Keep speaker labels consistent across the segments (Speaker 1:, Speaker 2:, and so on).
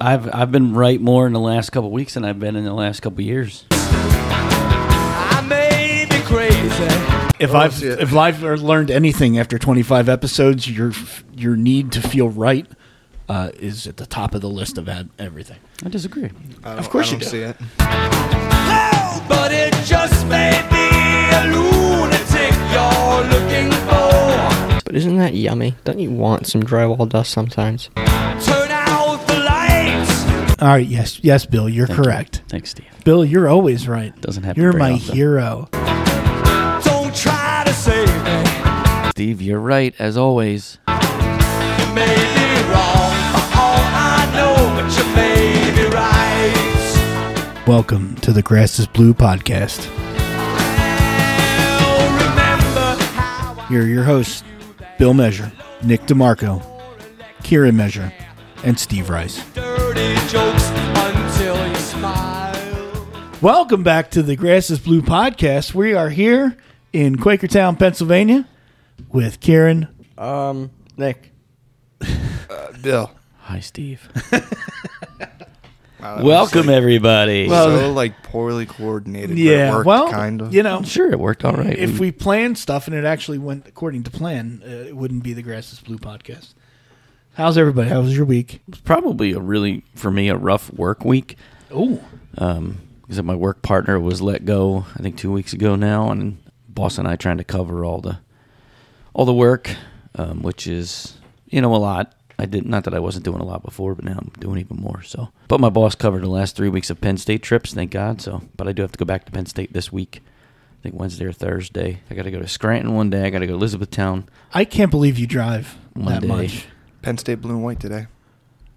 Speaker 1: I've I've been right more in the last couple weeks than I've been in the last couple years.
Speaker 2: I may be crazy.
Speaker 3: If
Speaker 4: Oh,
Speaker 3: I've
Speaker 4: shit.
Speaker 3: if I've learned anything after 25 episodes, your your need to feel right uh, is at the top of the list of ad- everything.
Speaker 1: I disagree.
Speaker 3: Of course
Speaker 4: I
Speaker 3: you
Speaker 4: don't
Speaker 3: do.
Speaker 4: see it.
Speaker 2: Oh, but it just may be a lunatic you're looking for.
Speaker 5: But isn't that yummy? Don't you want some drywall dust sometimes?
Speaker 2: Turn out the lights.
Speaker 3: All right, yes, yes, Bill, you're correct.
Speaker 1: Thanks, Steve.
Speaker 3: Bill, you're always right.
Speaker 1: Doesn't happen
Speaker 3: You're
Speaker 1: very
Speaker 3: my
Speaker 1: often.
Speaker 3: hero.
Speaker 2: Don't try to save me.
Speaker 1: Steve, you're right as always.
Speaker 2: You may be wrong for all I know, but you may be right.
Speaker 3: Welcome to the Grass is Blue podcast.
Speaker 2: Now remember how I
Speaker 3: Here are your hosts, Bill Measure, Nick DeMarco, Kieran Measure, and Steve Rice.
Speaker 2: dirty jokes until you smile.
Speaker 3: Welcome back to the Grass is Blue podcast. We are here in Quakertown, Pennsylvania with Kieran.
Speaker 5: Um, Nick.
Speaker 4: Bill.
Speaker 1: Hi, Steve. Welcome
Speaker 4: Like,
Speaker 1: everybody.
Speaker 4: so like poorly coordinated. but it
Speaker 3: Yeah,
Speaker 4: worked,
Speaker 3: well,
Speaker 4: kind of.
Speaker 3: you know,
Speaker 1: sure, it worked all right. Mm.
Speaker 3: if we planned stuff and it actually went according to plan, uh, it wouldn't be the Grass is Blue podcast. How's everybody? How was your week?
Speaker 1: probably a really for me a rough work week
Speaker 3: Oh,
Speaker 1: um because my work partner was let go i think two weeks ago now and boss and i trying to cover all the all the work um, which is you know a lot i did not that i wasn't doing a lot before but now i'm doing even more so but my boss covered the last three weeks of penn state trips thank god so but i do have to go back to penn state this week i think wednesday or thursday i gotta go to scranton one day i gotta go to elizabethtown
Speaker 3: I can't believe you drive
Speaker 1: one
Speaker 3: that
Speaker 1: day
Speaker 3: much.
Speaker 4: Penn State blue and white today.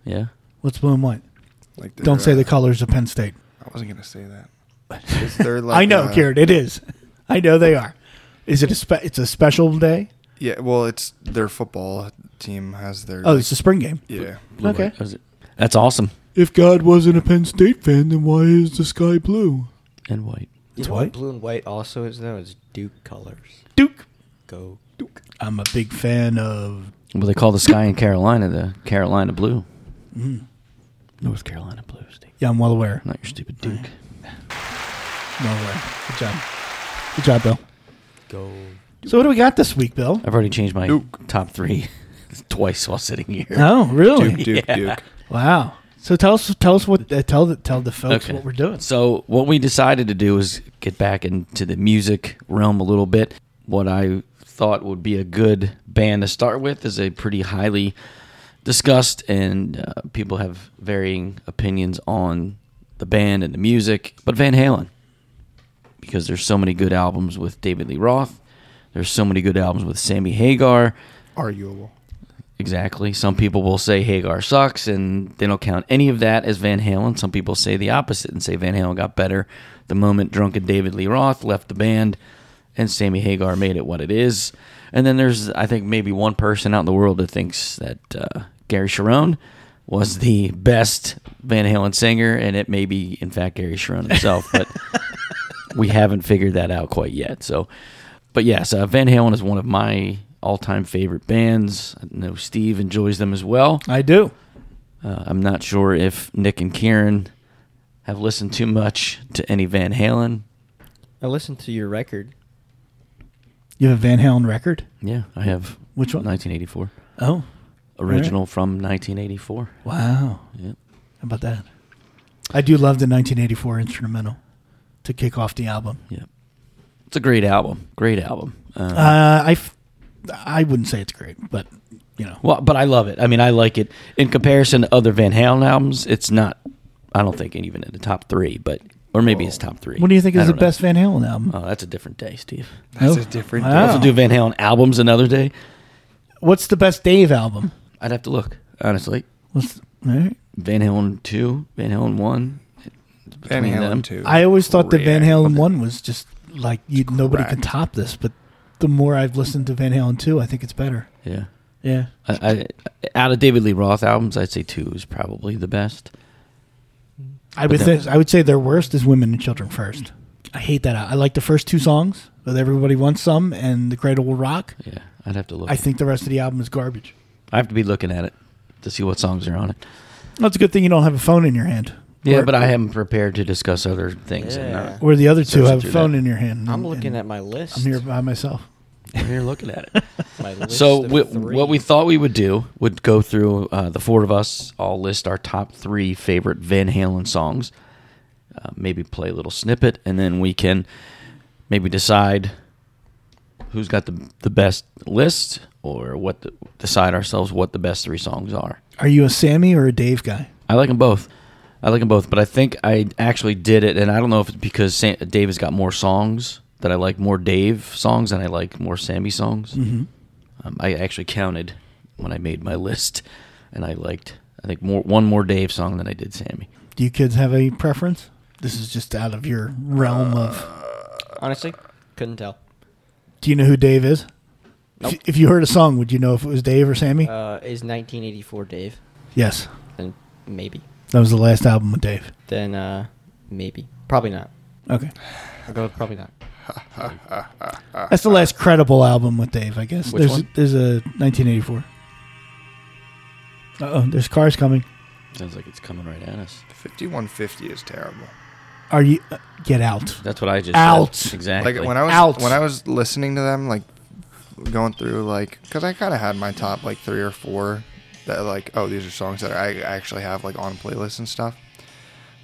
Speaker 1: yeah
Speaker 3: What's blue and white?
Speaker 4: Like their,
Speaker 3: Don't say
Speaker 4: uh,
Speaker 3: the colors of Penn State.
Speaker 4: I wasn't gonna say that. It's their, like,
Speaker 3: I know,
Speaker 4: uh,
Speaker 3: Kieran. It is. I know they are. Is it a spe- it's a special day?
Speaker 4: Yeah, well, it's their football team has their.
Speaker 3: Oh,
Speaker 4: like,
Speaker 3: it's a spring game.
Speaker 4: yeah.
Speaker 1: Blue,
Speaker 3: Okay.
Speaker 1: white, was it- that's awesome
Speaker 3: If God wasn't a Penn State fan, then why is the sky blue?
Speaker 1: and white
Speaker 3: It's white.
Speaker 5: blue and white also is though? It's Duke colors.
Speaker 3: Duke.
Speaker 5: Go.
Speaker 3: I'm a big fan of.
Speaker 1: Well, they call the sky in Carolina the Carolina blue. North Carolina blue, Steve.
Speaker 3: Yeah, I'm well aware.
Speaker 1: Not your stupid Duke.
Speaker 3: Well aware. Good job. Good job, Bill.
Speaker 5: Go.
Speaker 3: So what do we got this week, Bill?
Speaker 1: I've already changed my
Speaker 4: Duke.
Speaker 1: top three twice while sitting here.
Speaker 3: Oh, really?
Speaker 4: Duke, Duke, Duke.
Speaker 3: Wow. So tell us, tell us what uh, tell the tell the folks
Speaker 1: Okay.
Speaker 3: what we're doing.
Speaker 1: So what we decided to do is get back into the music realm a little bit. What I thought would be a good band to start with is a pretty highly discussed, and uh, people have varying opinions on the band and the music. But Van Halen, because there's so many good albums with David Lee Roth. There's so many good albums with Sammy Hagar.
Speaker 4: Arguable.
Speaker 1: Exactly. Some people will say Hagar sucks, and they don't count any of that as Van Halen. Some people say the opposite and say Van Halen got better the moment drunken David Lee Roth left the band and Sammy Hagar made it what it is. And then there's, I think, maybe one person out in the world that thinks that uh, Gary Sharon was the best Van Halen singer, and it may be, in fact, Gary Sharon himself. But we haven't figured that out quite yet. So, but yes, uh, Van Halen is one of my all-time favorite bands. I know Steve enjoys them as well.
Speaker 3: I do.
Speaker 1: Uh, I'm not sure if Nick and Kieran have listened too much to any Van Halen.
Speaker 5: I listened to your record.
Speaker 3: You have a Van Halen record.
Speaker 1: Yeah, I have.
Speaker 3: Which one?
Speaker 1: 1984
Speaker 3: Oh,
Speaker 1: original from 1984.
Speaker 3: wow!
Speaker 1: Yeah.
Speaker 3: How about that? I do love the 1984 instrumental to kick off the album.
Speaker 1: Yeah, it's a great album. Great album. Um,
Speaker 3: Uh, I f- I wouldn't say it's great, but you know,
Speaker 1: Well, but I love it. I mean, I like it in comparison to other Van Halen albums. It's not. I don't think even in the top three, but or maybe it's top three.
Speaker 3: what do you think
Speaker 1: I
Speaker 3: is the
Speaker 1: don't know.
Speaker 3: best Van Halen album?
Speaker 1: Oh, that's a different day, Steve.
Speaker 4: That's
Speaker 3: Oh,
Speaker 4: a different.
Speaker 3: wow.
Speaker 1: We'll have to do Van Halen albums another day.
Speaker 3: What's the best Dave album?
Speaker 1: I'd have to look honestly.
Speaker 3: What's all right.
Speaker 1: Van Halen two, Van Halen one.
Speaker 4: Van
Speaker 1: between
Speaker 4: Halen
Speaker 1: them.
Speaker 4: too.
Speaker 3: I always thought that Van
Speaker 4: Great.
Speaker 3: Halen one was just like you, nobody
Speaker 4: correct.
Speaker 3: could top this, but the more I've listened to Van Halen two, I think it's better.
Speaker 1: Yeah,
Speaker 3: Yeah.
Speaker 1: I, I out of David Lee Roth albums, I'd say two is probably the best.
Speaker 3: I would
Speaker 1: But
Speaker 3: think, I would say their worst is women and children first. I hate that. I like the first two songs, but everybody wants some, and the cradle will rock.
Speaker 1: Yeah, I'd have to look.
Speaker 3: I think the rest of the album is garbage.
Speaker 1: I have to be looking at it to see what songs are on it.
Speaker 3: That's a good thing you don't have a phone in your hand.
Speaker 1: Yeah,
Speaker 3: Where-
Speaker 1: but I am prepared to discuss other things. And
Speaker 5: Yeah.
Speaker 1: not,
Speaker 3: where the other two
Speaker 1: Searching
Speaker 3: have a
Speaker 1: through
Speaker 3: phone
Speaker 1: that.
Speaker 3: in your hand.
Speaker 5: I'm
Speaker 3: and-
Speaker 5: looking
Speaker 3: Mm, and
Speaker 5: at my list.
Speaker 3: I'm here by myself.
Speaker 1: I'm here looking at it.
Speaker 5: My list
Speaker 1: so
Speaker 5: of
Speaker 1: we,
Speaker 5: three.
Speaker 1: what we thought we would do would go through uh, the four of us all list our top three favorite van halen songs uh, maybe play a little snippet and then we can maybe decide who's got the, the best list or what the, decide ourselves what the best three songs are
Speaker 3: Are you a Sammy or a Dave guy?
Speaker 1: I like them both. I like them both, but I think I actually did it, and I don't know if it's because Sam, Dave has got more songs that I like more Dave songs than I like more Sammy songs. Mm-hmm. Um, I actually counted when I made my list, and I liked I think more one more Dave song than I did Sammy.
Speaker 3: Do you kids have a preference? This is just out of your realm of.
Speaker 5: Uh, honestly couldn't tell.
Speaker 3: Do you know who Dave is?
Speaker 5: Nope.
Speaker 3: If, if you heard a song, would you know if it was Dave or Sammy?
Speaker 5: Uh, is 1984 Dave?
Speaker 3: yes,
Speaker 5: Then maybe.
Speaker 3: that was the last album with Dave.
Speaker 5: Then uh, maybe. Probably not.
Speaker 3: Okay,
Speaker 5: I'll go with probably not.
Speaker 3: that's the last credible album with Dave, I guess.
Speaker 1: Which
Speaker 3: there's
Speaker 1: one?
Speaker 3: there's a 1984. Uh oh, there's cars coming.
Speaker 1: Sounds like it's coming right at us.
Speaker 4: 5150 is terrible.
Speaker 3: Are you uh, get out?
Speaker 1: That's what I just
Speaker 3: Out.
Speaker 1: said. exactly.
Speaker 4: Like when I was
Speaker 3: Out.
Speaker 4: when I was listening to them, like going through like because I kind of had my top like three or four that like oh these are songs that I actually have like on playlists and stuff.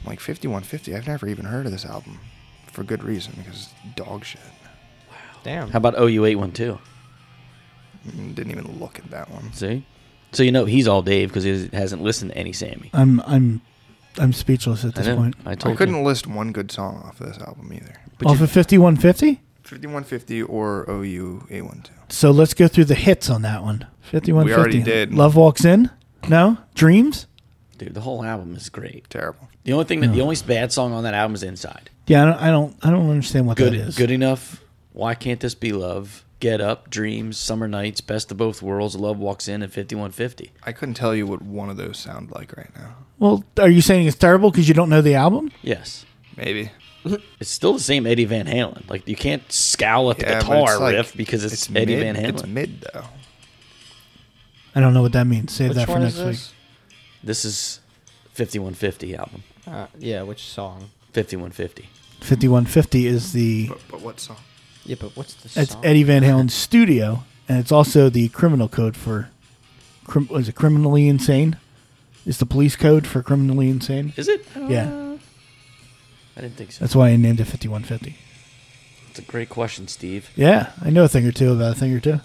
Speaker 4: I'm like 5150. I've never even heard of this album for good reason because it's dog shit.
Speaker 5: Damn.
Speaker 1: How about OU eight one two?
Speaker 4: Mm, Didn't even look at that one.
Speaker 1: See, so you know he's all Dave because he hasn't listened to any Sammy.
Speaker 3: I'm I'm I'm speechless at
Speaker 1: I
Speaker 3: this
Speaker 1: know.
Speaker 3: point.
Speaker 1: I told
Speaker 4: I couldn't
Speaker 1: you.
Speaker 4: list one good song off of this album either.
Speaker 1: But
Speaker 3: Off
Speaker 1: you-
Speaker 3: of 5150.
Speaker 4: 5150 or OU 812.
Speaker 3: So let's go through the hits on that one. 5150.
Speaker 4: We already did.
Speaker 3: Love Walks In? No? Dreams?
Speaker 1: dude, the whole album is great.
Speaker 4: Terrible.
Speaker 1: The only thing that the only bad song on that album is Inside.
Speaker 3: Yeah, I don't I don't, I don't understand what
Speaker 1: Good,
Speaker 3: that is.
Speaker 1: good enough. Why can't this be love? Get up, dreams, summer nights, best of both worlds. Love walks in at fifty-one fifty.
Speaker 4: I couldn't tell you what one of those sound like right now.
Speaker 3: Well, are you saying it's terrible because you don't know the album?
Speaker 1: Yes,
Speaker 4: Maybe.
Speaker 1: it's still the same Eddie Van Halen. Like you can't scowl at the
Speaker 4: Yeah, but
Speaker 1: guitar
Speaker 4: it's like-
Speaker 1: riff because it's, Eddie
Speaker 4: mid,
Speaker 1: Van
Speaker 4: It's
Speaker 1: Halen.
Speaker 4: mid though.
Speaker 3: I don't know what that means. Save
Speaker 5: Which
Speaker 3: that for
Speaker 5: one
Speaker 3: next
Speaker 5: is this?
Speaker 3: week.
Speaker 1: This is fifty-one fifty album.
Speaker 5: Uh, yeah, which song?
Speaker 1: Fifty-one fifty.
Speaker 3: 5150 is the
Speaker 4: But, but what song?
Speaker 5: Yeah, but what's the
Speaker 3: it's
Speaker 5: song?
Speaker 3: Eddie Van Halen's studio and it's also the criminal code for crim, was it criminally insane? Is the police code for criminally insane?
Speaker 1: Is it? Uh.
Speaker 3: Yeah.
Speaker 1: I didn't think so.
Speaker 3: That's why I named it 5150.
Speaker 1: That's a great question, Steve.
Speaker 3: Yeah, I know a thing or two about a thing or two.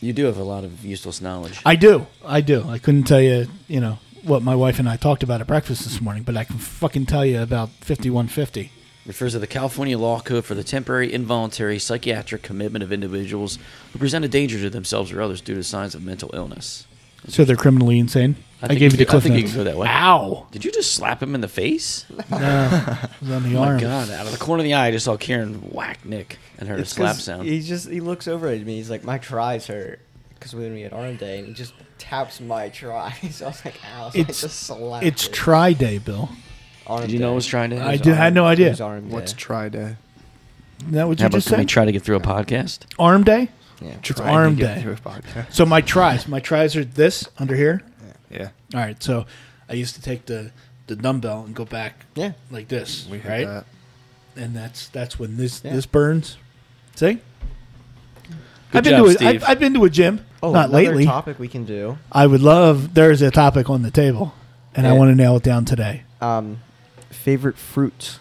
Speaker 1: You do have a lot of useless knowledge.
Speaker 3: I do. I do. I couldn't tell you, you know, what my wife and I talked about at breakfast this morning, but I can fucking tell you about 5150.
Speaker 1: refers to the California Law Code for the temporary involuntary psychiatric commitment of individuals who present a danger to themselves or others due to signs of mental illness.
Speaker 3: So they're criminally insane. I,
Speaker 1: think
Speaker 3: gave you the
Speaker 1: could-
Speaker 3: cliff
Speaker 1: I think you
Speaker 3: notes.
Speaker 1: can go that way.
Speaker 3: Ow!
Speaker 1: Did you just slap him in the face?
Speaker 3: No, it was on the
Speaker 1: Oh my
Speaker 3: arm.
Speaker 1: God! Out of the corner of the eye, I just saw Karen whack Nick and heard
Speaker 5: It's
Speaker 1: a slap
Speaker 5: 'cause
Speaker 1: sound.
Speaker 5: He just he looks over at me. He's like, my tries hurt. Because when we had arm day, and he just taps my tries. I was like, ow. So I just
Speaker 3: It's
Speaker 5: slapped
Speaker 3: it's
Speaker 5: it.
Speaker 3: try day, Bill.
Speaker 5: Arm
Speaker 1: Did you know
Speaker 5: day.
Speaker 1: I was trying to?
Speaker 3: I did. I had no
Speaker 5: It
Speaker 3: idea.
Speaker 5: was arm
Speaker 4: What's
Speaker 5: day.
Speaker 4: Try Day?
Speaker 3: Isn't that what
Speaker 1: How
Speaker 3: you
Speaker 1: about
Speaker 3: just
Speaker 1: can we
Speaker 3: said?
Speaker 1: try to get through a podcast?
Speaker 3: arm day.
Speaker 5: yeah.
Speaker 3: It's
Speaker 4: Trying to
Speaker 3: arm
Speaker 4: get
Speaker 3: day.
Speaker 4: through a podcast.
Speaker 3: So my tries, my tries are this under here.
Speaker 4: Yeah.
Speaker 3: All right. So I used to take the the dumbbell and go back
Speaker 5: Yeah.
Speaker 3: like this,
Speaker 4: We hit
Speaker 3: right?
Speaker 4: that.
Speaker 3: and that's that's when this
Speaker 5: Yeah.
Speaker 3: this burns. See, I've been
Speaker 1: job,
Speaker 3: to a,
Speaker 1: Steve.
Speaker 3: I've, I've been to a gym.
Speaker 4: Oh,
Speaker 3: not
Speaker 5: Oh, another
Speaker 3: lately.
Speaker 5: topic we can do.
Speaker 3: I would love. There's a topic on the table, and I
Speaker 5: Yeah.
Speaker 3: want to nail it down today.
Speaker 5: Um, favorite fruits.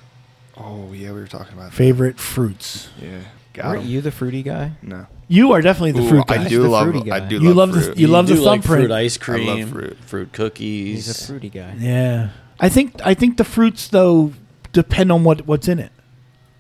Speaker 4: Oh yeah, we were talking about that.
Speaker 3: Favorite fruits.
Speaker 4: Yeah. Got
Speaker 5: Aren't
Speaker 4: 'em.
Speaker 5: you the fruity guy?
Speaker 4: No.
Speaker 3: You are definitely the
Speaker 4: Ooh,
Speaker 3: fruit guy.
Speaker 4: I do
Speaker 5: The
Speaker 4: love.
Speaker 5: fruity
Speaker 4: I
Speaker 5: guy.
Speaker 4: do.
Speaker 3: You love
Speaker 4: love
Speaker 3: the-
Speaker 4: fruit.
Speaker 3: you love
Speaker 1: do like
Speaker 3: thumbprint.
Speaker 1: fruit ice cream,
Speaker 4: fruit.
Speaker 1: cookies.
Speaker 5: He's a fruity guy.
Speaker 3: Yeah, I think I think the fruits though depend on what what's in it,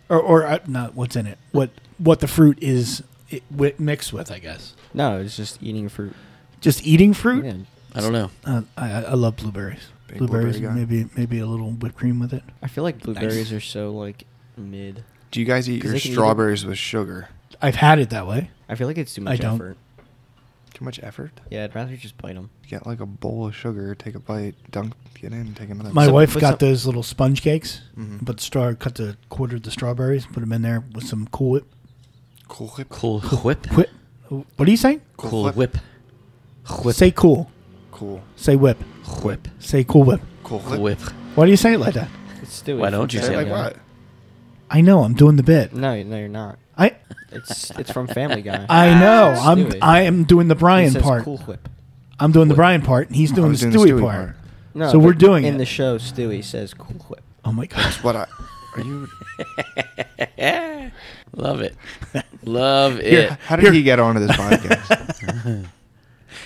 Speaker 3: or or uh, not what's in it. What what the fruit is it, wi mixed with, I guess.
Speaker 5: No, it's just eating fruit.
Speaker 3: Just eating fruit.
Speaker 5: Yeah.
Speaker 1: I don't know.
Speaker 3: Uh, I, I I love blueberries.
Speaker 4: Big
Speaker 3: blueberries,
Speaker 4: blueberry guy.
Speaker 3: maybe maybe a little whipped cream with it.
Speaker 5: I feel like blueberries are so like mid.
Speaker 4: Do you guys eat
Speaker 5: 'Cause
Speaker 4: your
Speaker 5: they can eat it.
Speaker 4: strawberries with sugar?
Speaker 3: I've had it that way.
Speaker 5: I feel like it's too
Speaker 3: I
Speaker 5: much
Speaker 3: don't.
Speaker 5: effort.
Speaker 4: Too much effort.
Speaker 5: Yeah, I'd rather just bite them.
Speaker 4: Get like a bowl of sugar, take a bite, dunk it in, take another.
Speaker 3: My
Speaker 4: sip.
Speaker 3: wife
Speaker 5: put
Speaker 3: got
Speaker 5: some-
Speaker 3: those little sponge cakes,
Speaker 4: Mhm.
Speaker 3: but straw cut the quarter of the strawberries, put them in there with some Cool Whip.
Speaker 4: Cool whip.
Speaker 1: Cool whip.
Speaker 3: Whip. What are you saying?
Speaker 1: Cool whip. Whip.
Speaker 3: Say cool.
Speaker 4: Cool.
Speaker 3: Say whip.
Speaker 1: Whip.
Speaker 3: Say cool whip.
Speaker 4: Cool.
Speaker 1: Whip.
Speaker 3: Why do you say it like that?
Speaker 5: It's Stewie.
Speaker 1: Why don't you
Speaker 4: Say it
Speaker 1: say
Speaker 4: like
Speaker 1: that?
Speaker 4: what?
Speaker 3: I know. I'm doing the bit.
Speaker 5: No, no, you're not.
Speaker 3: I
Speaker 5: It's it's from Family Guy.
Speaker 3: I know. I'm
Speaker 5: Ah, Stewie.
Speaker 3: I am doing the
Speaker 5: He
Speaker 3: Brian
Speaker 5: says
Speaker 3: part.
Speaker 5: Cool whip.
Speaker 3: I'm doing the Brian part, and he's doing the
Speaker 4: was
Speaker 3: Stewie,
Speaker 4: doing the Stewie
Speaker 3: part.
Speaker 4: part.
Speaker 5: No,
Speaker 3: So we're
Speaker 5: but
Speaker 3: doing
Speaker 5: in
Speaker 3: it.
Speaker 5: the show. Stewie says cool whip.
Speaker 3: Oh my gosh.
Speaker 4: What I, are you?
Speaker 1: Love it. Love it.
Speaker 4: How did he get onto this podcast?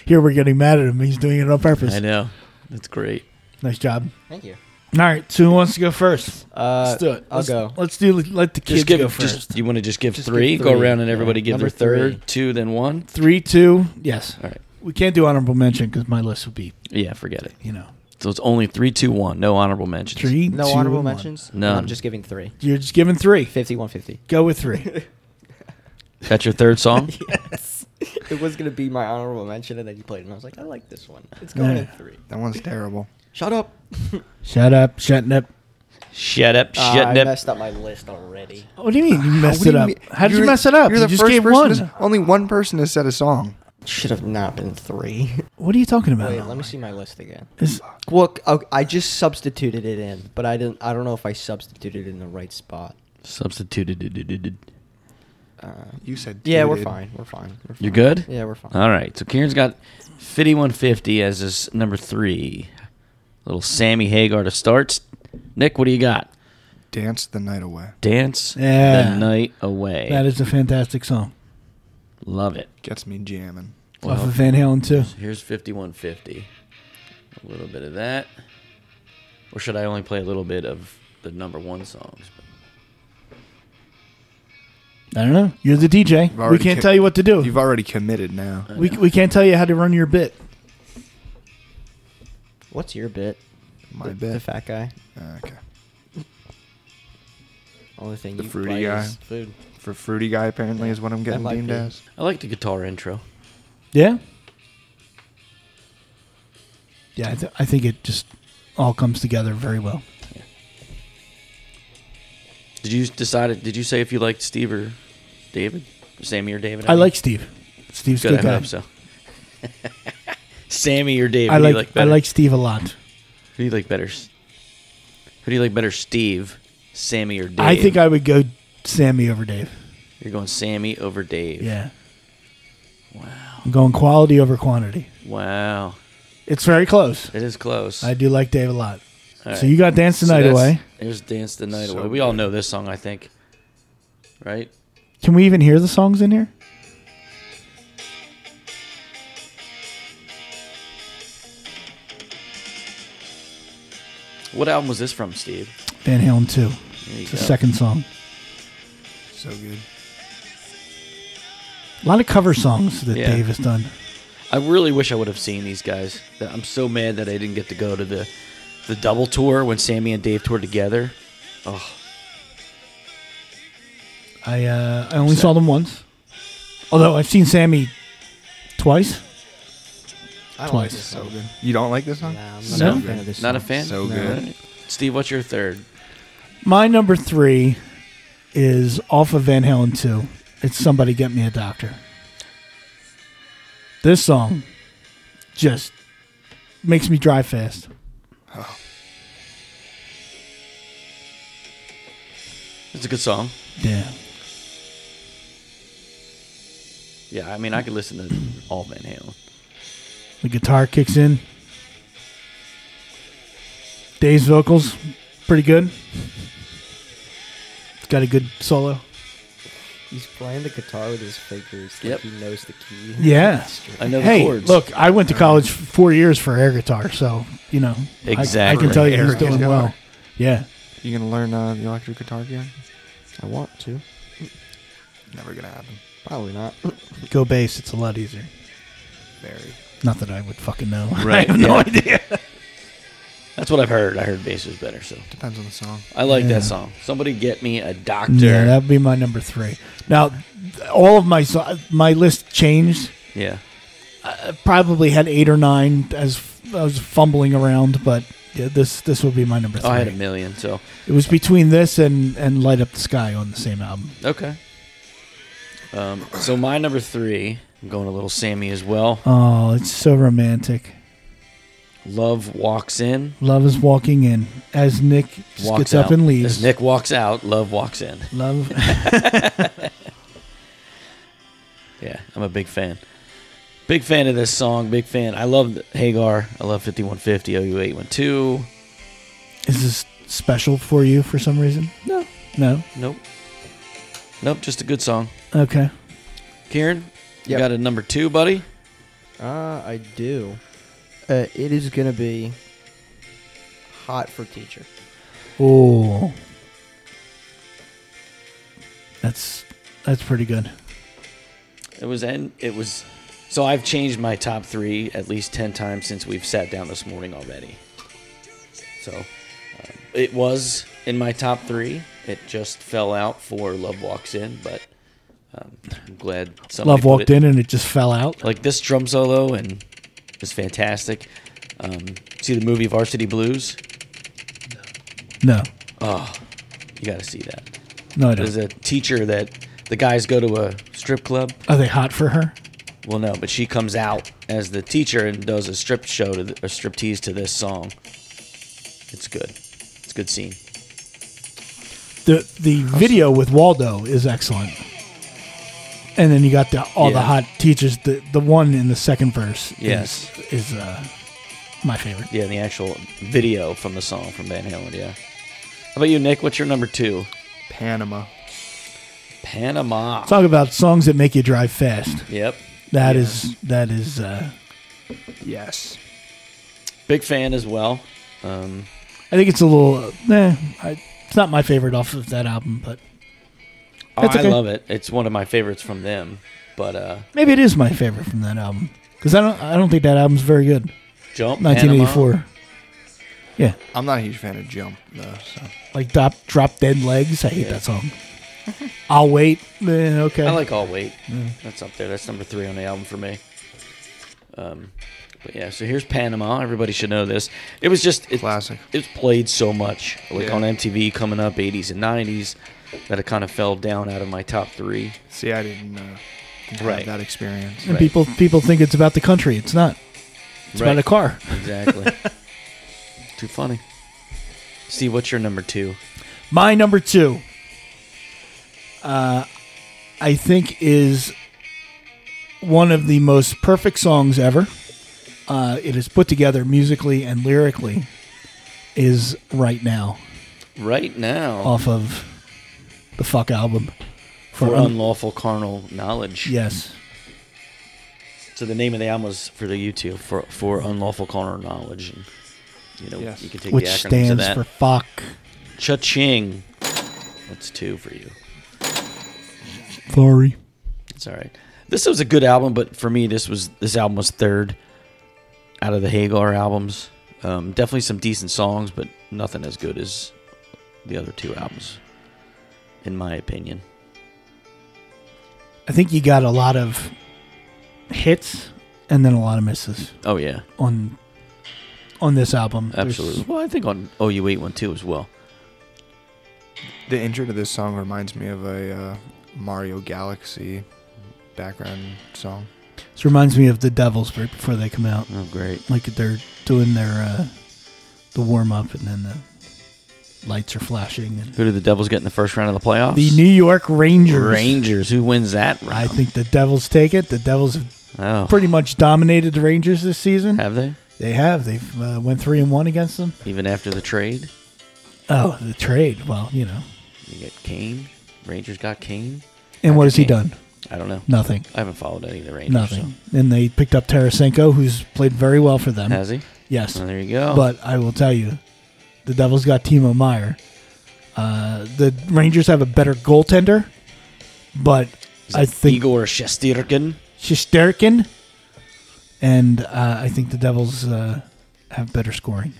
Speaker 3: Here we're getting mad at him. He's doing it on purpose.
Speaker 1: I know. That's great.
Speaker 3: Nice job.
Speaker 5: Thank you.
Speaker 3: All right. So who wants to go first?
Speaker 5: Uh,
Speaker 3: let's do it.
Speaker 5: I'll
Speaker 3: let's,
Speaker 5: go.
Speaker 3: Let's do. Let the kids
Speaker 1: Just give
Speaker 3: go
Speaker 1: just-
Speaker 3: first.
Speaker 1: you want to just give
Speaker 5: Just give
Speaker 1: three? Go
Speaker 5: three.
Speaker 1: around and everybody
Speaker 5: Yeah.
Speaker 1: give
Speaker 5: Number
Speaker 1: their third,
Speaker 5: three.
Speaker 1: two, then one.
Speaker 3: Three, two. Yes.
Speaker 1: All right.
Speaker 3: We can't do honorable mention because my list would be,
Speaker 1: Yeah, forget it.
Speaker 3: you know,
Speaker 1: So it's only three, two, one. No honorable mentions.
Speaker 3: three.
Speaker 5: No
Speaker 3: two,
Speaker 5: honorable
Speaker 3: one.
Speaker 5: mentions.
Speaker 1: None.
Speaker 5: I'm just giving three.
Speaker 3: You're just giving three.
Speaker 5: Fifty-one fifty.
Speaker 3: Go with three.
Speaker 1: That's your third song.
Speaker 5: yes. It was gonna be my honorable mention, and then you played, it, and I was like, I like this one. It's going
Speaker 3: Yeah.
Speaker 5: in three.
Speaker 4: that one's terrible.
Speaker 5: Shut up.
Speaker 3: Shut up. Shutting up.
Speaker 1: Shut up.
Speaker 5: Ah,
Speaker 1: Shut
Speaker 5: I
Speaker 1: up.
Speaker 5: messed up my list already.
Speaker 3: What do you mean you
Speaker 4: What
Speaker 3: messed
Speaker 4: do
Speaker 3: it
Speaker 4: you
Speaker 3: up?
Speaker 4: mean-
Speaker 3: How did you
Speaker 4: you're-
Speaker 3: mess it up?
Speaker 4: You're the
Speaker 3: you just
Speaker 4: first
Speaker 3: gave
Speaker 4: person.
Speaker 3: one.
Speaker 4: to- only one person has said a song.
Speaker 5: Should have not been three.
Speaker 3: What are you talking about?
Speaker 5: Wait, let me see my list again.
Speaker 3: This-
Speaker 5: Well, c- oh, I just substituted it in, but I didn't. I don't know if I substituted it in the right spot.
Speaker 1: Substituted.
Speaker 5: Uh,
Speaker 4: You said.
Speaker 5: yeah, we're
Speaker 4: "Dude."
Speaker 5: fine. We're fine. We're fine.
Speaker 1: You're good?
Speaker 5: Yeah, we're fine.
Speaker 1: All right. So Kieran's got 5150 as his number three. Little Sammy Hagar to start. Nick, what do you got?
Speaker 4: Dance the night away.
Speaker 1: Dance
Speaker 3: Yeah.
Speaker 1: the night away.
Speaker 3: That is a fantastic song.
Speaker 1: Love it.
Speaker 4: Gets me jamming.
Speaker 3: Off of Van Halen too.
Speaker 1: Here's 5150. A little bit of that. Or should I only play a little bit of the number one songs?
Speaker 3: I don't know. You're the DJ. We
Speaker 4: already
Speaker 3: can't
Speaker 4: kicked-
Speaker 3: tell you what to do.
Speaker 4: You've already committed now.
Speaker 5: Uh,
Speaker 3: We, we can't tell you how to run your bit.
Speaker 5: What's your bit?
Speaker 4: My
Speaker 5: the, The
Speaker 4: bit.
Speaker 5: fat guy.
Speaker 4: Uh, okay.
Speaker 5: Only thing
Speaker 4: The
Speaker 5: you
Speaker 4: fruity
Speaker 5: play
Speaker 4: guy.
Speaker 5: is food.
Speaker 4: For fruity guy, apparently is what I'm getting
Speaker 5: might
Speaker 4: deemed
Speaker 5: be.
Speaker 4: as.
Speaker 1: I like the guitar intro.
Speaker 3: Yeah. Yeah, I, th- I think it just all comes together very well.
Speaker 1: Did you decide? Did you say if you liked Steve or David, Sammy or David?
Speaker 3: I
Speaker 1: mean?
Speaker 3: like Steve. Steve's a
Speaker 1: Good,
Speaker 3: good
Speaker 1: I
Speaker 3: guy.
Speaker 1: hope so. Sammy or David?
Speaker 3: I
Speaker 1: who do
Speaker 3: like,
Speaker 1: you like
Speaker 3: I
Speaker 1: better?
Speaker 3: like Steve a lot.
Speaker 1: Who do you like better? S- Who do you like better, Steve, Sammy, or Dave?
Speaker 3: I think I would go Sammy over Dave.
Speaker 1: You're going Sammy over Dave.
Speaker 3: Yeah. Wow. I'm going quality over quantity.
Speaker 1: Wow,
Speaker 3: It's very close.
Speaker 1: it is close.
Speaker 3: I do like Dave a lot.
Speaker 1: All
Speaker 3: So
Speaker 1: right.
Speaker 3: you got Dance the Night
Speaker 1: that's-
Speaker 3: Away.
Speaker 1: There's Dance the Night
Speaker 4: So
Speaker 1: Away. We all know this song, I think. Right?
Speaker 3: Can we even hear the songs in here?
Speaker 1: What album was this from, Steve?
Speaker 3: Van Halen 2.
Speaker 1: There you
Speaker 3: It's
Speaker 1: go.
Speaker 3: the second song.
Speaker 4: So good.
Speaker 3: A lot of cover songs that
Speaker 1: Yeah.
Speaker 3: Dave has done.
Speaker 1: I really wish I would have seen these guys. That- I'm so mad that I didn't get to go to the the double tour when Sammy and Dave toured together. Oh,
Speaker 3: I uh, I only saw them once. Although I've seen Sammy twice.
Speaker 5: I don't
Speaker 3: Twice.
Speaker 5: Like this
Speaker 4: So
Speaker 5: song.
Speaker 4: good. You don't like this
Speaker 5: Nah,
Speaker 4: song?
Speaker 5: I'm
Speaker 3: No?
Speaker 5: not a fan of this.
Speaker 1: not a
Speaker 5: song.
Speaker 1: fan.
Speaker 4: So
Speaker 1: All
Speaker 4: good.
Speaker 1: right. Steve, what's your third?
Speaker 3: My number three is off of Van Halen 2. It's Somebody Get Me a Doctor. This song just makes me drive fast.
Speaker 1: It's a good song.
Speaker 3: Yeah.
Speaker 1: Yeah, I mean, I could listen to all Van Halen.
Speaker 3: The guitar kicks in. Dave's vocals, pretty good. It's got a good solo.
Speaker 5: He's playing the guitar with his fingers.
Speaker 1: Yep.
Speaker 5: Like he knows the key.
Speaker 3: Yeah.
Speaker 1: I know the
Speaker 3: Hey,
Speaker 1: chords.
Speaker 3: look, I went to college f- four years for air guitar, so you know I- I,
Speaker 1: Exactly.
Speaker 3: can tell you he's
Speaker 4: Air
Speaker 3: doing
Speaker 4: guitar.
Speaker 3: well. Yeah,
Speaker 4: You gonna learn uh, the electric guitar again?
Speaker 5: I want to.
Speaker 4: Never gonna happen.
Speaker 5: Probably not.
Speaker 3: go bass. It's a lot easier.
Speaker 4: Very.
Speaker 3: Not that I would fucking know.
Speaker 1: Right,
Speaker 3: I have no
Speaker 1: yeah.
Speaker 3: idea.
Speaker 1: That's what I've heard. I heard bass was better, so
Speaker 4: Depends on the song.
Speaker 1: I like
Speaker 3: Yeah.
Speaker 1: that song. Somebody get me a doctor.
Speaker 3: Yeah, that'd be my number three. Now, th- all of my so- my list changed.
Speaker 1: yeah.
Speaker 3: Probably had eight or nine as f- I was fumbling around, but yeah, this this would be my number three.
Speaker 1: Oh, I had a million. So
Speaker 3: It was between this and and Light Up the Sky on the same album.
Speaker 1: okay. Um, so my number three, I'm going a little Sammy as well.
Speaker 3: Oh, it's so romantic.
Speaker 1: Love walks in,
Speaker 3: Love is walking in as Nick just
Speaker 1: walks
Speaker 3: gets
Speaker 1: out.
Speaker 3: up and leaves.
Speaker 1: As Nick walks out, Love walks in.
Speaker 3: Love.
Speaker 1: Yeah, I'm a big fan. Big fan of this song. Big fan. I love Hagar. I love 5150 OU812.
Speaker 3: is this special for you for some reason?
Speaker 1: No.
Speaker 3: No.
Speaker 1: Nope. Nope. Just a good song.
Speaker 3: Okay.
Speaker 1: Kieran, you
Speaker 5: Yep.
Speaker 1: got a number two, buddy.
Speaker 5: Uh, I do. Uh, it is gonna be hot for teacher.
Speaker 3: Oh. That's that's pretty good.
Speaker 1: It was and it was. So I've changed my top three at least ten times since we've sat down this morning already. So um, it was in my top three. It just fell out for Love Walks In, but um, I'm glad somebody
Speaker 3: Love
Speaker 1: put it-
Speaker 3: walked in and it just fell out.
Speaker 1: like this drum solo and it's fantastic. Um, see the movie Varsity Blues?
Speaker 3: No.
Speaker 1: You got to see that.
Speaker 3: No, I
Speaker 1: There's
Speaker 3: don't.
Speaker 1: a teacher that the guys go to a strip club.
Speaker 3: Are they hot for her?
Speaker 1: Well, no, but she comes out as the teacher and does a strip show to th- a strip tease to this song. It's good. It's a good scene.
Speaker 3: The the video with Waldo is excellent. And then you got the all the
Speaker 1: Yeah.
Speaker 3: hot teachers. The the one in the second verse
Speaker 1: Yes.
Speaker 3: is, is uh, my favorite.
Speaker 1: Yeah, and the actual video from the song from Van Halen. Yeah. How about you, Nick? What's your number two?
Speaker 4: Panama.
Speaker 1: Panama.
Speaker 3: Talk about songs that make you drive fast.
Speaker 1: Yep.
Speaker 3: That is that is uh,
Speaker 4: Yes.
Speaker 1: Big fan as well. Um,
Speaker 3: I think it's a little. Uh, eh, I, it's not my favorite off of that album, but
Speaker 1: oh,
Speaker 3: That's okay.
Speaker 1: I love it. It's one of my favorites from them. But uh,
Speaker 3: maybe it is my favorite from that album because I don't. I don't think that album's very good.
Speaker 1: Jump.
Speaker 3: 1984,
Speaker 1: Panama.
Speaker 3: yeah,
Speaker 4: I'm not a huge fan of Jump though. So.
Speaker 3: like drop, drop dead legs. I hate
Speaker 1: Yeah.
Speaker 3: that song. I'll wait. Eh, okay,
Speaker 1: I like All Wait. That's up there. That's number three on the album for me. Um, but yeah, so here's Panama. Everybody should know this. It was just it,
Speaker 4: Classic.
Speaker 1: It's played so much, like
Speaker 4: Yeah.
Speaker 1: on MTV coming up, 80s and 90s, that it kind of fell down out of my top three.
Speaker 4: See, I didn't, uh, didn't
Speaker 1: Right.
Speaker 4: have that experience.
Speaker 3: and people people think it's about the country. It's not. It's about
Speaker 1: Right.
Speaker 3: a car.
Speaker 1: Exactly. Too funny. Steve, what's your number two?
Speaker 3: My number two, uh, I think, is one of the most perfect songs ever. Uh, it is put together musically and lyrically. Is right now
Speaker 1: Right now,
Speaker 3: off of the fuck album
Speaker 1: for
Speaker 3: un-
Speaker 1: unlawful carnal knowledge.
Speaker 3: yes,
Speaker 1: So the name of the album was for the YouTube for for unlawful carnal knowledge. And, you know,
Speaker 4: Yes.
Speaker 1: you can take
Speaker 3: which
Speaker 1: the acronyms of
Speaker 3: stands
Speaker 1: that.
Speaker 3: for fuck.
Speaker 1: Cha-ching. That's two for you.
Speaker 3: Sorry.
Speaker 1: It's all right. This was a good album, but for me, this was this album was third out of the Hagar albums. Um, definitely some decent songs, but nothing as good as the other two albums, in my opinion.
Speaker 3: I think you got a lot of hits and then a lot of misses
Speaker 1: Oh yeah,
Speaker 3: on on this album. There's-
Speaker 1: absolutely. Well, I think on OU eight one two as well.
Speaker 4: The intro to this song reminds me of a uh, Mario Galaxy background song.
Speaker 3: This reminds me of the Devils right before they come out.
Speaker 1: Oh great.
Speaker 3: Like they're doing their uh, the warm up, and then the lights are flashing. And
Speaker 1: Who did the Devils get in the first round of the playoffs?
Speaker 3: the New York Rangers.
Speaker 1: Rangers. Who wins that round?
Speaker 3: I think the Devils take it. The Devils have
Speaker 1: Oh,
Speaker 3: pretty much dominated the Rangers this season.
Speaker 1: have they?
Speaker 3: They have. They've uh, went three and one against them.
Speaker 1: Even after the trade,
Speaker 3: Oh, the trade. Well, you know.
Speaker 1: you get Kane. Rangers got Kane.
Speaker 3: And what has he
Speaker 1: Okay.
Speaker 3: done?
Speaker 1: I don't know.
Speaker 3: Nothing.
Speaker 1: I haven't followed any of the Rangers.
Speaker 3: Nothing. And they picked up Tarasenko, who's played very well for them.
Speaker 1: So. Has he?
Speaker 3: Yes.
Speaker 1: Well, there you go.
Speaker 3: But I will tell you, the Devils got Timo Meyer. Uh, the Rangers have a better goaltender, but I think
Speaker 1: Igor Shesterkin.
Speaker 3: Shesterkin, and uh, I think the Devils uh, have better scoring.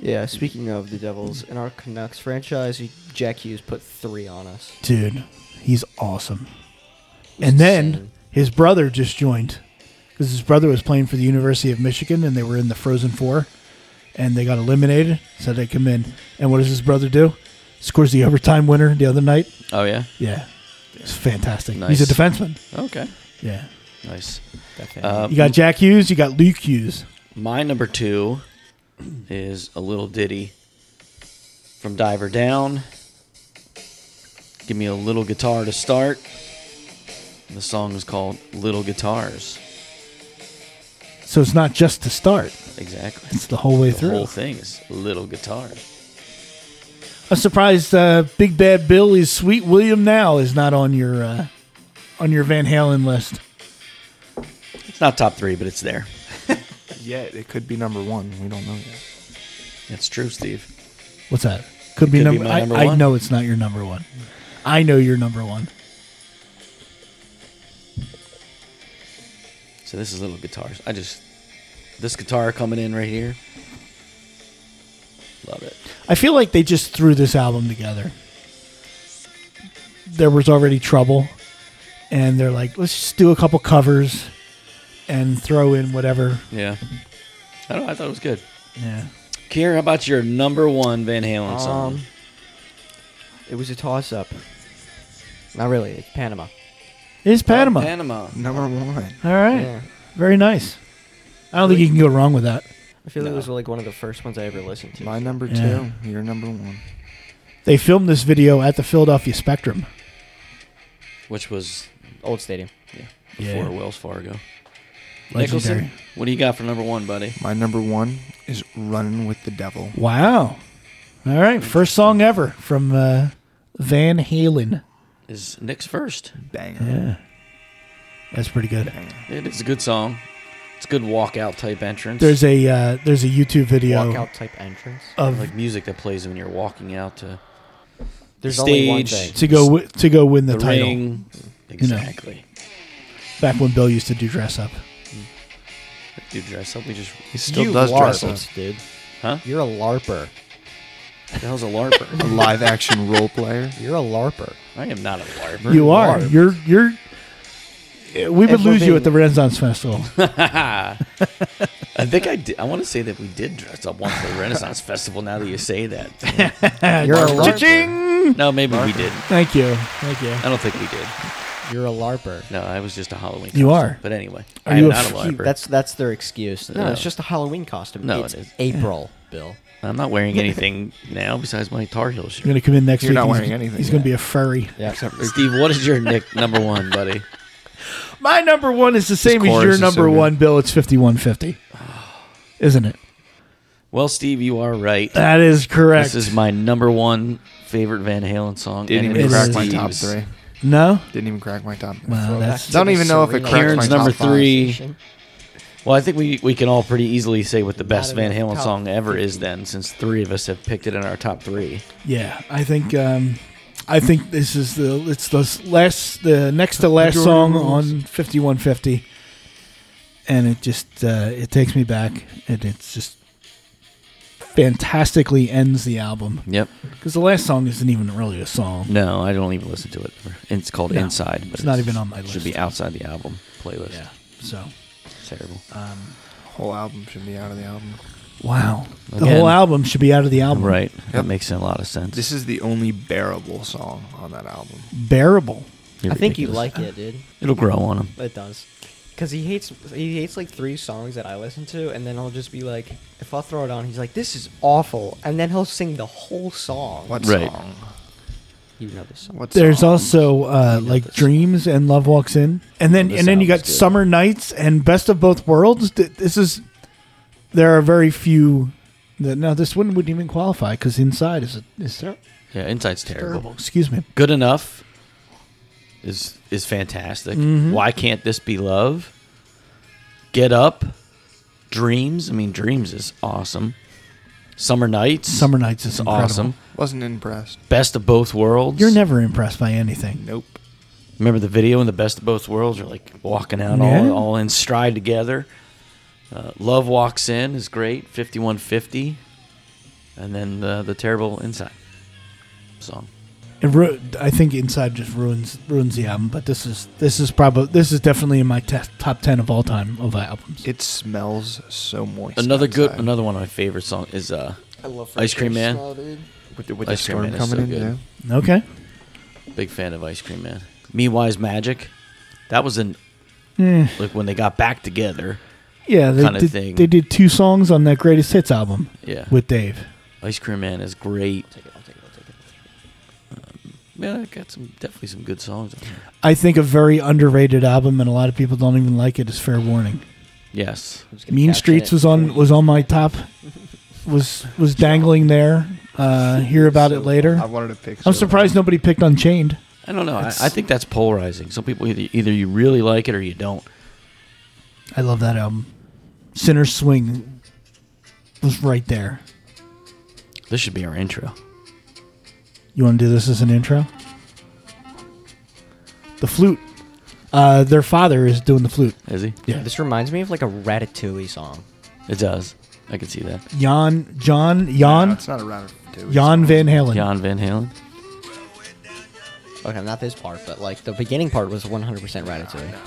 Speaker 5: Yeah. Speaking of the Devils, in our Canucks franchise, Jack Hughes put three on us.
Speaker 3: Dude, he's awesome. And then
Speaker 5: insane.
Speaker 3: his brother just joined because his brother was playing for the University of Michigan and they were in the Frozen Four and they got eliminated. So they come in. And what does his brother do? Scores the overtime winner the other night.
Speaker 1: Oh yeah.
Speaker 3: Yeah. It's fantastic.
Speaker 1: Nice.
Speaker 3: He's a defenseman.
Speaker 1: Okay.
Speaker 3: Yeah.
Speaker 1: Nice.
Speaker 5: Definitely.
Speaker 1: Uh,
Speaker 3: You got Jack Hughes, you got Luke Hughes.
Speaker 1: My number two is a little ditty from Diver Down. Give me a little guitar to start. The song is called Little Guitars.
Speaker 3: So it's not just to start;
Speaker 1: Exactly.
Speaker 3: it's the whole way
Speaker 1: The
Speaker 3: through.
Speaker 1: whole thing is Little Guitars.
Speaker 3: I'm surprised uh, Big Bad Billy's Sweet William Now is not on your uh, on your Van Halen list.
Speaker 1: It's not top three, but it's there.
Speaker 4: Yeah, it could be number one. We don't know yet.
Speaker 1: That's true, Steve.
Speaker 3: What's that? Could be
Speaker 1: could be
Speaker 3: number.
Speaker 1: my
Speaker 3: I,
Speaker 1: number
Speaker 3: I
Speaker 1: one.
Speaker 3: know it's not your number one. I know your number one.
Speaker 1: So this is Little Guitars. I just this guitar coming in right here. Love it.
Speaker 3: I feel like they just threw this album together. There was already trouble, and they're like, let's just do a couple covers and throw in whatever.
Speaker 1: Yeah. I don't know. I thought it was good.
Speaker 3: Yeah.
Speaker 1: Kier, how about your number one Van Halen song?
Speaker 5: Um, it was a toss up. Not really. It's Panama.
Speaker 3: It's Panama.
Speaker 1: Uh, Panama.
Speaker 4: Number one.
Speaker 3: All right.
Speaker 5: Yeah.
Speaker 3: Very nice. I don't think you can go wrong with that.
Speaker 5: I feel it
Speaker 1: No.
Speaker 5: was like one of the first ones I ever listened to.
Speaker 4: My number
Speaker 3: Yeah.
Speaker 4: two. Your number one.
Speaker 3: They filmed this video at the Philadelphia Spectrum.
Speaker 1: Which was
Speaker 5: Old Stadium.
Speaker 1: before
Speaker 3: Yeah.
Speaker 1: Wells Fargo.
Speaker 3: Legendary.
Speaker 1: Nicholson, what do you got for number one, buddy?
Speaker 4: My number one is Running with the Devil.
Speaker 3: Wow. All right. First song ever from uh, Van Halen.
Speaker 1: Is Nick's first.
Speaker 4: Banger.
Speaker 3: That's pretty good.
Speaker 1: It is a good song. It's a good walkout type entrance.
Speaker 3: There's a uh, there's a YouTube video
Speaker 5: Walkout type entrance.
Speaker 3: of
Speaker 1: like music that plays when you're walking out to
Speaker 5: There's
Speaker 1: the
Speaker 5: only one
Speaker 1: stage,
Speaker 5: thing.
Speaker 3: to go wi- to go win the,
Speaker 1: the,
Speaker 3: title.
Speaker 1: ring.
Speaker 3: know.
Speaker 1: Exactly.
Speaker 3: Back when Bill used to do dress up.
Speaker 1: Dude, dress up. We just
Speaker 4: He still
Speaker 5: You
Speaker 4: does dress up.
Speaker 5: larped, dude.
Speaker 1: Huh?
Speaker 5: You're a larper.
Speaker 1: the hell's a
Speaker 4: A
Speaker 1: larper?
Speaker 4: live action role player.
Speaker 5: You're a larper.
Speaker 1: I am not a larper.
Speaker 3: You are.
Speaker 5: large.
Speaker 3: You're you're. We would
Speaker 5: If we're
Speaker 3: lose you
Speaker 5: being-
Speaker 3: at the Renaissance Festival.
Speaker 1: I think I did. I want to say that we did dress up once at the Renaissance Festival. Now that you say that,
Speaker 5: You're a larper.
Speaker 3: Cha-ching!
Speaker 1: no, maybe we did.
Speaker 3: Thank you. Thank you.
Speaker 1: I don't think we did.
Speaker 5: You're a larper.
Speaker 1: No, I was just a Halloween.
Speaker 3: You
Speaker 1: costume.
Speaker 3: are.
Speaker 1: But anyway,
Speaker 3: Are
Speaker 1: I
Speaker 3: you
Speaker 1: am
Speaker 3: a
Speaker 1: not a
Speaker 3: f-
Speaker 1: larper.
Speaker 5: That's that's their excuse. No,
Speaker 1: No.
Speaker 5: it's just a Halloween costume.
Speaker 1: No,
Speaker 5: it's
Speaker 1: it is.
Speaker 5: April, Bill.
Speaker 1: I'm not wearing anything now besides my Tar Heel shirt.
Speaker 3: You're gonna come in next
Speaker 4: You're
Speaker 3: week.
Speaker 4: not
Speaker 3: and
Speaker 4: wearing
Speaker 3: he's,
Speaker 4: anything
Speaker 3: He's gonna
Speaker 4: yet.
Speaker 3: be a furry.
Speaker 5: Yeah.
Speaker 1: Steve, what is your nick number one, buddy?
Speaker 3: My number one is the same as
Speaker 4: chorus
Speaker 3: your
Speaker 4: is so
Speaker 3: number
Speaker 4: good.
Speaker 3: one, Bill. It's fifty-one fifty, isn't it?
Speaker 1: Well, Steve, you are right.
Speaker 3: That is correct.
Speaker 1: This is my number one favorite Van Halen song.
Speaker 4: Didn't
Speaker 1: and
Speaker 3: it
Speaker 4: even
Speaker 1: is
Speaker 4: crack
Speaker 3: is-
Speaker 4: my top
Speaker 1: Steve's.
Speaker 4: three.
Speaker 3: no.
Speaker 4: Didn't even crack my top. Three.
Speaker 1: Oh,
Speaker 3: Well, that's
Speaker 4: Don't even know if it cracks my
Speaker 1: Karen's number
Speaker 4: top five.
Speaker 1: three. Well, I think we, we can all pretty easily say what the best
Speaker 5: Not
Speaker 1: Van
Speaker 5: in the
Speaker 1: Halen
Speaker 5: top
Speaker 1: song ever is, then, since three of us have picked it in our top three.
Speaker 3: yeah. I think um, I think this is the it's the s- last the next to last song on fifty-one fifty, and it just uh, it takes me back, and it's just fantastically ends the album
Speaker 1: Yep.
Speaker 3: because the last song isn't even really a song.
Speaker 1: No, I don't even listen to it. It's called
Speaker 3: No,
Speaker 1: Inside, but
Speaker 3: it's not even on my
Speaker 1: Should
Speaker 3: list.
Speaker 1: be outside the album playlist.
Speaker 3: Yeah. Um, So
Speaker 1: Terrible.
Speaker 4: Whole album should be out of the album.
Speaker 3: wow, the
Speaker 1: Again.
Speaker 3: whole album should be out of the album.
Speaker 1: Right. That
Speaker 4: Yep.
Speaker 1: makes a lot of sense.
Speaker 4: This is the only bearable song on that album.
Speaker 3: Bearable.
Speaker 1: You're
Speaker 5: I think you
Speaker 1: ridiculous.
Speaker 5: like it, dude.
Speaker 1: It'll grow on him.
Speaker 5: It does. Cause he hates he hates like three songs that I listen to, and then I'll just be like, if I throw it on, he's like, this is awful, and then he'll sing the whole song.
Speaker 4: What
Speaker 1: Right.
Speaker 4: song?
Speaker 5: You know this song.
Speaker 4: What
Speaker 3: There's
Speaker 4: song?
Speaker 3: also uh,
Speaker 1: got
Speaker 3: like
Speaker 1: this.
Speaker 3: Dreams and Love Walks In, and then
Speaker 1: This
Speaker 3: and then you got
Speaker 1: album's good.
Speaker 3: Summer Nights and Best of Both Worlds. Th- This is there are very few that no, this one wouldn't even qualify because Inside is a, is ter-
Speaker 1: Yeah, Inside's
Speaker 3: terrible.
Speaker 1: terrible.
Speaker 3: Excuse me.
Speaker 1: Good enough is is fantastic.
Speaker 3: Mm-hmm.
Speaker 1: Why can't this be love? Get up, dreams. I mean, dreams is awesome. Summer nights,
Speaker 3: Summer Nights is
Speaker 1: is
Speaker 3: incredible.
Speaker 1: awesome.
Speaker 4: Wasn't impressed.
Speaker 1: Best of both worlds.
Speaker 3: You're never impressed by anything.
Speaker 4: Nope.
Speaker 1: Remember the video in the best of both worlds? You're like walking out
Speaker 3: Yeah.
Speaker 1: all, all in stride together. Uh, Love walks in is great, fifty one fifty, and then the the terrible inside song.
Speaker 3: It ru- I think Inside just ruins ruins the album, but this is this is probably this is definitely in my te- top ten of all time of albums.
Speaker 4: It smells so moist.
Speaker 1: Another good,
Speaker 4: outside.
Speaker 1: another one of my favorite songs is uh,
Speaker 5: I love
Speaker 1: Ice Cream Man.
Speaker 4: with the, with
Speaker 1: Ice Cream Man is so good.
Speaker 4: yeah.
Speaker 3: Okay,
Speaker 1: Big fan of Ice Cream Man. Me Wise Magic. That was an like when they got back together.
Speaker 3: Eh, yeah, they
Speaker 1: kinda
Speaker 3: did,
Speaker 1: thing.
Speaker 3: They did two songs on that greatest hits album
Speaker 1: Yeah.
Speaker 3: with Dave.
Speaker 1: Ice Cream Man is great.
Speaker 5: Take it, I'll take it, I'll take it.
Speaker 1: Yeah, I got some definitely some good songs on here.
Speaker 3: I think a very underrated album, and a lot of people don't even like it. Is Fair Warning.
Speaker 1: Yes.
Speaker 5: I'm just gonna
Speaker 3: Mean
Speaker 5: caption
Speaker 3: Streets
Speaker 5: it
Speaker 3: was on
Speaker 5: before you-
Speaker 3: was on my top. Was was dangling there. Uh, hear about it later.
Speaker 4: I wanted to pick.
Speaker 3: I'm
Speaker 4: so
Speaker 3: surprised
Speaker 4: bad.
Speaker 3: nobody picked Unchained.
Speaker 1: I don't know. I, I think that's polarizing. Some people either, either you really like it or you don't.
Speaker 3: I love that album. Sinner Swing was right there.
Speaker 1: This should be our intro.
Speaker 3: You want to do this as an intro? The flute. Uh, their father is doing the flute.
Speaker 1: Is he?
Speaker 3: Yeah.
Speaker 5: This reminds me of like a Ratatouille song.
Speaker 1: It does. I can see that.
Speaker 3: Jan, John,
Speaker 4: No,
Speaker 3: Jan,
Speaker 4: it's not a round of two.
Speaker 3: Jan Van Halen.
Speaker 1: Jan Van Halen.
Speaker 5: Okay, not this part, but like the beginning part was 100% Ratatouille.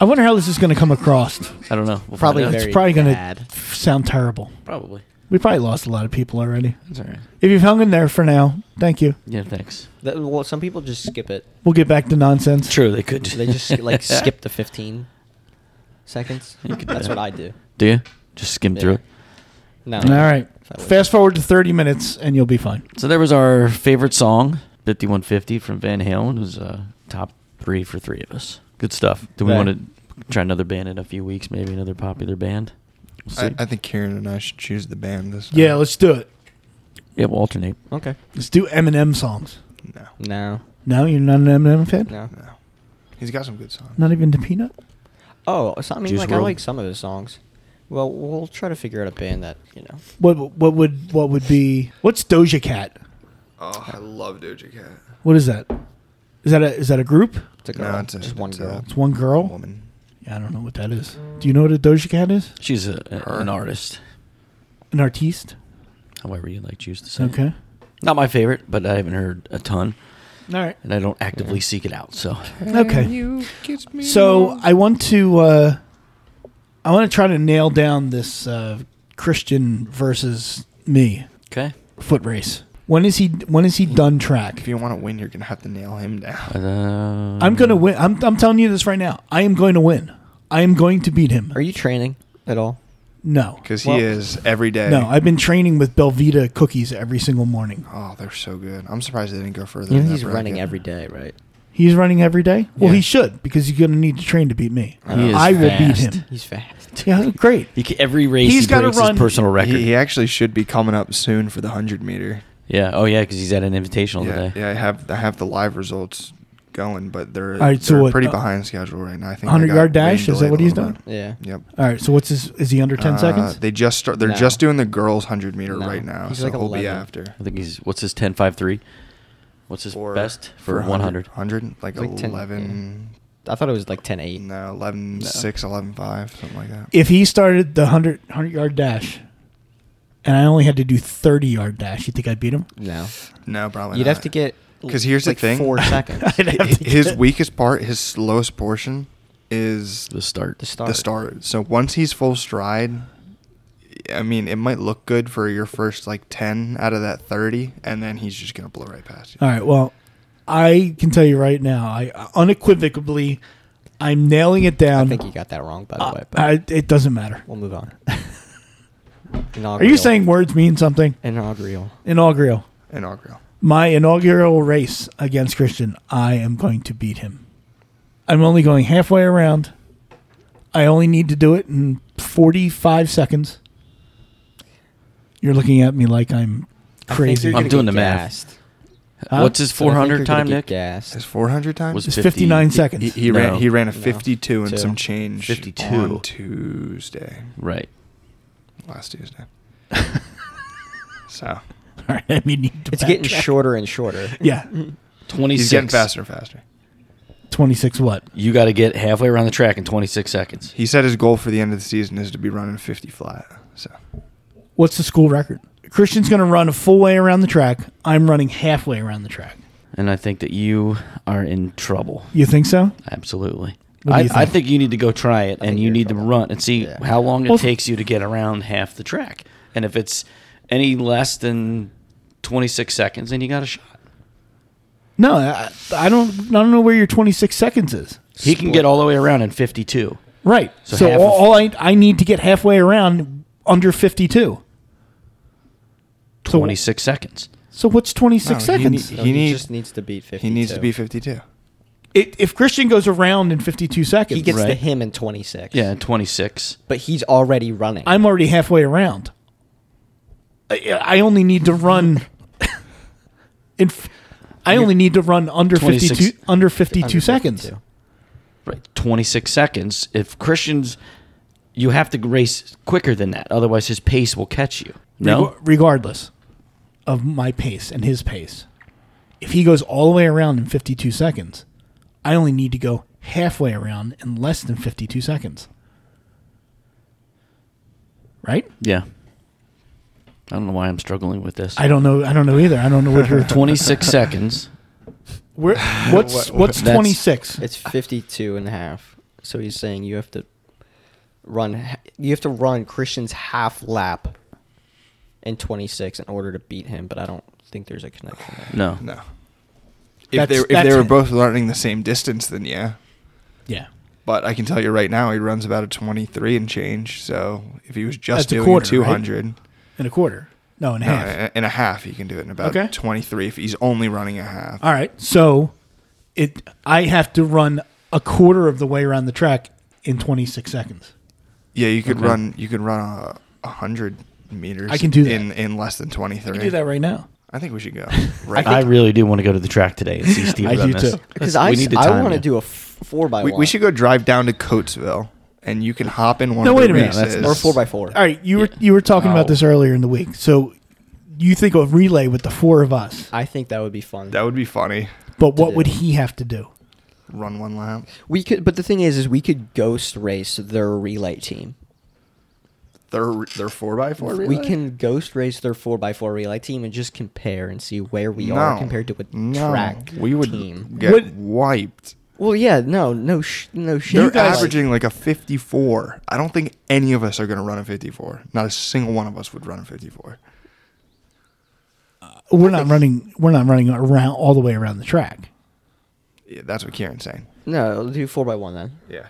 Speaker 3: I wonder how this is going to come across.
Speaker 1: I don't know. We'll
Speaker 5: Probably
Speaker 1: find out.
Speaker 5: very
Speaker 3: it's probably going
Speaker 5: bad.
Speaker 3: to sound terrible.
Speaker 1: Probably.
Speaker 3: We probably lost a lot of people already.
Speaker 1: That's all right.
Speaker 3: If you've hung in there for now, thank you.
Speaker 1: Yeah, thanks.
Speaker 5: That, well, some people just skip it.
Speaker 3: We'll get back to nonsense.
Speaker 1: True, they could.
Speaker 5: They just like skip the 15 seconds.
Speaker 1: You could do
Speaker 5: That's
Speaker 1: that.
Speaker 5: what I do.
Speaker 1: Do you? Just skim
Speaker 5: Yeah.
Speaker 1: through it.
Speaker 5: No.
Speaker 3: All right.
Speaker 5: If I was-
Speaker 3: Fast forward to 30 minutes and you'll be fine.
Speaker 1: So there was our favorite song, 5150 from Van Halen. It was uh, top three for three of us. Good stuff. Do we
Speaker 3: Right.
Speaker 1: want to try another band in a few weeks? Maybe another popular band? We'll see.
Speaker 4: I, I think Kieran and I should choose the band this.
Speaker 3: Yeah,
Speaker 4: time.
Speaker 3: let's do it.
Speaker 1: yeah, we'll alternate.
Speaker 5: Okay.
Speaker 3: Let's do Eminem songs.
Speaker 4: No.
Speaker 5: No.
Speaker 3: No, you're not an Eminem fan?
Speaker 1: Uh,
Speaker 5: No.
Speaker 4: No. He's got some good songs.
Speaker 3: Not even the peanut?
Speaker 5: Oh, so, I mean,
Speaker 1: Juice
Speaker 5: like I
Speaker 1: WRLD.
Speaker 5: like some of his songs. Well, we'll try to figure out a band that you know.
Speaker 3: What what would what would be what's Doja Cat?
Speaker 4: Oh, I love Doja Cat.
Speaker 3: What is that? Is that a is that a group?
Speaker 5: It's a
Speaker 4: No,
Speaker 5: girl,
Speaker 4: it's a-
Speaker 5: just one
Speaker 4: it's a-
Speaker 5: girl.
Speaker 3: It's one girl.
Speaker 4: Woman.
Speaker 3: Yeah, I don't know what that is. Do you know what a Doja Cat is?
Speaker 1: She's a, a-
Speaker 4: Her.
Speaker 1: an artist,
Speaker 3: An artiste.
Speaker 1: however you like to choose to say. it.
Speaker 3: Okay.
Speaker 1: Not my favorite, but I haven't heard a ton,
Speaker 3: All right.
Speaker 1: and I don't actively seek it out. So
Speaker 3: Okay. So I want to uh, I want to try to nail down this uh, Christian versus me
Speaker 1: okay,
Speaker 3: foot race. When is he when is he done track?
Speaker 4: If you want to win, you're gonna have to nail him down.
Speaker 1: Uh,
Speaker 3: I'm gonna win. I'm I'm telling you this right now. I am going to win. I am going to beat him.
Speaker 5: Are you training at all?
Speaker 3: No.
Speaker 4: Because he
Speaker 5: Well-
Speaker 4: is every day.
Speaker 3: No, I've been training with Belvita cookies every single morning.
Speaker 4: oh, they're so good. I'm surprised they didn't go further.
Speaker 5: You
Speaker 4: in
Speaker 5: know
Speaker 4: that
Speaker 5: he's running
Speaker 4: bracket.
Speaker 5: every day, right?
Speaker 3: He's running every day. Well,
Speaker 4: Yeah.
Speaker 3: he should because he's going to need to train to beat me.
Speaker 1: He is
Speaker 3: I will
Speaker 1: fast.
Speaker 3: beat him.
Speaker 5: Uh, He's fast.
Speaker 3: Yeah, great.
Speaker 1: He, ca- every race
Speaker 3: He's
Speaker 1: he
Speaker 3: gotta
Speaker 1: breaks
Speaker 3: run-
Speaker 1: his personal record.
Speaker 4: He, he actually should be coming up soon for the hundred meter.
Speaker 1: yeah. Oh yeah, because he's at an invitational
Speaker 4: Yeah,
Speaker 1: today.
Speaker 4: yeah. I have I have the live results going, but they're,
Speaker 3: All right, so
Speaker 4: they're
Speaker 3: what,
Speaker 4: pretty
Speaker 3: uh,
Speaker 4: behind schedule right now. I think they
Speaker 3: 100
Speaker 4: got
Speaker 3: yard dash?
Speaker 4: rain
Speaker 3: Is that
Speaker 4: delayed
Speaker 3: what
Speaker 4: a
Speaker 3: he's
Speaker 4: little
Speaker 3: done?
Speaker 4: bit.
Speaker 5: Yeah.
Speaker 4: Yep.
Speaker 3: All right. So what's his? Is he under ten
Speaker 4: Uh,
Speaker 3: seconds?
Speaker 4: They just start. They're
Speaker 5: No.
Speaker 4: just doing the girls hundred meter
Speaker 5: No.
Speaker 4: right now,
Speaker 5: He's
Speaker 4: so
Speaker 5: like
Speaker 4: he'll be
Speaker 5: 11.
Speaker 4: after.
Speaker 1: I think he's what's his 10 5 3? What's his
Speaker 4: Or-
Speaker 1: best for, 100?
Speaker 4: 100, 100, like,
Speaker 5: Like 10,
Speaker 4: 11,
Speaker 5: I thought it was like 10-8.
Speaker 4: no, 11, 6, 11, 5, something like that.
Speaker 3: If he started the 100, 100 yard dash, and I only had to do thirty yard dash, you think I'd beat him?
Speaker 5: No,
Speaker 4: no, probably
Speaker 5: you'd
Speaker 4: not.
Speaker 5: have to get
Speaker 4: 'Cause here's the
Speaker 5: like
Speaker 4: thing.
Speaker 5: four seconds.
Speaker 4: his weakest part, his slowest portion, is
Speaker 1: The start.
Speaker 5: The start.
Speaker 4: the start. So once he's full stride, I mean, it might look good for your first like ten out of that thirty, and then he's just gonna blow right past you.
Speaker 3: All right. Well, I can tell you right now. I unequivocally, I'm nailing it down.
Speaker 5: I think you got that wrong, by the
Speaker 3: Uh,
Speaker 5: way. But
Speaker 3: I, it doesn't matter.
Speaker 5: we'll move on.
Speaker 3: Are you saying words mean something?
Speaker 5: inaugural?
Speaker 3: Inaugural.
Speaker 4: Inaugural.
Speaker 3: My inaugural race against Christian, I am going to beat him. I'm only going halfway around. I only need to do it in 45 seconds. You're looking at me like I'm
Speaker 5: I think
Speaker 3: crazy.
Speaker 5: you're
Speaker 1: I'm
Speaker 5: gonna
Speaker 1: doing
Speaker 5: get
Speaker 1: the math.
Speaker 5: gassed.
Speaker 3: Huh?
Speaker 1: What's his
Speaker 5: But I think
Speaker 1: 400
Speaker 5: you're gonna
Speaker 1: time,
Speaker 5: get
Speaker 1: Nick?
Speaker 4: His
Speaker 5: Gassed.
Speaker 4: four hundred time
Speaker 1: Was
Speaker 3: It's 59 seconds.
Speaker 4: He, he
Speaker 1: No.
Speaker 4: ran. He ran a
Speaker 5: No.
Speaker 4: fifty-two and
Speaker 5: Two.
Speaker 4: some change.
Speaker 1: 52.
Speaker 4: on Tuesday,
Speaker 1: Right.
Speaker 4: last Tuesday. so
Speaker 3: All right, I mean, need to
Speaker 5: It's getting
Speaker 3: backtrack.
Speaker 5: shorter and shorter.
Speaker 3: Yeah,
Speaker 1: 26.
Speaker 4: he's getting faster and faster.
Speaker 3: 26 what?
Speaker 1: You got to get halfway around the track in 26 seconds.
Speaker 4: He said his goal for the end of the season is to be running fifty flat. So
Speaker 3: What's the school record? Christian's going to run a full way around the track. I'm running halfway around the track.
Speaker 1: And I think that you are in trouble.
Speaker 3: You think so?
Speaker 1: Absolutely.
Speaker 3: What do
Speaker 1: I,
Speaker 3: you
Speaker 1: I
Speaker 3: think?
Speaker 1: think you need to go try it and
Speaker 5: think
Speaker 1: you
Speaker 5: you're
Speaker 1: need to
Speaker 5: in trouble.
Speaker 1: run and see
Speaker 5: Yeah.
Speaker 1: how long it
Speaker 3: Well, if-
Speaker 1: takes you to get around half the track. And if it's any less than 26 seconds, then you got a shot.
Speaker 3: No, I, I don't. I don't know where your 26 seconds is.
Speaker 1: He can get all the way around in 52.
Speaker 3: Right.
Speaker 1: So
Speaker 3: So,
Speaker 1: half
Speaker 3: all,
Speaker 1: of-
Speaker 3: all I I need to get halfway around under 52. So-
Speaker 1: 26 seconds.
Speaker 3: So what's 26
Speaker 4: No, you
Speaker 3: seconds?
Speaker 4: need-
Speaker 5: No,
Speaker 4: He
Speaker 5: he
Speaker 4: need-
Speaker 5: just needs to beat 52.
Speaker 4: He needs to be 52.
Speaker 3: It, if Christian goes around in 52 seconds,
Speaker 5: He gets to
Speaker 1: Right.
Speaker 5: him in 26.
Speaker 1: Yeah, 26.
Speaker 5: But he's already running.
Speaker 3: I'm already halfway around. I, I only need to run in f- I only need to run under
Speaker 1: 26
Speaker 3: 52 under 52
Speaker 5: Under 52.
Speaker 3: seconds.
Speaker 1: Right, 26 seconds. If Christian's, you have to race quicker than that. Otherwise, his pace will catch you. No?
Speaker 3: Reg- regardless of my pace and his pace. If he goes all the way around in 52 seconds, I only need to go halfway around in less than 52 seconds. Right?
Speaker 1: Yeah. I don't know why I'm struggling with this.
Speaker 3: I don't know. I don't know either. I don't know what you're.
Speaker 1: 26 seconds.
Speaker 3: Where, what's
Speaker 4: What- what-
Speaker 3: what's
Speaker 1: That's-
Speaker 3: 26?
Speaker 5: It's 52 and a half. So he's saying you have to run ha- you have to run Christian's half lap in 26 in order to beat him, but I don't think there's a connection there.
Speaker 1: No.
Speaker 4: No. If
Speaker 3: That's-
Speaker 4: they, if
Speaker 3: that's
Speaker 4: they were
Speaker 3: it.
Speaker 4: both running the same distance, then yeah.
Speaker 3: Yeah,
Speaker 4: But I can tell you right now, he runs about a 23 and change. So if he was just
Speaker 3: That's a
Speaker 4: doing
Speaker 3: quarter, right?
Speaker 4: 200,
Speaker 3: in a quarter. No, in a
Speaker 4: no,
Speaker 3: half.
Speaker 4: a- in a half, he can do it in about
Speaker 3: Okay.
Speaker 4: 23 if he's only running a half.
Speaker 3: All right. So, it I have to run a quarter of the way around the track in 26 seconds.
Speaker 4: Yeah, you could run. You could run a, a hundred meters.
Speaker 3: I can do that.
Speaker 4: in in less than 23.
Speaker 3: I do that right now.
Speaker 4: I think we should go.
Speaker 1: I,
Speaker 4: Right.
Speaker 1: really do want to go to the track today and see Steve
Speaker 3: I
Speaker 1: run
Speaker 3: do
Speaker 1: this.
Speaker 3: too.
Speaker 5: Because I,
Speaker 1: We
Speaker 5: s-
Speaker 1: need to
Speaker 5: I
Speaker 1: time
Speaker 5: want to
Speaker 1: you.
Speaker 5: do a f- 4 by
Speaker 4: we,
Speaker 5: 1
Speaker 4: we should go drive down to Coatesville, and you can hop in one.
Speaker 3: No,
Speaker 4: of
Speaker 3: wait
Speaker 4: the
Speaker 3: a minute.
Speaker 4: races.
Speaker 5: or 4 by 4
Speaker 3: All right, you were you were talking about this earlier in the week. So, you think of relay with the four of us,
Speaker 5: I think that would be fun.
Speaker 4: That would be funny.
Speaker 3: but what
Speaker 5: Yeah.
Speaker 3: would he have to do?
Speaker 4: Run one lap.
Speaker 5: we could but the thing is is we could ghost race their relay team.
Speaker 4: They're they're four by four. Relay?
Speaker 5: We can ghost race their 4x4 relay team and just compare and see where we
Speaker 4: No.
Speaker 5: are compared to a
Speaker 4: No.
Speaker 5: track
Speaker 4: We would
Speaker 5: team.
Speaker 4: get
Speaker 3: What-
Speaker 4: wiped.
Speaker 5: Well, yeah, no, no, sh- no shit.
Speaker 4: They're
Speaker 5: like-
Speaker 4: averaging like a 54. I don't think any of us are going to run a 54. Not a single one of us would run a 54.
Speaker 3: We're not running. We're not running around all the way around the track.
Speaker 4: Yeah, that's what Kieran's saying.
Speaker 5: No, we'll do four by one then.
Speaker 4: Yeah.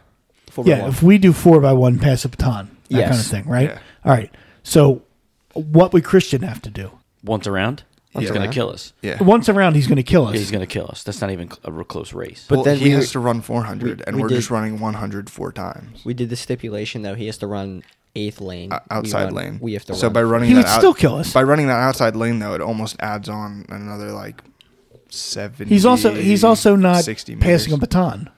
Speaker 5: Four by
Speaker 3: Yeah,
Speaker 5: one.
Speaker 3: if we do four by one, pass a baton, that
Speaker 5: Yes.
Speaker 3: kind of thing, right?
Speaker 4: Yeah.
Speaker 3: All right. So, what would Christian have to do?
Speaker 1: Once around, he's
Speaker 4: Yeah.
Speaker 1: going to kill us.
Speaker 4: Yeah.
Speaker 3: Once around, he's going to kill us.
Speaker 1: He's going to kill us. That's not even cl- a real close race.
Speaker 5: But
Speaker 4: Well,
Speaker 5: then
Speaker 4: he
Speaker 5: we-
Speaker 4: has to run 400, and
Speaker 5: we
Speaker 4: we are
Speaker 5: did-
Speaker 4: just running 100 four times
Speaker 5: we did the stipulation though, he has to run eighth lane.
Speaker 4: O-
Speaker 5: We
Speaker 4: outside
Speaker 5: run-
Speaker 4: lane.
Speaker 5: We have to.
Speaker 4: so
Speaker 5: run.
Speaker 4: by running
Speaker 3: He
Speaker 4: that
Speaker 3: would still kill us.
Speaker 4: By running that outside lane though, it almost adds on another like seven.
Speaker 3: he's also he's also not
Speaker 4: 60
Speaker 3: passing a
Speaker 4: meters.
Speaker 3: baton,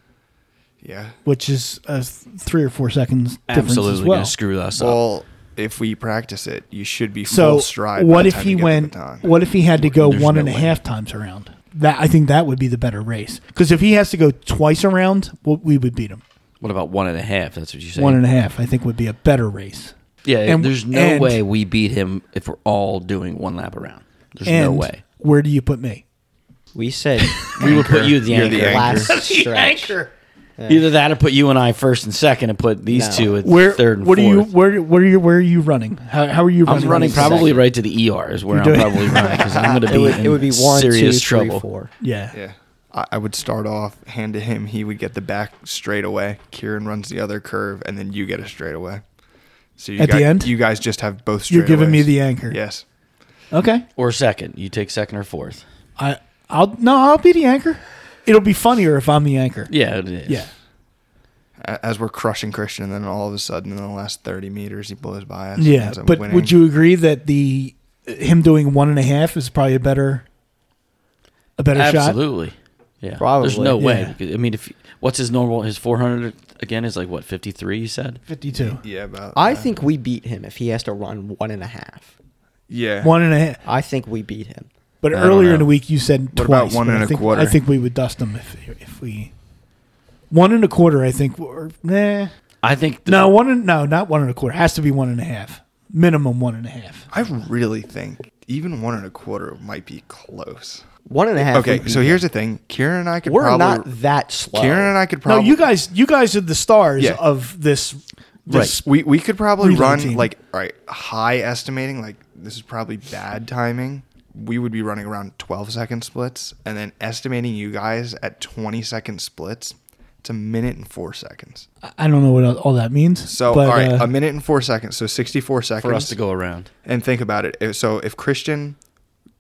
Speaker 4: Yeah.
Speaker 3: which is a th- three or four seconds difference as
Speaker 1: Absolutely
Speaker 3: well.
Speaker 1: going to screw us up.
Speaker 4: Well, if we practice it, you should be
Speaker 3: so,
Speaker 4: full stride. by
Speaker 3: what
Speaker 4: the
Speaker 3: if
Speaker 4: time
Speaker 3: he
Speaker 4: you get the
Speaker 3: went?
Speaker 4: baton.
Speaker 3: What if he had to go
Speaker 1: There's
Speaker 3: one
Speaker 1: no
Speaker 3: and a half
Speaker 1: way.
Speaker 3: times around? That I think that would be the better race because if he has to go twice around, well, we would beat him.
Speaker 1: What about one and a half? That's what you say.
Speaker 3: One and a half, I think, would be a better race.
Speaker 1: yeah,
Speaker 3: and-
Speaker 1: there's no
Speaker 3: and-
Speaker 1: way we beat him if we're all doing one lap around. There's
Speaker 3: and
Speaker 1: no way.
Speaker 3: Where do you put me?
Speaker 5: we said
Speaker 1: We would put you at the
Speaker 4: You're
Speaker 1: anchor.
Speaker 4: the
Speaker 5: last stretch.
Speaker 1: Either that or put you and I first and second and put these
Speaker 5: No.
Speaker 1: two at
Speaker 3: Where?
Speaker 1: third and
Speaker 3: what
Speaker 1: fourth.
Speaker 3: are you? Where? Where are you? Where are you running? How, how are you running?
Speaker 1: I'm running
Speaker 3: Second.
Speaker 1: probably right to the ER is where
Speaker 3: You're
Speaker 1: I'm
Speaker 3: doing-
Speaker 1: probably running because I'm going to
Speaker 5: Uh, It
Speaker 1: be
Speaker 5: would, it would be one, two,
Speaker 1: serious
Speaker 5: three,
Speaker 1: trouble.
Speaker 5: four.
Speaker 3: Yeah.
Speaker 4: Yeah. I, I would start off hand to him. He would get the back straight away. Kieran runs the other curve, and then you get a straight away. So you
Speaker 3: At the
Speaker 4: guy-
Speaker 3: end?
Speaker 4: you guys just have both.
Speaker 3: You're giving me
Speaker 4: straightaways.
Speaker 3: the anchor.
Speaker 4: Yes.
Speaker 3: Okay.
Speaker 1: Or second, you take second or fourth.
Speaker 3: I. I'll no. I'll be the anchor. It'll be funnier if I'm the anchor.
Speaker 1: Yeah, it is.
Speaker 3: Yeah.
Speaker 4: A- As we're crushing Christian, and then all of a sudden, in the last thirty meters, he blows by us. and
Speaker 3: Yeah.
Speaker 4: ends up
Speaker 3: But
Speaker 4: winning.
Speaker 3: would you agree that the him doing one and a half is probably a better, a better shot?
Speaker 1: absolutely. Yeah, There's
Speaker 5: Probably.
Speaker 1: no way.
Speaker 3: Yeah.
Speaker 1: because- I mean, if what's his normal? His 400 again is like what 53? You said.
Speaker 3: Fifty-two.
Speaker 4: Yeah. About
Speaker 5: I
Speaker 4: that.
Speaker 5: think we beat him if he has to run one and a half.
Speaker 4: Yeah.
Speaker 3: One and a half.
Speaker 5: I think we beat him.
Speaker 3: But
Speaker 4: I don't
Speaker 3: earlier in the
Speaker 4: know.
Speaker 3: week you said
Speaker 4: What
Speaker 3: twice.
Speaker 4: about one
Speaker 3: but
Speaker 4: and
Speaker 3: I
Speaker 4: a
Speaker 3: think,
Speaker 4: quarter?
Speaker 3: I think we would dust them if if we. One and a quarter, I think. Or, nah.
Speaker 1: I think. the-
Speaker 3: No, one and no, not one and a quarter. Has to be one and a half. Minimum one and a half.
Speaker 4: I really think even one and a quarter might be close.
Speaker 5: One and a half. we
Speaker 4: Okay.
Speaker 5: beat
Speaker 4: So
Speaker 5: him.
Speaker 4: here's the thing. Kieran and I could
Speaker 5: we're
Speaker 4: probably.
Speaker 5: not that slow.
Speaker 4: Kieran and I could
Speaker 3: No,
Speaker 4: probably.
Speaker 3: you guys, you guys are the stars
Speaker 4: Yeah.
Speaker 3: of this. this
Speaker 4: We we could probably
Speaker 3: relay
Speaker 4: run
Speaker 3: team.
Speaker 4: like all right, high estimating like this is probably bad timing. We would be running around 12 second splits and then estimating you guys at 20 second splits It's a minute and four seconds.
Speaker 3: I- I don't know what all that means.
Speaker 4: So
Speaker 3: but,
Speaker 4: all right, um,
Speaker 3: uh,
Speaker 4: a minute and four seconds. So sixty-four seconds
Speaker 1: for us to go around.
Speaker 4: And think about it. If- So if Christian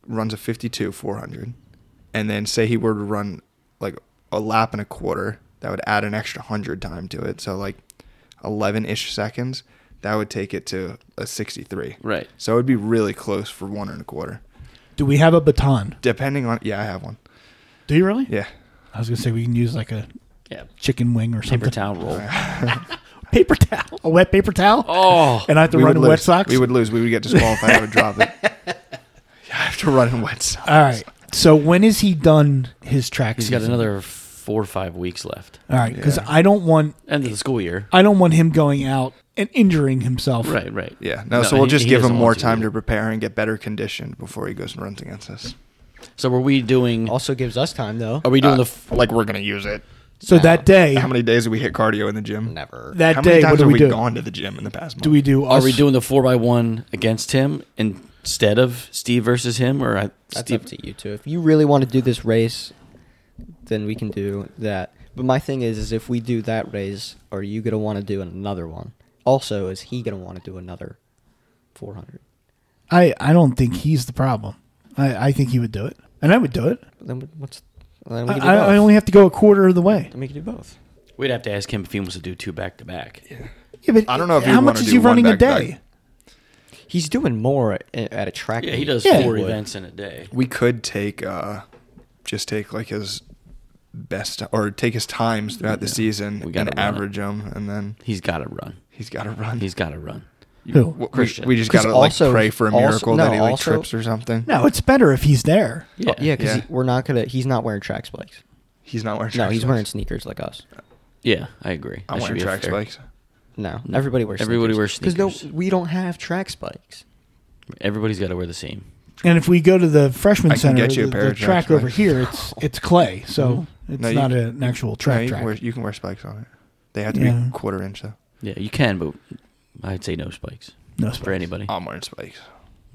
Speaker 4: runs a fifty-two four hundred, and then say he were to run like a lap and a quarter, that would add an extra hundred time to it. So like eleven-ish seconds. That would take it to a sixty-three.
Speaker 1: Right.
Speaker 4: So it would be really close for one and a quarter,
Speaker 3: do we have a baton?
Speaker 4: depending on. Yeah, I have one.
Speaker 3: Do you really?
Speaker 4: Yeah.
Speaker 3: I was gonna say we can use like a
Speaker 1: Yeah.
Speaker 3: chicken wing or something.
Speaker 1: Paper towel roll.
Speaker 3: Paper towel. A wet paper towel.
Speaker 1: Oh,
Speaker 3: And I have to
Speaker 4: we
Speaker 3: run
Speaker 4: would
Speaker 3: in
Speaker 4: lose.
Speaker 3: wet socks.
Speaker 4: We would lose. We would get disqualified. I would drop it. Yeah, I have to run in wet socks.
Speaker 3: All right. So when is he done his track?
Speaker 1: he's got
Speaker 3: season?
Speaker 1: another four or five weeks left.
Speaker 3: All right, because
Speaker 4: Yeah.
Speaker 3: I don't want
Speaker 1: End of the school year.
Speaker 3: I don't want him going out and injuring himself.
Speaker 1: Right, right.
Speaker 4: Yeah. No,
Speaker 1: No,
Speaker 4: so we'll
Speaker 1: he-
Speaker 4: just
Speaker 1: he
Speaker 4: give him
Speaker 1: doesn't
Speaker 4: more
Speaker 1: want to
Speaker 4: time
Speaker 1: do
Speaker 4: to
Speaker 1: it.
Speaker 4: prepare and get better conditioned before he goes and runs against us.
Speaker 1: So were we doing?
Speaker 5: Also gives us time though.
Speaker 4: Oh,
Speaker 1: Are we
Speaker 4: uh,
Speaker 1: doing the? F-
Speaker 4: Like we're gonna use it.
Speaker 3: So that day,
Speaker 4: How many days do we hit cardio in the gym?
Speaker 5: Never.
Speaker 3: that
Speaker 4: How many
Speaker 3: day,
Speaker 4: times
Speaker 3: what do
Speaker 4: have
Speaker 3: we,
Speaker 4: we
Speaker 3: do?
Speaker 4: gone to the gym in the past month?
Speaker 3: Do we do?
Speaker 1: are
Speaker 3: us-
Speaker 1: we doing the four by one against him instead of Steve versus him, or I,
Speaker 5: That's
Speaker 1: Steve?
Speaker 5: up to you two. If you really want to do this race, then we can do that. But my thing is, is if we do that race, are you gonna want to do another one? Also, is he gonna want to do another 400?
Speaker 3: I I don't think he's the problem. I I think he would do it, and I would do it.
Speaker 5: Then what- what's? Then we
Speaker 3: I,
Speaker 5: can do
Speaker 3: I
Speaker 5: both.
Speaker 3: I only have to go a quarter of the way.
Speaker 5: Then we can do both.
Speaker 1: We'd have to ask him if he wants to do two back to back.
Speaker 3: Yeah, but
Speaker 4: I don't know if
Speaker 3: how
Speaker 4: you'd
Speaker 3: much
Speaker 4: wanna
Speaker 3: is
Speaker 4: do
Speaker 3: he
Speaker 4: one
Speaker 3: running a
Speaker 4: back-to-back.
Speaker 3: day?
Speaker 5: He's doing more at, at a track.
Speaker 1: Yeah,
Speaker 5: meet
Speaker 1: he does
Speaker 3: Yeah.
Speaker 1: four
Speaker 3: Would.
Speaker 1: events in a day.
Speaker 4: We could take uh just take like his best or take his times throughout the
Speaker 1: Yeah.
Speaker 4: season
Speaker 1: We gotta
Speaker 4: and
Speaker 1: run it.
Speaker 4: average them and then
Speaker 1: He's got to run.
Speaker 4: he's gotta run.
Speaker 1: He's got to run. Oh,
Speaker 3: Who?
Speaker 4: we,
Speaker 1: Christian.
Speaker 4: we just
Speaker 5: 'Cause
Speaker 4: gotta like
Speaker 5: also-
Speaker 4: pray for a
Speaker 5: also-
Speaker 4: miracle that
Speaker 5: no,
Speaker 4: he like
Speaker 5: also-
Speaker 4: trips or something.
Speaker 3: No, it's better if he's there.
Speaker 1: Yeah,
Speaker 5: Yeah, because
Speaker 4: Yeah.
Speaker 5: we're not gonna. He's not wearing track spikes.
Speaker 4: He's not wearing
Speaker 5: No,
Speaker 4: track
Speaker 5: he's
Speaker 4: spikes.
Speaker 5: wearing sneakers like us.
Speaker 1: yeah. I agree.
Speaker 4: I'm
Speaker 1: That should
Speaker 4: wearing
Speaker 1: be a
Speaker 4: track
Speaker 1: fair-
Speaker 4: spikes.
Speaker 5: No,
Speaker 4: Mm-hmm.
Speaker 5: everybody wears.
Speaker 1: Everybody
Speaker 5: sneakers.
Speaker 1: wears
Speaker 5: 'Cause
Speaker 1: sneakers.
Speaker 5: no, we don't have track spikes.
Speaker 1: Everybody's got to wear the same.
Speaker 3: And if we go to the freshman
Speaker 4: I can
Speaker 3: center,
Speaker 4: get you a
Speaker 3: the,
Speaker 4: pair
Speaker 3: the
Speaker 4: of track
Speaker 3: track over
Speaker 4: spikes.
Speaker 3: here, it's it's clay, so it's
Speaker 4: Mm-hmm. No, you
Speaker 3: not
Speaker 4: can-
Speaker 3: an actual
Speaker 4: No,
Speaker 3: track
Speaker 4: you,
Speaker 3: track.
Speaker 4: Can wear, you can wear spikes on it. They have to
Speaker 3: Yeah.
Speaker 4: be quarter inch though.
Speaker 1: Yeah, you can, but I'd say no spikes
Speaker 3: no,
Speaker 1: for anybody.
Speaker 4: I'm wearing spikes.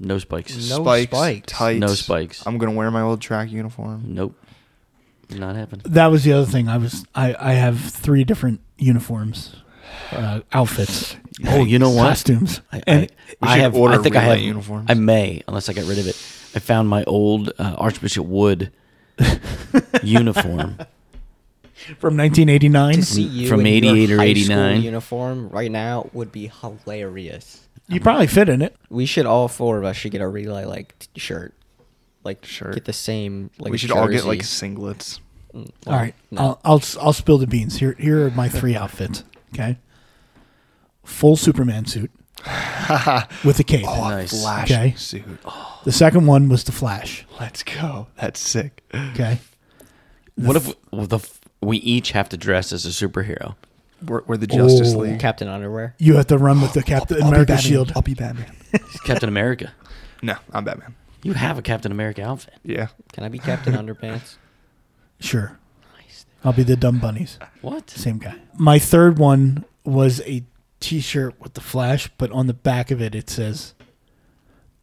Speaker 1: No spikes.
Speaker 5: No spikes.
Speaker 4: Tights.
Speaker 1: No spikes.
Speaker 4: I'm gonna wear my old track uniform.
Speaker 1: Nope. Not happening.
Speaker 3: that was the other thing. I was I I have three different uniforms, uh, outfits,
Speaker 1: Oh, you know what?
Speaker 3: costumes,
Speaker 1: I,
Speaker 3: and
Speaker 4: We
Speaker 1: I, I
Speaker 4: should
Speaker 1: have.
Speaker 4: order
Speaker 1: I think I
Speaker 4: relay
Speaker 1: have.
Speaker 4: uniforms.
Speaker 1: I may, unless I get rid of it. I found my old uh, Archbishop Wood uniform.
Speaker 3: from 1989.
Speaker 5: To see you
Speaker 1: from
Speaker 5: in
Speaker 1: 88
Speaker 5: your
Speaker 1: or
Speaker 5: high
Speaker 1: 89.
Speaker 5: school uniform right now would be hilarious.
Speaker 3: You probably fit in it.
Speaker 5: We should all four of us should get a relay like t- shirt, like
Speaker 4: Shirt.
Speaker 5: Get the same. Like
Speaker 4: we should all get like
Speaker 5: jersey.
Speaker 4: singlets.
Speaker 5: Mm,
Speaker 3: All
Speaker 5: well,
Speaker 3: right,
Speaker 5: no.
Speaker 3: I'll, I'll s- I'll spill the beans. Here here are my three outfits. Okay, full Superman suit with a cape.
Speaker 1: Nice.
Speaker 4: Flash
Speaker 3: Okay.
Speaker 4: suit. Oh,
Speaker 3: The second one was the Flash.
Speaker 4: Let's go. That's sick.
Speaker 3: Okay,
Speaker 1: What if well, the f- we each have to dress as a superhero?
Speaker 4: We're, we're the Justice
Speaker 3: Oh.
Speaker 4: League.
Speaker 5: Captain Underwear.
Speaker 3: you have to run with the Captain America shield.
Speaker 4: I'll be Batman.
Speaker 1: It's Captain America.
Speaker 4: No, I'm Batman.
Speaker 1: You have a Captain America outfit.
Speaker 4: Yeah.
Speaker 5: Can I be Captain Underpants?
Speaker 3: Sure, I'll be the dumb bunnies.
Speaker 1: What?
Speaker 3: Same guy. My third one was a T-shirt with the Flash, but on the back of it it says,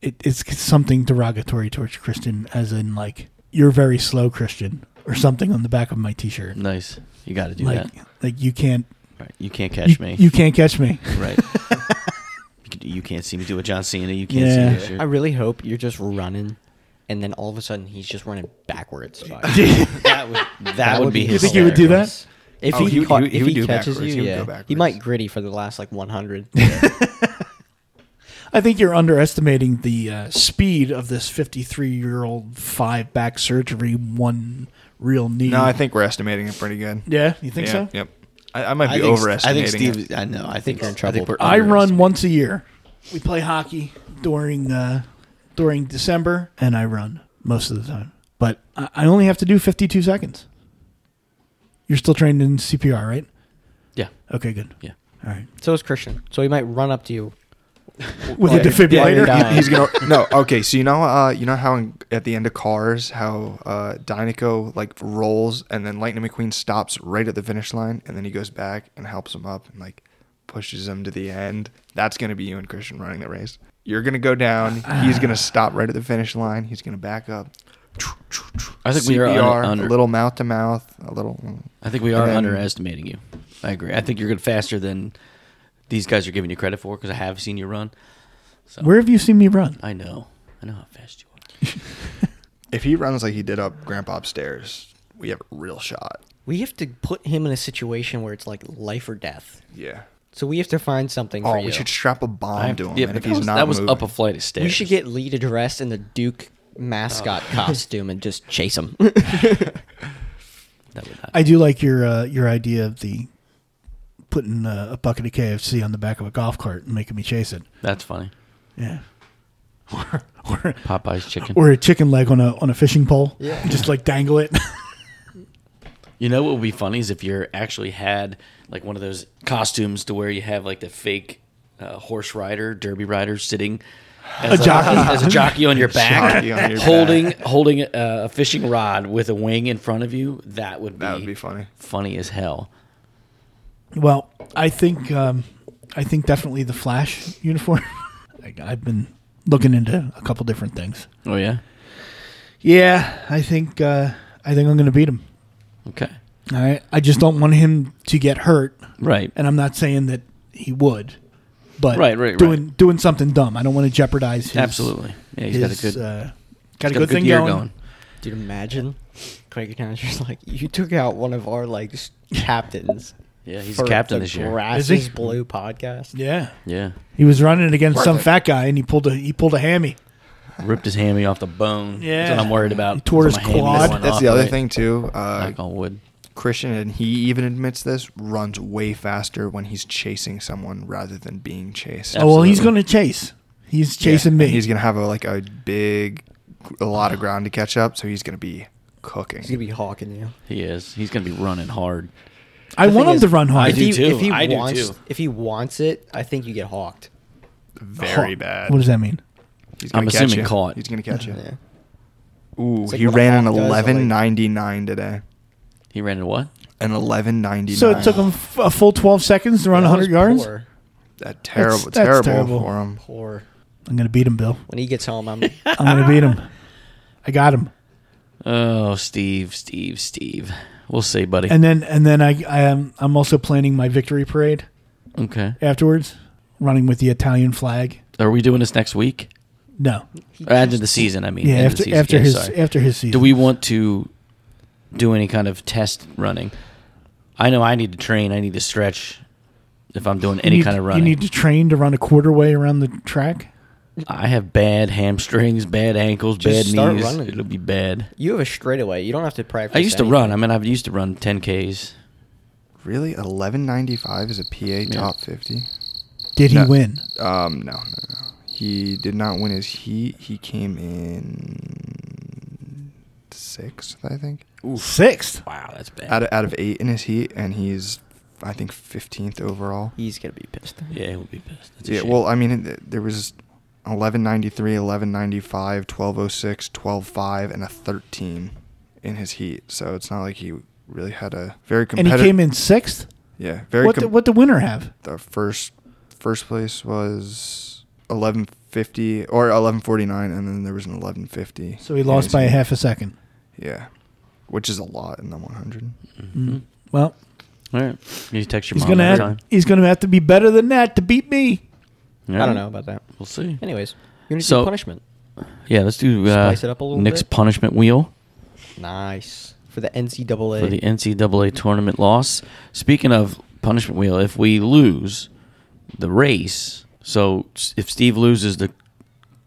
Speaker 3: it, "It's something derogatory towards Christian, as in like you're very slow, Christian, or something." On the back of my T-shirt,
Speaker 1: Nice. You got to do
Speaker 3: like
Speaker 1: that.
Speaker 3: like you can't
Speaker 1: Right. You can't catch
Speaker 3: you,
Speaker 1: me.
Speaker 3: you can't catch me.
Speaker 1: right. You can- You can't see me do a John Cena. You can't
Speaker 3: Yeah.
Speaker 1: see me.
Speaker 5: I
Speaker 1: Do
Speaker 5: really hope you're just running, and then all of a sudden he's just running backwards. Fuck.
Speaker 1: that would that, would be.
Speaker 3: You think he would do that?
Speaker 1: hilarious.
Speaker 5: If
Speaker 4: Oh,
Speaker 5: he,
Speaker 4: he would-
Speaker 5: caught-
Speaker 4: he would- he
Speaker 5: if
Speaker 4: would
Speaker 5: he,
Speaker 4: do
Speaker 5: catches
Speaker 4: backwards.
Speaker 5: you,
Speaker 4: He would
Speaker 5: yeah.
Speaker 4: go
Speaker 5: he
Speaker 4: backwards.
Speaker 5: might gritty for the last like 100.
Speaker 3: I think you're underestimating the uh, speed of this 53 year old five back surgery, one real knee.
Speaker 4: No, I think we're estimating it pretty good.
Speaker 3: Yeah, you think
Speaker 4: yeah,
Speaker 3: so?
Speaker 4: Yep. I, I might be
Speaker 1: I think, I
Speaker 4: overestimating
Speaker 1: think Steve.
Speaker 4: it.
Speaker 1: I know. I think
Speaker 5: you're in
Speaker 1: I think
Speaker 5: trouble.
Speaker 1: we're
Speaker 3: I run
Speaker 1: underestimating.
Speaker 3: once a year. We play hockey during uh, during December, and I run most of the time. But I I only have to do 52 seconds. You're still trained in CPR, right?
Speaker 1: Yeah.
Speaker 3: Okay, good.
Speaker 1: Yeah.
Speaker 3: All right.
Speaker 5: so is Christian. So he might run up to you.
Speaker 3: With
Speaker 5: Yeah,
Speaker 3: a defibrillator.
Speaker 1: uh,
Speaker 5: yeah,
Speaker 4: He's gonna no. Okay, so you know, uh, you know how in, at the end of Cars, how uh, Dynaco like rolls and then Lightning McQueen stops right at the finish line, and then he goes back and helps him up and like pushes him to the end. That's gonna be you and Christian running the race. You're gonna go down. He's gonna stop right at the finish line. He's gonna back up.
Speaker 1: I think we are
Speaker 4: CPR,
Speaker 1: un- under,
Speaker 4: a little mouth to mouth, a little.
Speaker 1: I think we are
Speaker 4: and then-
Speaker 1: underestimating you. I agree. I think you're good faster than these guys are giving you credit for because I have seen you run.
Speaker 3: Where have you seen me run?
Speaker 1: I know. I know how fast you are.
Speaker 4: If he runs like he did up Grandpa upstairs, we have a real shot.
Speaker 5: We have to put him in a situation where it's like life or death.
Speaker 4: Yeah.
Speaker 5: So we have to find something
Speaker 4: Oh,
Speaker 5: for
Speaker 4: we
Speaker 5: you.
Speaker 4: should strap a bomb
Speaker 1: I have-
Speaker 4: to him.
Speaker 1: yeah,
Speaker 4: and
Speaker 1: but
Speaker 4: if
Speaker 1: that
Speaker 4: he's
Speaker 1: was,
Speaker 4: not
Speaker 1: that was
Speaker 4: moving-
Speaker 1: up a flight of stairs.
Speaker 5: we should get Lee to dress in the Duke mascot costume and just chase him.
Speaker 1: That would not-
Speaker 3: I do like your uh, your idea of the putting uh, a bucket of KFC on the back of a golf cart and making me chase it.
Speaker 1: that's funny.
Speaker 3: Yeah. Or, or,
Speaker 1: Popeye's chicken.
Speaker 3: or a chicken leg on a on a fishing pole. Yeah. Just like dangle it.
Speaker 1: You know what would be funny is if you're actually had like one of those costumes to where you have like the fake uh, horse rider, derby rider sitting as
Speaker 3: A jockey.
Speaker 1: as a jockey on your back,
Speaker 4: Jockey on your
Speaker 1: holding holding a, a fishing rod with a wing in front of you. That would be
Speaker 4: That would be funny.
Speaker 1: funny as hell.
Speaker 3: well, I think um, I think definitely the Flash uniform. like I've been looking into a couple different things.
Speaker 1: Oh yeah,
Speaker 3: Yeah, I think uh, I think I'm going to beat him.
Speaker 1: okay,
Speaker 3: All right. I just don't want him to get hurt,
Speaker 1: right,
Speaker 3: and I'm not saying that he would, but
Speaker 1: Right, right, right.
Speaker 3: doing doing something dumb. I don't want to jeopardize his
Speaker 1: absolutely. Yeah, he's got a
Speaker 3: his,
Speaker 1: good,
Speaker 3: uh, got a
Speaker 1: got
Speaker 3: good, thing
Speaker 1: year
Speaker 3: going.
Speaker 5: Dude, imagine Craig Townsend's like, you took out one of our like s- captains.
Speaker 1: Yeah, he's
Speaker 5: for
Speaker 1: captain
Speaker 5: the
Speaker 1: this year.
Speaker 5: Grass
Speaker 3: Is he?
Speaker 5: is blue podcast.
Speaker 3: Yeah,
Speaker 1: Yeah,
Speaker 3: he was running against some fat
Speaker 4: Perfect.
Speaker 3: guy, and he pulled a he pulled a hammy.
Speaker 1: ripped his hammy off the bone. that's
Speaker 3: Yeah.
Speaker 1: what I'm worried about.
Speaker 3: He tore
Speaker 1: Is
Speaker 3: his
Speaker 1: my hammy
Speaker 3: quad.
Speaker 1: going
Speaker 4: That's
Speaker 1: off,
Speaker 4: the other
Speaker 1: right?
Speaker 4: thing too. Uh,
Speaker 3: um,
Speaker 1: Knock on wood.
Speaker 4: Christian, and he even admits this, runs way faster when he's chasing someone rather than being chased.
Speaker 3: Oh well, he's going
Speaker 1: Absolutely.
Speaker 3: to chase. He's
Speaker 4: Yeah,
Speaker 3: chasing me.
Speaker 4: and He's gonna have a, like a big, a lot of ground to catch up, so he's gonna be
Speaker 5: He's gonna
Speaker 4: cooking.
Speaker 5: be hawking you.
Speaker 1: He is. He's gonna be running hard.
Speaker 3: I want him
Speaker 5: is,
Speaker 3: to run hard.
Speaker 1: I do
Speaker 5: he,
Speaker 1: too.
Speaker 5: If he
Speaker 1: I do
Speaker 5: wants,
Speaker 1: too.
Speaker 5: If he wants it, I think you get hawked.
Speaker 4: Very bad.
Speaker 3: What does that mean?
Speaker 4: He's gonna
Speaker 1: I'm
Speaker 4: catch
Speaker 1: assuming
Speaker 4: you.
Speaker 1: caught.
Speaker 4: He's gonna catch you.
Speaker 5: Yeah.
Speaker 4: Ooh,
Speaker 5: It's like
Speaker 4: he
Speaker 5: what a
Speaker 4: ran an
Speaker 5: hawk does, but, like-
Speaker 4: 11.99 today.
Speaker 1: He ran into what?
Speaker 4: An 11.99.
Speaker 3: So it took him f- a full 12 seconds to run
Speaker 5: That
Speaker 3: 100
Speaker 5: was
Speaker 3: yards.
Speaker 5: Poor.
Speaker 4: That terrible,
Speaker 3: That's- that's
Speaker 4: terrible,
Speaker 3: terrible.
Speaker 4: for him.
Speaker 5: poor.
Speaker 3: I'm going to beat him, Bill.
Speaker 5: When he gets home, I'm.
Speaker 3: I'm going to beat him. I got him.
Speaker 1: Oh, Steve, Steve, Steve. We'll see, buddy.
Speaker 3: And then and then I I am I'm also planning my victory parade
Speaker 1: okay.
Speaker 3: afterwards, running with the Italian flag.
Speaker 1: Are we doing this next week?
Speaker 3: No.
Speaker 5: he
Speaker 1: Or End
Speaker 5: just-
Speaker 1: of the season, I mean.
Speaker 3: Yeah,
Speaker 1: End of the season.
Speaker 3: after after
Speaker 1: Yeah,
Speaker 3: his
Speaker 1: sorry.
Speaker 3: after his season.
Speaker 1: Do we want to do any kind of test running? I know I need to train. I need to stretch if I'm doing
Speaker 3: You
Speaker 1: any
Speaker 3: need-
Speaker 1: kind of running.
Speaker 3: You need to train to run a quarter way around the track.
Speaker 1: I have bad hamstrings, bad ankles, bad
Speaker 5: Just start
Speaker 1: knees.
Speaker 5: running.
Speaker 1: It'll be bad.
Speaker 5: You have a straightaway. You don't have to practice.
Speaker 1: I used to
Speaker 5: anything.
Speaker 1: run. I mean, I have used to run 10Ks.
Speaker 4: Really, 11.95 is a PA top 50.
Speaker 3: Did he
Speaker 4: No.
Speaker 3: win?
Speaker 4: Um, no, no, no. He did not win his heat. He came in sixth, I think,
Speaker 3: Sixth.
Speaker 1: Uh, Wow, that's bad.
Speaker 4: out of, out of eight in his heat, and he's, I think, fifteenth overall.
Speaker 5: He's gonna be pissed.
Speaker 1: yeah, he'll be pissed. That's a
Speaker 4: Yeah.
Speaker 1: shame.
Speaker 4: Well, I mean, th- there was 1193, 1195, 1206, 125, and a 13 in his heat. So it's not like he really had a very
Speaker 3: And he
Speaker 4: competitive.
Speaker 3: came in sixth?
Speaker 4: Yeah. Very.
Speaker 3: what
Speaker 4: com-
Speaker 3: the, what the winner have?
Speaker 4: the first first place was 1150 or 1149 and then there was an 1150
Speaker 3: So he lost by a half a second.
Speaker 4: yeah which is a lot in the 100
Speaker 3: Well,
Speaker 1: All right. You text your
Speaker 3: he's
Speaker 1: mom
Speaker 3: going to
Speaker 1: next
Speaker 3: have
Speaker 1: time.
Speaker 3: he's going to have to be better than that to beat me.
Speaker 5: I
Speaker 1: Yeah.
Speaker 5: don't know about that.
Speaker 1: We'll see.
Speaker 5: Anyways, you need to
Speaker 1: So-
Speaker 5: do punishment.
Speaker 1: Yeah, let's do uh,
Speaker 5: Spice it up a little
Speaker 1: Nick's
Speaker 5: bit.
Speaker 1: punishment wheel
Speaker 5: Nice for the NCAA.
Speaker 1: for the NCAA tournament loss. Speaking of punishment wheel, if we lose the race, so s- if Steve loses the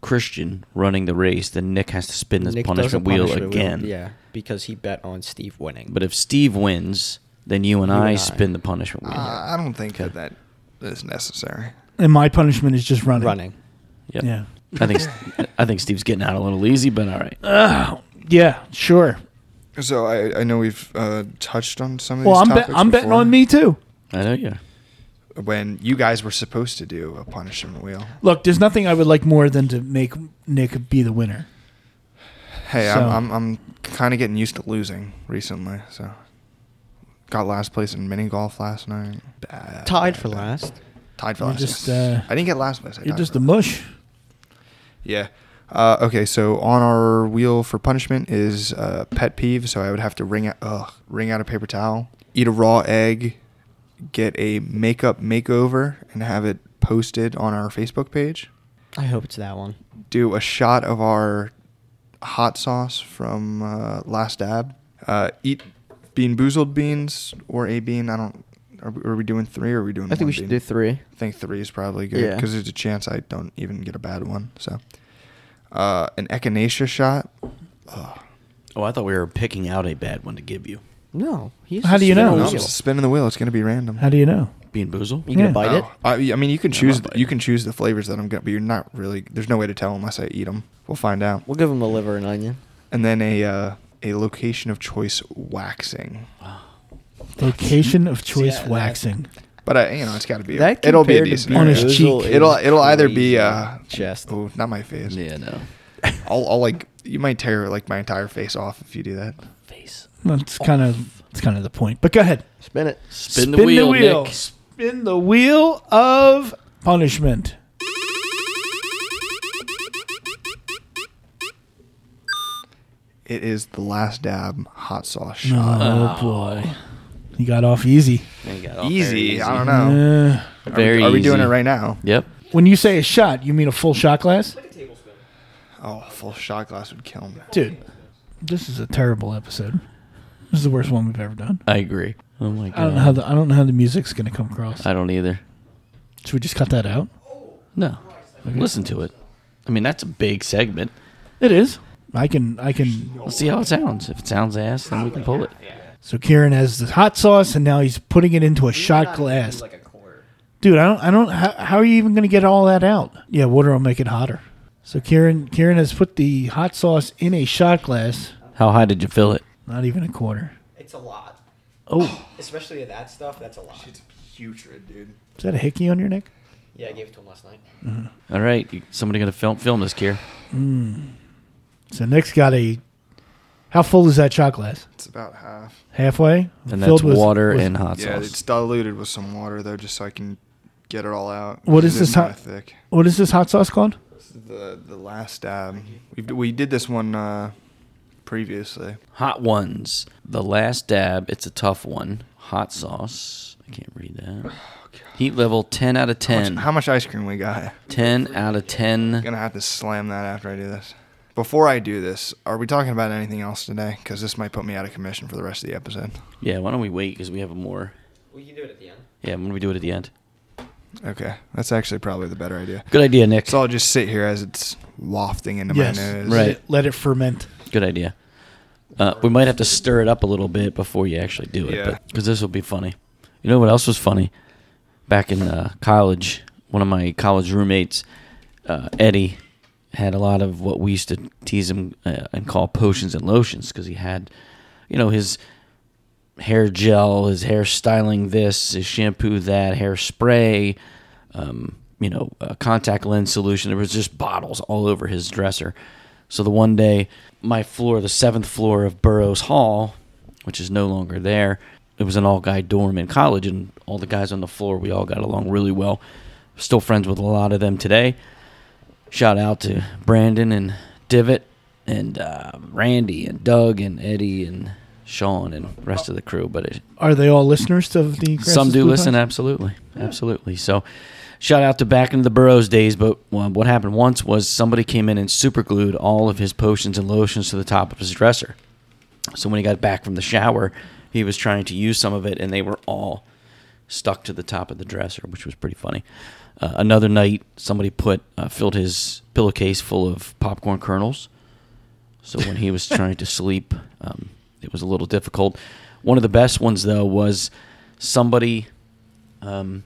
Speaker 1: Christian running the race, then Nick has to spin this
Speaker 5: Nick does a
Speaker 1: punishment wheel
Speaker 5: punishment
Speaker 1: again.
Speaker 5: Yeah, because he bet on Steve winning.
Speaker 1: But if Steve wins, then you and
Speaker 5: You
Speaker 1: I
Speaker 5: and I.
Speaker 1: spin the punishment wheel.
Speaker 4: uh, i don't think
Speaker 1: Okay.
Speaker 4: that that is necessary
Speaker 3: And my punishment is just running.
Speaker 5: running.
Speaker 1: Yep.
Speaker 3: Yeah.
Speaker 1: I think s- I think Steve's getting out a little easy, but all right.
Speaker 3: Yeah, sure.
Speaker 4: so i i know we've uh, touched on some of
Speaker 3: Well,
Speaker 4: these
Speaker 3: I'm bet
Speaker 4: topics
Speaker 3: I'm betting
Speaker 4: before.
Speaker 3: on me too.
Speaker 1: I know you.
Speaker 4: when you guys were supposed to do a punishment wheel
Speaker 3: Look, there's nothing I would like more than to make Nick be the winner.
Speaker 4: hey
Speaker 3: So-
Speaker 4: i'm i'm, I'm kind of getting used to losing recently so got last place in mini golf last night Bad,
Speaker 5: Tied
Speaker 4: bad,
Speaker 5: for
Speaker 4: bad.
Speaker 5: last.
Speaker 4: tied for
Speaker 3: You're
Speaker 4: last
Speaker 3: just,
Speaker 4: yes.
Speaker 3: uh,
Speaker 4: i didn't get last place I
Speaker 3: You're
Speaker 4: tied
Speaker 3: just
Speaker 4: for
Speaker 3: a
Speaker 4: last.
Speaker 3: mush.
Speaker 4: Yeah. Uh, okay, so on our wheel for punishment is uh, pet peeve. So I would have to wring out, ugh, wring out a paper towel, eat a raw egg, get a makeup makeover, and have it posted on our Facebook page.
Speaker 5: I hope it's that one.
Speaker 4: Do a shot of our hot sauce from uh, Last Dab. Uh, eat bean boozled beans or a bean. I don't. Are we, are we doing three or are we doing?
Speaker 5: I think
Speaker 4: one
Speaker 5: we should do
Speaker 4: bean?
Speaker 5: three.
Speaker 4: I think three is probably good
Speaker 5: Yeah.
Speaker 4: because there's a chance I don't even get a bad one. So, uh, an echinacea shot. Ugh.
Speaker 1: Oh, I thought we were picking out a bad one to give you.
Speaker 5: No. He's
Speaker 3: How
Speaker 5: just
Speaker 3: do you
Speaker 5: spinning
Speaker 3: know?
Speaker 4: No,
Speaker 5: the
Speaker 4: I'm
Speaker 5: wheel.
Speaker 4: just spinning the wheel. It's gonna be random.
Speaker 3: How do you know?
Speaker 1: Bean boozle.
Speaker 5: You gonna
Speaker 3: Yeah.
Speaker 5: bite it?
Speaker 4: Oh, I, I mean, you can choose.
Speaker 1: not
Speaker 4: You can choose the flavors that I'm gonna. But you're not really. There's no way to tell unless I eat them. We'll find out.
Speaker 5: We'll give him a liver and onion.
Speaker 4: And then a uh, a location of choice waxing.
Speaker 3: Location of choice
Speaker 5: Yeah, that-
Speaker 3: waxing.
Speaker 4: But I, you know, it's got to be.
Speaker 5: That
Speaker 4: it'll be a
Speaker 5: compared to
Speaker 4: decent.
Speaker 5: bean
Speaker 3: On
Speaker 4: area.
Speaker 3: his
Speaker 5: boozled
Speaker 3: cheek.
Speaker 5: is
Speaker 4: It'll it'll either
Speaker 5: crazy.
Speaker 4: be uh
Speaker 5: chest.
Speaker 4: Oh, not my face.
Speaker 1: Yeah, no.
Speaker 4: I'll, I'll like you might tear like my entire face off if you do that.
Speaker 1: Face.
Speaker 3: That's kind of that's kind of the point. But go ahead.
Speaker 5: Spin it.
Speaker 1: Spin, the wheel, Nick.
Speaker 3: Spin the wheel of punishment.
Speaker 4: It is the last dab hot sauce
Speaker 3: Oh,
Speaker 4: shot.
Speaker 3: boy, you got off easy.
Speaker 1: There you go.
Speaker 4: easy.
Speaker 1: Oh, Very
Speaker 4: I don't know.
Speaker 3: Uh,
Speaker 4: Are we-
Speaker 1: Very
Speaker 4: Are we doing
Speaker 1: easy.
Speaker 4: it right now?
Speaker 1: Yep.
Speaker 3: when you say a shot, you mean a full shot glass,
Speaker 4: Oh, a full shot glass would kill me.
Speaker 3: dude. This is a terrible episode. This is the worst one we've ever done.
Speaker 1: I agree. Oh my god.
Speaker 3: I don't know how the I don't know how the music's gonna come across.
Speaker 1: I don't either.
Speaker 3: Should we just cut that out?
Speaker 1: No. Listen to it. I mean, that's a big segment.
Speaker 3: It is. I can I can.
Speaker 1: Let's see how it sounds. If it sounds ass, then we can pull it.
Speaker 3: So Kieran has the hot sauce, and now he's putting it into a shot glass. Dude, I don't I don't. How, how are you even gonna get all that out? Yeah, water will make it hotter. So Kieran Kieran has put the hot sauce in a shot glass.
Speaker 1: How high did you fill it?
Speaker 3: Not even a quarter.
Speaker 5: It's a lot.
Speaker 1: Oh,
Speaker 5: Especially that stuff, that's a lot.
Speaker 4: Putrid, dude.
Speaker 3: Is that a hickey on your neck?
Speaker 5: Yeah, I gave it to him last night.
Speaker 1: all right. You- Somebody got to film film this, Kier.
Speaker 3: So Nick's got a. How full is that shot glass?
Speaker 4: It's about half.
Speaker 3: Halfway.
Speaker 1: And
Speaker 3: Filled
Speaker 1: that's
Speaker 3: with-
Speaker 1: water
Speaker 3: with-
Speaker 1: and hot
Speaker 4: Yeah,
Speaker 1: sauce.
Speaker 4: it's diluted with some water though, just so I can get it all out.
Speaker 3: What
Speaker 4: 'cause
Speaker 3: is
Speaker 4: it
Speaker 3: this
Speaker 4: kinda
Speaker 3: hot-
Speaker 4: Thick.
Speaker 3: What is this hot sauce called?
Speaker 4: This is the the last dab. We we did this one uh, previously.
Speaker 1: Hot ones. The last dab. It's a tough one. Hot sauce. I can't read that. Heat level 10 out of
Speaker 4: Oh, How
Speaker 1: 10.
Speaker 4: much, how much ice cream we got?
Speaker 1: 10 out of 10.
Speaker 4: Gonna have to slam that after I do this. Before I do this, are we talking about anything else today? Because this might put me out of commission for the rest of the episode.
Speaker 1: Yeah, why don't we wait because we have more.
Speaker 5: We can do it at the end.
Speaker 1: Yeah, when we do it at the end.
Speaker 4: Okay, that's actually probably the better idea.
Speaker 1: Good idea, Nick.
Speaker 4: So I'll just sit here as it's wafting into
Speaker 3: Yes.
Speaker 4: my nose.
Speaker 1: Right.
Speaker 3: Let it ferment.
Speaker 1: Good idea. Uh, we might have to stir it up a little bit before you actually do
Speaker 4: Yeah.
Speaker 1: it, because this will be funny. You know what else was funny? Back in uh, college, one of my college roommates, uh, Eddie, had a lot of what we used to tease him uh, and call potions and lotions, because he had, you know, his hair gel, his hair styling this, his shampoo that, hair spray, um, you know, a contact lens solution. There was just bottles all over his dresser. So the one day, my floor, the seventh floor of Burroughs Hall, which is no longer there, it was an all guy dorm in college, and all the guys on the floor, we all got along really well. Still friends with a lot of them today. Shout out to Brandon and Divot and uh, Randy and Doug and Eddie and Sean and rest of the crew. But it,
Speaker 3: Are they all listeners of the? Grass
Speaker 1: some
Speaker 3: is
Speaker 1: do
Speaker 3: Blue
Speaker 1: listen,
Speaker 3: Podcast?
Speaker 1: absolutely, absolutely. So, shout out to back into the Burrows days. But well, what happened once was somebody came in and superglued all of his potions and lotions to the top of his dresser. So when he got back from the shower, he was trying to use some of it, and they were all stuck to the top of the dresser, which was pretty funny. Uh, another night, somebody put uh, filled his pillowcase full of popcorn kernels. So when he was trying to sleep, um, it was a little difficult. One of the best ones though was somebody. Um,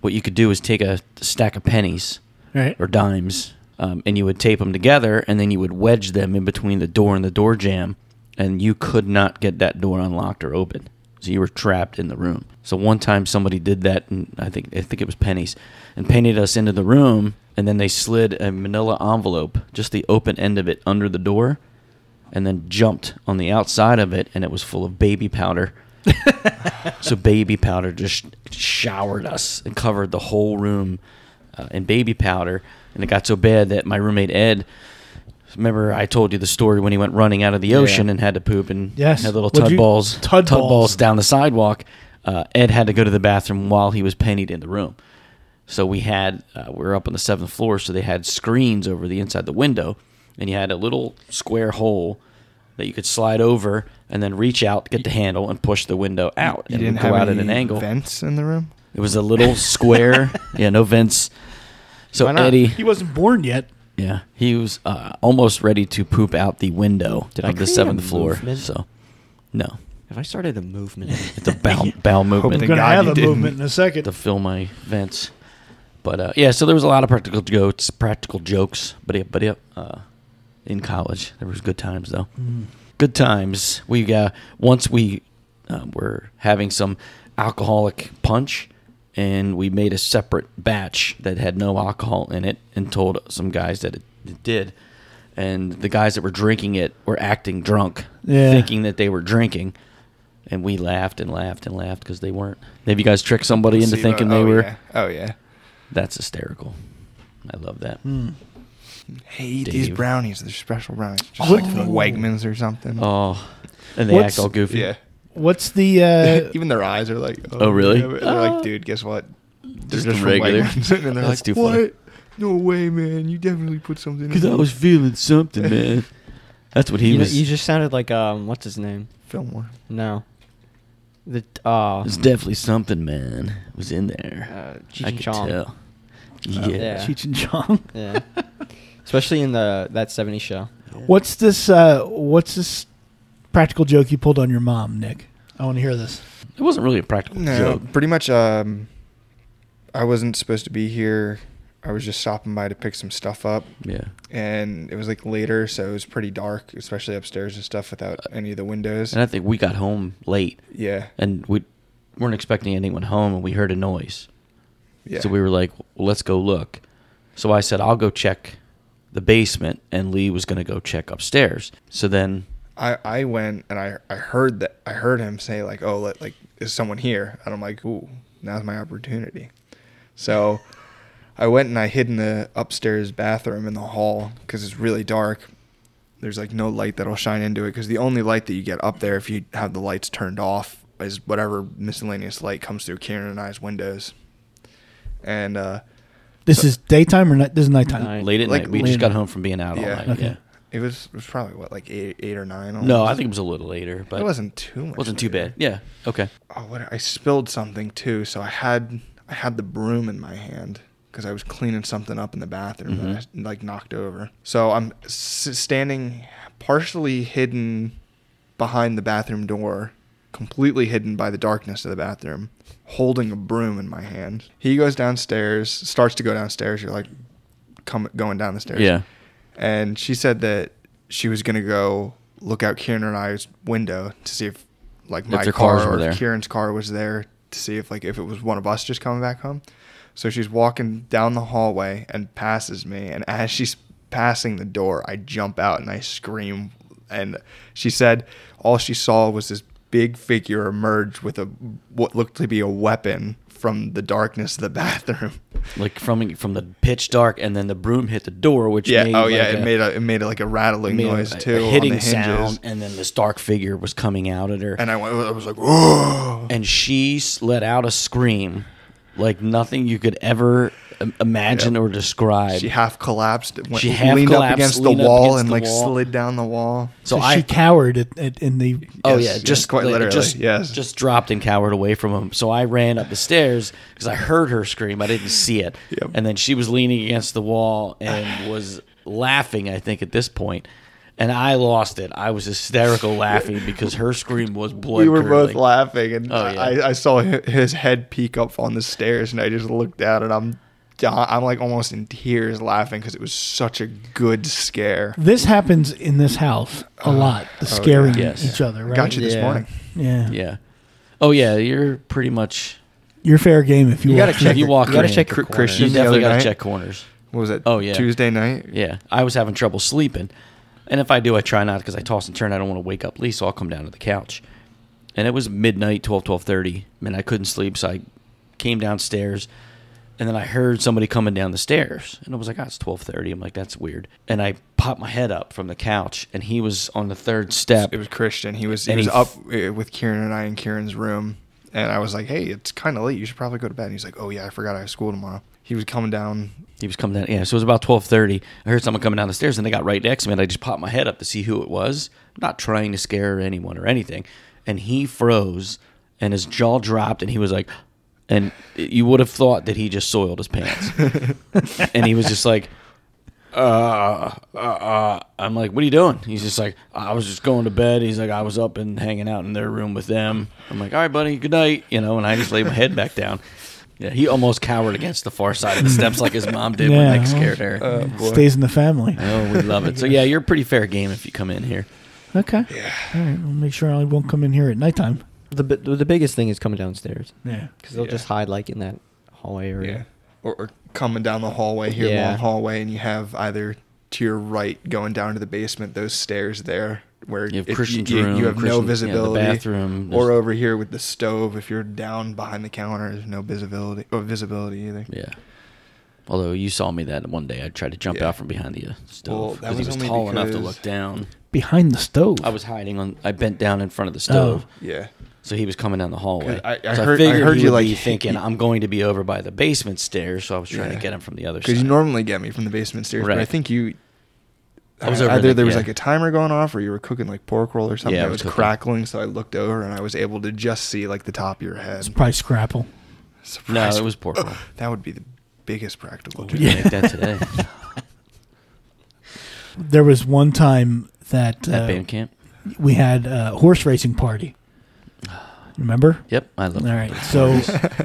Speaker 1: what you could do is take a stack of pennies
Speaker 3: Right.
Speaker 1: or dimes, um, and you would tape them together, and then you would wedge them in between the door and the door jamb, and you could not get that door unlocked or open. So you were trapped in the room. So one time somebody did that, and I think I think it was pennies, and painted us into the room, and then they slid a Manila envelope, just the open end of it, under the door, and then jumped on the outside of it, and it was full of baby powder. so baby powder just showered us and covered the whole room uh, in baby powder. and it got so bad that my roommate Ed. Remember, I told you the story when he went running out of the ocean and had to poop and
Speaker 3: Yes.
Speaker 1: had little
Speaker 3: What'd
Speaker 1: tud
Speaker 3: you-
Speaker 1: balls,
Speaker 3: tud balls.
Speaker 1: down the sidewalk. Uh, Ed had to go to the bathroom while he was pennied in the room. So we had uh, we were up on the seventh floor, so they had screens over the inside the window, and you had a little square hole that you could slide over and then reach out, get the handle, and push the window out.
Speaker 4: You
Speaker 1: and it
Speaker 4: didn't
Speaker 1: would go
Speaker 4: have
Speaker 1: out at
Speaker 4: any
Speaker 1: an angle.
Speaker 4: vents in the room.
Speaker 1: It was a little square. yeah, no vents. So
Speaker 5: Why not?
Speaker 1: Eddie,
Speaker 3: He wasn't born yet.
Speaker 1: yeah, he was uh, almost ready to poop out the window
Speaker 5: Did I
Speaker 1: of the
Speaker 5: create a
Speaker 1: seventh floor.
Speaker 5: movement?
Speaker 1: So, no,
Speaker 5: If I started a movement,
Speaker 1: it's a bowel, bowel movement.
Speaker 4: Thank
Speaker 3: We're gonna
Speaker 4: God
Speaker 3: have
Speaker 4: you
Speaker 3: a
Speaker 4: didn't.
Speaker 3: movement in a second.
Speaker 1: to fill my vents. But uh, yeah, so there was a lot of practical jokes, practical jokes, but it, but it, uh, in college there was good times though.
Speaker 3: Mm-hmm.
Speaker 1: Good times. We uh, once we uh, were having some alcoholic punch, and we made a separate batch that had no alcohol in it, and told some guys that it, it did, and the guys that were drinking it were acting drunk,
Speaker 3: Yeah.
Speaker 1: thinking that they were drinking. And we laughed and laughed and laughed because they weren't. Have you guys tricked somebody into
Speaker 4: Placebo-
Speaker 1: thinking they
Speaker 4: oh,
Speaker 1: were?
Speaker 4: yeah. Oh yeah.
Speaker 1: That's hysterical. I love that.
Speaker 4: Hey, eat these
Speaker 1: Dave.
Speaker 4: brownies. They're special brownies, just like the Wegmans or something.
Speaker 1: Oh, and they
Speaker 3: What's-
Speaker 1: act all goofy.
Speaker 4: yeah.
Speaker 3: What's the uh,
Speaker 4: Even their eyes are like.
Speaker 1: Oh, really?
Speaker 4: yeah, but They're like, dude, guess what? They're
Speaker 1: Just
Speaker 4: just from
Speaker 1: regular.
Speaker 4: Wegmans." and they're
Speaker 1: That's
Speaker 4: like,
Speaker 1: too funny.
Speaker 4: what? No way, man! You definitely put something. in
Speaker 1: Because I
Speaker 4: there."
Speaker 1: was feeling something, man. That's what he
Speaker 5: you, know,
Speaker 1: was.
Speaker 5: you just sounded like um, what's his name?
Speaker 4: Fillmore.
Speaker 5: No, the uh,
Speaker 1: it was definitely something, man. It was in there.
Speaker 5: uh, Cheech
Speaker 1: I
Speaker 5: and
Speaker 1: could
Speaker 5: Chong.
Speaker 1: tell. Oh, Yeah.
Speaker 5: yeah.
Speaker 3: Cheech and Chong?
Speaker 5: Yeah, especially in the that '70s show.
Speaker 3: What's this? Uh, what's this practical joke you pulled on your mom, Nick? I want to hear this.
Speaker 1: It wasn't really a practical
Speaker 4: No,
Speaker 1: joke.
Speaker 4: pretty much. Um, I wasn't supposed to be here. I was just stopping by to pick some stuff up,
Speaker 1: Yeah.
Speaker 4: and it was like later, so it was pretty dark, especially upstairs and stuff, without any of the windows.
Speaker 1: And I think we got home late,
Speaker 4: Yeah,
Speaker 1: and we weren't expecting anyone home, and we heard a noise.
Speaker 4: yeah.
Speaker 1: So we were like, well, let's go look. So I said, I'll go check the basement, and Lee was going to go check upstairs. So then
Speaker 4: I, I went and I, I heard that I heard him say like oh let, like is someone here and I'm like ooh now's my opportunity, so I went and I hid in the upstairs bathroom in the hall because it's really dark. There's like no light that'll shine into it because the only light that you get up there if you have the lights turned off is whatever miscellaneous light comes through Kieran and I's windows, and uh,
Speaker 3: This is daytime or night? This is nighttime.
Speaker 5: Night.
Speaker 1: late at
Speaker 4: Like,
Speaker 1: night, we
Speaker 3: late
Speaker 1: just
Speaker 3: at
Speaker 1: got
Speaker 3: night.
Speaker 1: home from being out
Speaker 4: Yeah.
Speaker 1: all night.
Speaker 3: Okay.
Speaker 1: Yeah.
Speaker 4: it was it was probably what like eight eight or nine.
Speaker 1: No, I
Speaker 4: almost?
Speaker 1: think it was a little later, but
Speaker 4: it wasn't too much.
Speaker 1: wasn't too
Speaker 4: later.
Speaker 1: bad. Yeah. Okay.
Speaker 4: oh, what I spilled something too, so I had I had the broom in my hand because I was cleaning something up in the bathroom that I like knocked over. So I'm s- standing partially hidden behind the bathroom door, completely hidden by the darkness of the bathroom, holding a broom in my hand. He goes downstairs, starts to go downstairs. You're like, come going down the stairs
Speaker 1: Yeah.
Speaker 4: and she said that she was gonna go look out Kieran and I's window to see if like my
Speaker 1: their
Speaker 4: car
Speaker 1: cars were
Speaker 4: or
Speaker 1: there.
Speaker 4: Kieran's car was there to see if like if it was one of us just coming back home. So she's walking down the hallway and passes me, and as she's passing the door, I jump out and I scream. And she said all she saw was this big figure emerge with a what looked to be a weapon from the darkness of the bathroom.
Speaker 1: Like from from the pitch dark, and then the broom hit the door, which
Speaker 4: Yeah.
Speaker 1: Made
Speaker 4: oh
Speaker 1: like
Speaker 4: yeah.
Speaker 1: a,
Speaker 4: it made a it made a, like a rattling
Speaker 1: made a-
Speaker 4: noise
Speaker 1: a- a
Speaker 4: too. on
Speaker 1: hitting
Speaker 4: the hinges.
Speaker 1: sound, and then this dark figure was coming out at her, and,
Speaker 4: And I went, I was like, whoa.
Speaker 1: she s- let out a scream, like nothing you could ever im- imagine or describe.
Speaker 4: She half collapsed. Went,
Speaker 1: She half
Speaker 4: leaned
Speaker 1: collapsed,
Speaker 4: up against
Speaker 1: leaned
Speaker 4: the
Speaker 1: up
Speaker 4: wall
Speaker 1: against
Speaker 4: and
Speaker 1: the
Speaker 4: like
Speaker 1: wall.
Speaker 4: slid down the wall.
Speaker 1: so
Speaker 3: So
Speaker 1: I
Speaker 3: she cowered at, at, in the.
Speaker 1: Oh
Speaker 4: Yes,
Speaker 1: yeah,
Speaker 4: yes,
Speaker 1: just
Speaker 4: quite
Speaker 1: like,
Speaker 4: literally,
Speaker 1: Just,
Speaker 4: yes.
Speaker 1: just dropped and cowered away from him. So I ran up the stairs because I heard her scream. I didn't see it,
Speaker 4: Yep.
Speaker 1: and then she was leaning against the wall and was laughing. I think at this point, and I lost it. I was hysterical laughing because her scream was blood.
Speaker 4: we were both
Speaker 1: curdling.
Speaker 4: laughing, and
Speaker 1: Oh, yeah.
Speaker 4: I, I saw hi- his head peek up on the stairs, and I just looked down, and I'm, I'm like almost in tears laughing because it was such a good scare.
Speaker 3: This happens in this house a
Speaker 4: Oh.
Speaker 3: lot. The scaring
Speaker 1: Yes.
Speaker 3: each other, right?
Speaker 4: Got you this
Speaker 5: Yeah.
Speaker 4: morning.
Speaker 3: Yeah.
Speaker 1: Yeah. Oh yeah, you're pretty much.
Speaker 3: You're fair game if you,
Speaker 4: You
Speaker 3: want
Speaker 4: gotta
Speaker 3: to.
Speaker 1: If
Speaker 4: check
Speaker 1: you
Speaker 4: your-
Speaker 1: walk,
Speaker 5: you gotta
Speaker 1: in,
Speaker 5: check your
Speaker 1: you
Speaker 5: Cr- corners.
Speaker 4: Christian the
Speaker 1: definitely
Speaker 4: other
Speaker 1: gotta
Speaker 4: night?
Speaker 1: check corners.
Speaker 4: What was that?
Speaker 1: Oh, yeah.
Speaker 4: Tuesday night.
Speaker 1: Yeah, I was having trouble sleeping, and if I do, I try not because I toss and turn. I don't want to wake up Lee, so I'll come down to the couch. And it was midnight, 12, 12.30, and I couldn't sleep, so I came downstairs, And then I heard somebody coming down the stairs, and I was like, "Ah, it's twelve thirty. I'm like, "That's weird." And I popped my head up from the couch, and he was on the third step.
Speaker 4: It was Christian. He was he
Speaker 1: And
Speaker 4: was
Speaker 1: he
Speaker 4: up uh, with Kieran and I in Kieran's room, and I was like, "Hey, it's kind of late. You should probably go to bed." And he's like, "Oh yeah, I forgot I have school tomorrow." He was coming down.
Speaker 1: He was coming down. Yeah, so it was about twelve thirty. I heard someone coming down the stairs, and they got right next to me. And I just popped my head up to see who it was. not trying to scare anyone or anything. And he froze, and his jaw dropped, and he was like, and you would have thought that he just soiled his pants. and he was just like, uh, uh, uh. I'm like, what are you doing? He's just like, I was just going to bed. He's like, I was up and hanging out in their room with them. I'm like, all right, buddy, good night. You know, and I just laid my head back down. Yeah, he almost cowered against the far side of the steps like his mom did when
Speaker 3: Yeah.
Speaker 1: Nick scared her.
Speaker 4: Uh,
Speaker 3: Stays in the family.
Speaker 1: oh, we love it. So yeah, you're a pretty fair game if you come in here.
Speaker 3: Okay. All right. We'll make sure I won't come in here at nighttime.
Speaker 5: The bi- the biggest thing is coming downstairs
Speaker 3: Yeah.
Speaker 5: because they'll
Speaker 4: Yeah.
Speaker 5: just hide like in that hallway area.
Speaker 4: Or, or coming down the hallway here,
Speaker 5: Yeah.
Speaker 4: long hallway, and you have either to your right going down to the basement, those stairs there where
Speaker 1: You have
Speaker 4: if you-
Speaker 1: Christian's
Speaker 4: you,
Speaker 1: room,
Speaker 4: you have
Speaker 1: Christian- yeah,
Speaker 4: no
Speaker 1: the
Speaker 4: visibility,
Speaker 1: bathroom,
Speaker 4: or
Speaker 1: there's-
Speaker 4: over here with the stove. If you're down behind the counter, there's no visibility or visibility either.
Speaker 1: Yeah. Although you saw me that one day, I tried to jump
Speaker 4: Yeah.
Speaker 1: out from behind the uh,
Speaker 4: Well,
Speaker 1: stove because
Speaker 4: that
Speaker 1: he
Speaker 4: was
Speaker 1: was
Speaker 4: only
Speaker 1: tall enough to
Speaker 4: because-
Speaker 1: look down.
Speaker 3: Behind the stove.
Speaker 1: I was hiding on. I bent down in front of the stove.
Speaker 4: Yeah.
Speaker 1: So he was coming down the hallway.
Speaker 4: 'Cause I- I
Speaker 1: so
Speaker 4: heard- I heard
Speaker 1: he
Speaker 4: you,
Speaker 1: would
Speaker 4: like,
Speaker 1: be
Speaker 4: hit-
Speaker 1: thinking I'm going to be over by the basement stairs. So I was trying
Speaker 4: Yeah.
Speaker 1: to get him from the other side.
Speaker 4: Because you normally get me from the basement stairs, but I
Speaker 1: Right.
Speaker 4: think you.
Speaker 1: I was
Speaker 4: uh,
Speaker 1: over in
Speaker 4: either
Speaker 1: the-
Speaker 4: there was
Speaker 1: yeah.
Speaker 4: like a timer going off, or you were cooking like pork roll or something.
Speaker 1: Yeah, I
Speaker 4: that
Speaker 1: was
Speaker 4: was,
Speaker 1: cooking.
Speaker 4: crackling, so I looked over and I was able to just see like the top of your head.
Speaker 3: it's probably scrapple.
Speaker 1: no,
Speaker 4: Surprise.
Speaker 1: it was pork. roll.
Speaker 4: That would be the biggest
Speaker 3: Oh,
Speaker 4: practical joke.
Speaker 1: We can Make that today
Speaker 3: There was one time that
Speaker 1: at
Speaker 3: uh,
Speaker 1: band camp.
Speaker 3: we had a horse racing party. Remember?
Speaker 1: Yep, I love.
Speaker 3: All right. So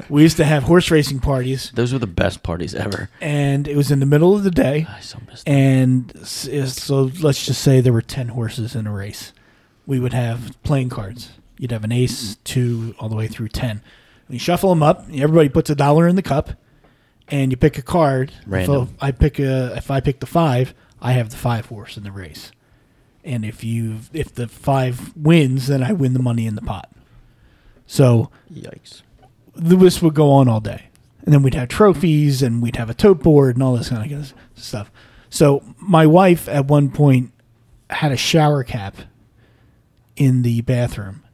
Speaker 3: we used to have horse racing parties,
Speaker 1: Those were the best parties ever.
Speaker 3: and it was in the middle of the day.
Speaker 1: I so missed. that.
Speaker 3: And s- so let's just say there were 10 horses in a race. We would have playing cards. You'd have an ace, two, all the way through 10. And you shuffle them up. Everybody puts a dollar in the cup, and you pick a card.
Speaker 1: Random.
Speaker 3: If I pick a, if I pick the five, I have the five horse in the race. And if you, if the five wins, then I win the money in the pot. So
Speaker 5: Yikes!
Speaker 3: the this would go on all day. And then we'd have trophies and we'd have a tote board and all this kind of stuff. So my wife at one point had a shower cap in the bathroom.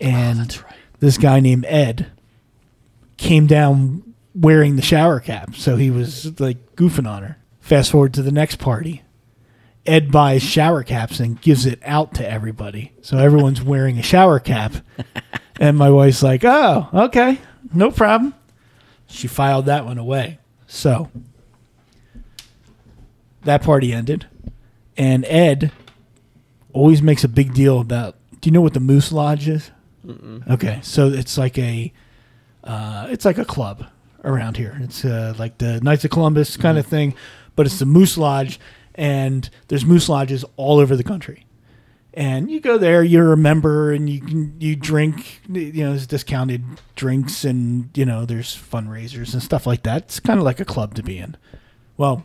Speaker 3: And this guy named Ed came down wearing the shower cap. So he was like goofing on her. Fast forward to the next party. Ed buys shower caps and gives it out to everybody. So everyone's wearing a shower cap. And my wife's like, oh, okay, no problem. She filed that one away. So that party ended. And Ed always makes a big deal about do you know what the Moose Lodge is? Okay, so it's like a uh, it's like a club around here. It's uh, like the Knights of Columbus kind of thing, but it's the Moose Lodge, and there's Moose Lodges all over the country and you go there you're a member and you can you drink you know there's discounted drinks and you know there's fundraisers and stuff like that it's kind of like a club to be in well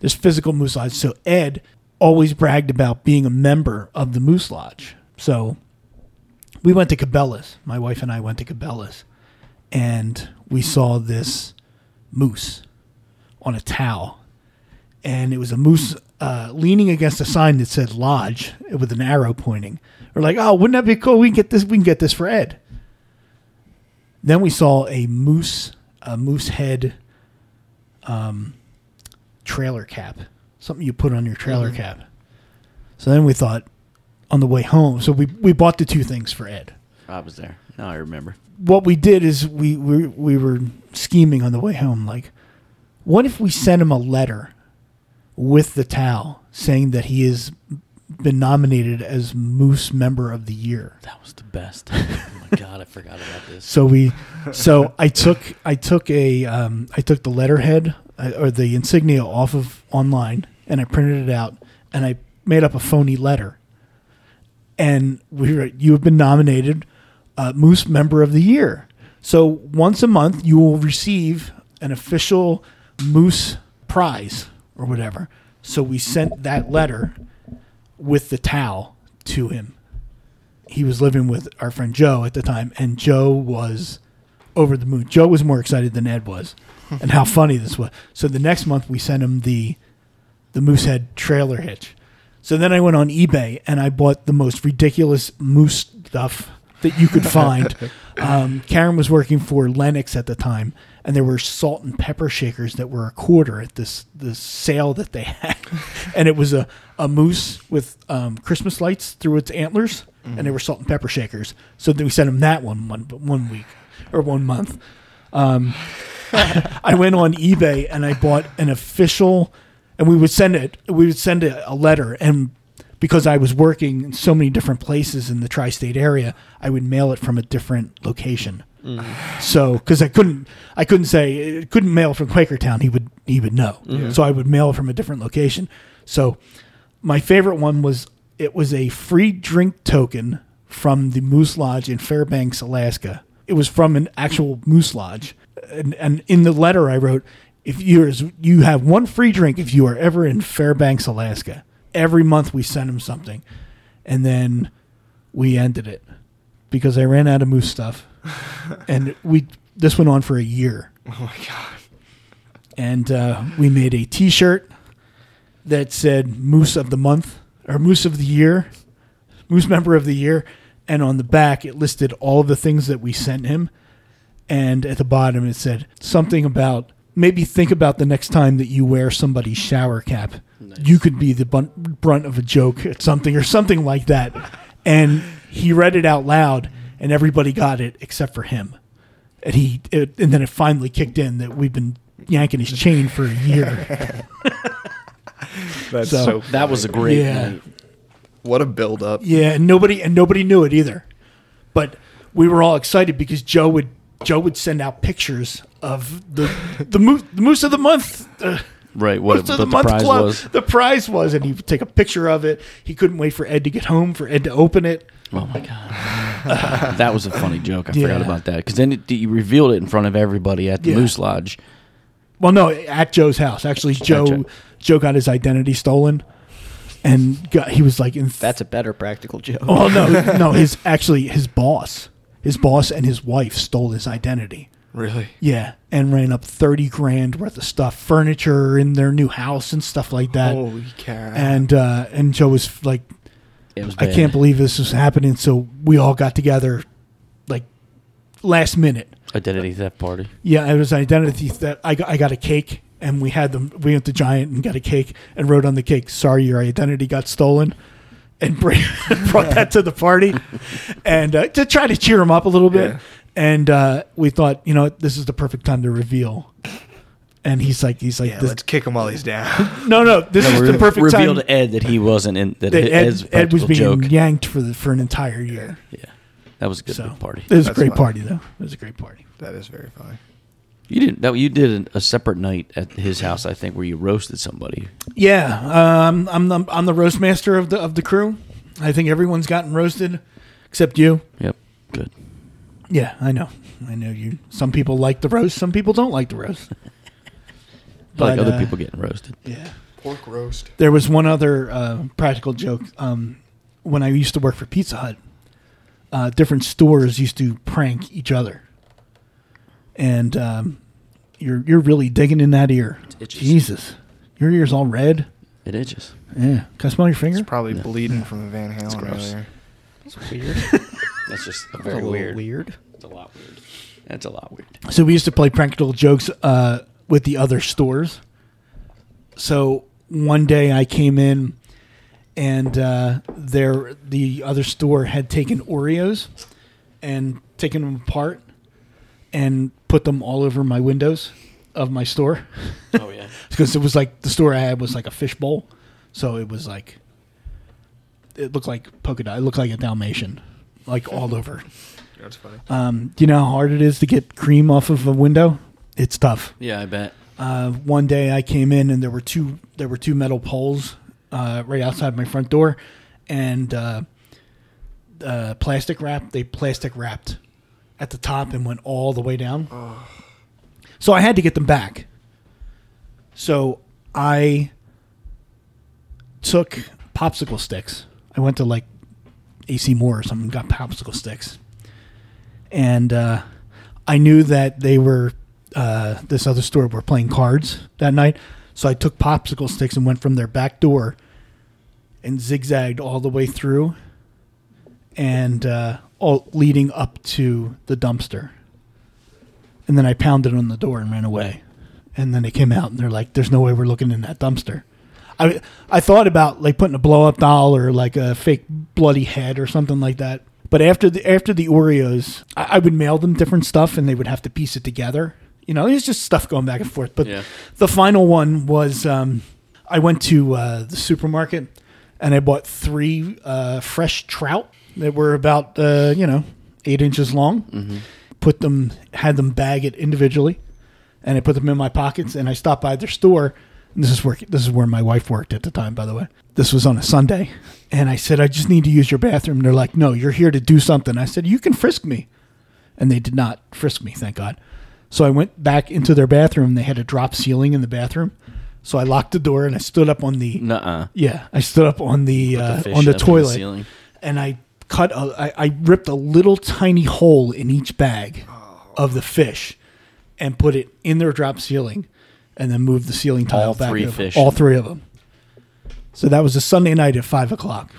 Speaker 3: there's physical moose lodge so ed always bragged about being a member of the moose lodge so we went to cabela's my wife and i went to cabela's and we saw this moose on a towel and it was a moose uh, leaning against a sign that said lodge with an arrow pointing. We're like, oh, wouldn't that be cool? We can get this. We can get this for Ed. Then we saw a moose, a moose head, um, trailer cap, something you put on your trailer cap. So then we thought, on the way home, so we we bought the two things for Ed
Speaker 1: Rob was there. Now I remember.
Speaker 3: what we did is we, we we were scheming on the way home like what if we sent him a letter with the towel saying that he has been nominated as moose member of the year
Speaker 1: That was the best. oh my god, I forgot about this.
Speaker 3: so we so i took i took a um, i took the letterhead uh, or the insignia off of online and i printed it out and i made up a phony letter and we wrote, you have been nominated uh, Moose Member of the Year. So once a month, you will receive an official Moose prize or whatever. So we sent that letter with the towel to him. He was living with our friend Joe at the time, and Joe was over the moon. Joe was more excited than Ed was, and how funny this was. So the next month we sent him the the Moosehead trailer hitch. So then I went on eBay and I bought the most ridiculous moose stuff that you could find. um, Karen was working for Lennox at the time, and there were salt and pepper shakers that were a quarter at this this sale that they had, and it was a a moose with um, Christmas lights through its antlers, and they were salt and pepper shakers. So then we sent him that one one one week or one month. Um, I went on eBay and I bought an official, and we would send it. We would send a, a letter, and because I was working in so many different places in the tri-state area, I would mail it from a different location. So, because I couldn't, I couldn't say, I couldn't mail from Quakertown. He would, he would know. So I would mail from a different location. So, my favorite one was it was a free drink token from the Moose Lodge in Fairbanks, Alaska. It was from an actual Moose Lodge, and, and in the letter I wrote, if you're you have one free drink if you are ever in Fairbanks, Alaska. Every month we sent him something, and then we ended it because I ran out of moose stuff, and we this went on for a year. Oh my god! And uh, we made a T-shirt that said Moose of the Month or Moose of the Year, Moose Member of the Year, and on the back it listed all the things that we sent him, and at the bottom it said something about maybe think about the next time that you wear somebody's shower cap, you could be the bun- brunt of a joke at something or something like that, and he read it out loud, and everybody got it except for him, and he it, and then it finally kicked in that we've been yanking his chain for a year.
Speaker 4: That's
Speaker 3: So- so
Speaker 1: That was a great
Speaker 3: Yeah.
Speaker 1: night.
Speaker 4: What a build up.
Speaker 3: Yeah, and nobody and nobody knew it either. But we were all excited because Joe would Joe would send out pictures of the the moose, the moose of the month. uh,
Speaker 1: Right, what
Speaker 3: moose of
Speaker 1: what the, prize was.
Speaker 3: The prize was, and he would take a picture of it. He couldn't wait for Ed to get home for Ed to open it.
Speaker 1: Oh my god, that was a funny joke. I
Speaker 3: Yeah.
Speaker 1: forgot about that because then it, you revealed it in front of everybody at the
Speaker 3: Yeah.
Speaker 1: Moose Lodge.
Speaker 3: Well, no, at Joe's house. Actually, Joe
Speaker 1: Joe.
Speaker 3: Joe got his identity stolen, and got, he was like in
Speaker 5: That's a better practical joke.
Speaker 3: Oh no, no, his actually his boss, his boss and his wife stole his identity.
Speaker 4: Really?
Speaker 3: Yeah, and ran up thirty grand worth of stuff, furniture in their new house and stuff like that.
Speaker 4: Holy cow.
Speaker 3: and uh, and Joe was like,
Speaker 1: It was.
Speaker 3: "I
Speaker 1: bad.
Speaker 3: can't believe this is happening." So we all got together, like last minute.
Speaker 1: identity theft party.
Speaker 3: Yeah, it was an identity that I got, I got a cake, and we had them. We went to Giant and got a cake and wrote on the cake, "Sorry, your identity got stolen," and bring, brought that to the party, and uh, to try to cheer him up a little bit.
Speaker 4: Yeah.
Speaker 3: And uh, we thought, you know, this is the perfect time to reveal. And he's like, he's like,
Speaker 4: yeah,
Speaker 3: this,
Speaker 4: let's kick him while he's down.
Speaker 3: no, no, this is the perfect
Speaker 1: revealed
Speaker 3: time
Speaker 1: to Ed that he wasn't in that,
Speaker 3: that
Speaker 1: Ed's
Speaker 3: Ed, Ed was
Speaker 1: practical
Speaker 3: being
Speaker 1: joke. Yeah.
Speaker 3: yanked for the for an entire year.
Speaker 1: that was a good
Speaker 3: So
Speaker 1: big party.
Speaker 3: It was a
Speaker 4: That's
Speaker 3: great
Speaker 4: fun.
Speaker 3: party, though. It was a great party.
Speaker 4: that is very funny.
Speaker 1: You didn't that you did a separate night at his house, I think, where you roasted somebody.
Speaker 3: Yeah, um, I'm the I'm the roast master of the of the crew. I think everyone's gotten roasted, except you.
Speaker 1: Yep, good.
Speaker 3: Yeah, I know. I know you. Some people like the roast. Some people don't like the roast.
Speaker 1: like other
Speaker 3: uh,
Speaker 1: people getting roasted.
Speaker 3: Yeah.
Speaker 4: Pork roast.
Speaker 3: There was one other uh, practical joke. Um, when I used to work for Pizza Hut, uh, different stores used to prank each other. And um, you're you're really digging in that ear.
Speaker 1: itchy.
Speaker 3: Jesus, your ear's all red.
Speaker 1: It itches.
Speaker 3: Yeah. Can I smell your finger?
Speaker 4: It's probably bleeding from the Van Halen
Speaker 1: gross.
Speaker 4: earlier.
Speaker 5: It's weird.
Speaker 1: That's just a
Speaker 5: Very
Speaker 1: very weird.
Speaker 5: weird. weird.
Speaker 1: That's a lot weird. That's a lot weird.
Speaker 3: So we used to play practical jokes uh, with the other stores. So one day I came in, and uh, there the other store had taken Oreos and taken them apart and put them all over my windows of my store
Speaker 1: Oh yeah.
Speaker 3: because it was like the store I had was like a fishbowl, so it was like it looked like polka dot. It looked like a Dalmatian, like all over.
Speaker 4: That's funny.
Speaker 3: Um, do you know how hard it is to get cream off of a window? It's tough.
Speaker 1: Yeah, I bet.
Speaker 3: Uh, one day I came in and there were two there were two metal poles uh, right outside my front door, and uh, uh, plastic wrap. They plastic wrapped at the top and went all the way down. So I had to get them back. So I took popsicle sticks. I went to like AC Moore or something, got popsicle sticks, and uh, I knew that they were uh, this other store were playing cards that night, so I took popsicle sticks and went from their back door and zigzagged all the way through and uh, all leading up to the dumpster. And then I pounded on the door and ran away. And then they came out and they're like, "There's no way we're looking in that dumpster." I I thought about like putting a blow up doll or like a fake bloody head or something like that. But after the after the Oreos, I, I would mail them different stuff and they would have to piece it together. You know, there's just stuff going back and forth. But
Speaker 1: Yeah.
Speaker 3: the final one was um, I went to uh, the supermarket and I bought three uh, fresh trout that were about uh, you know eight inches long. Put them, had them bag it individually and I put them in my pockets and I stopped by their store. And this is where this is where my wife worked at the time, by the way. This was on a Sunday, and I said, "I just need to use your bathroom." And they're like, "No, you're here to do something." I said, "You can frisk me," and they did not frisk me, thank God. So I went back into their bathroom. They had a drop ceiling in the bathroom, so I locked the door and I stood up on the
Speaker 1: Nuh-uh.
Speaker 3: yeah, I stood up on the, uh,
Speaker 1: fish
Speaker 3: on the
Speaker 1: up in the
Speaker 3: toilet
Speaker 1: ceiling.
Speaker 3: and I cut a, I, I ripped a little tiny hole in each bag of the fish and put it in their drop ceiling and then moved the ceiling tile
Speaker 1: All
Speaker 3: back
Speaker 1: three
Speaker 3: over.
Speaker 1: fish.
Speaker 3: all three of them. So that was a Sunday night at five o'clock.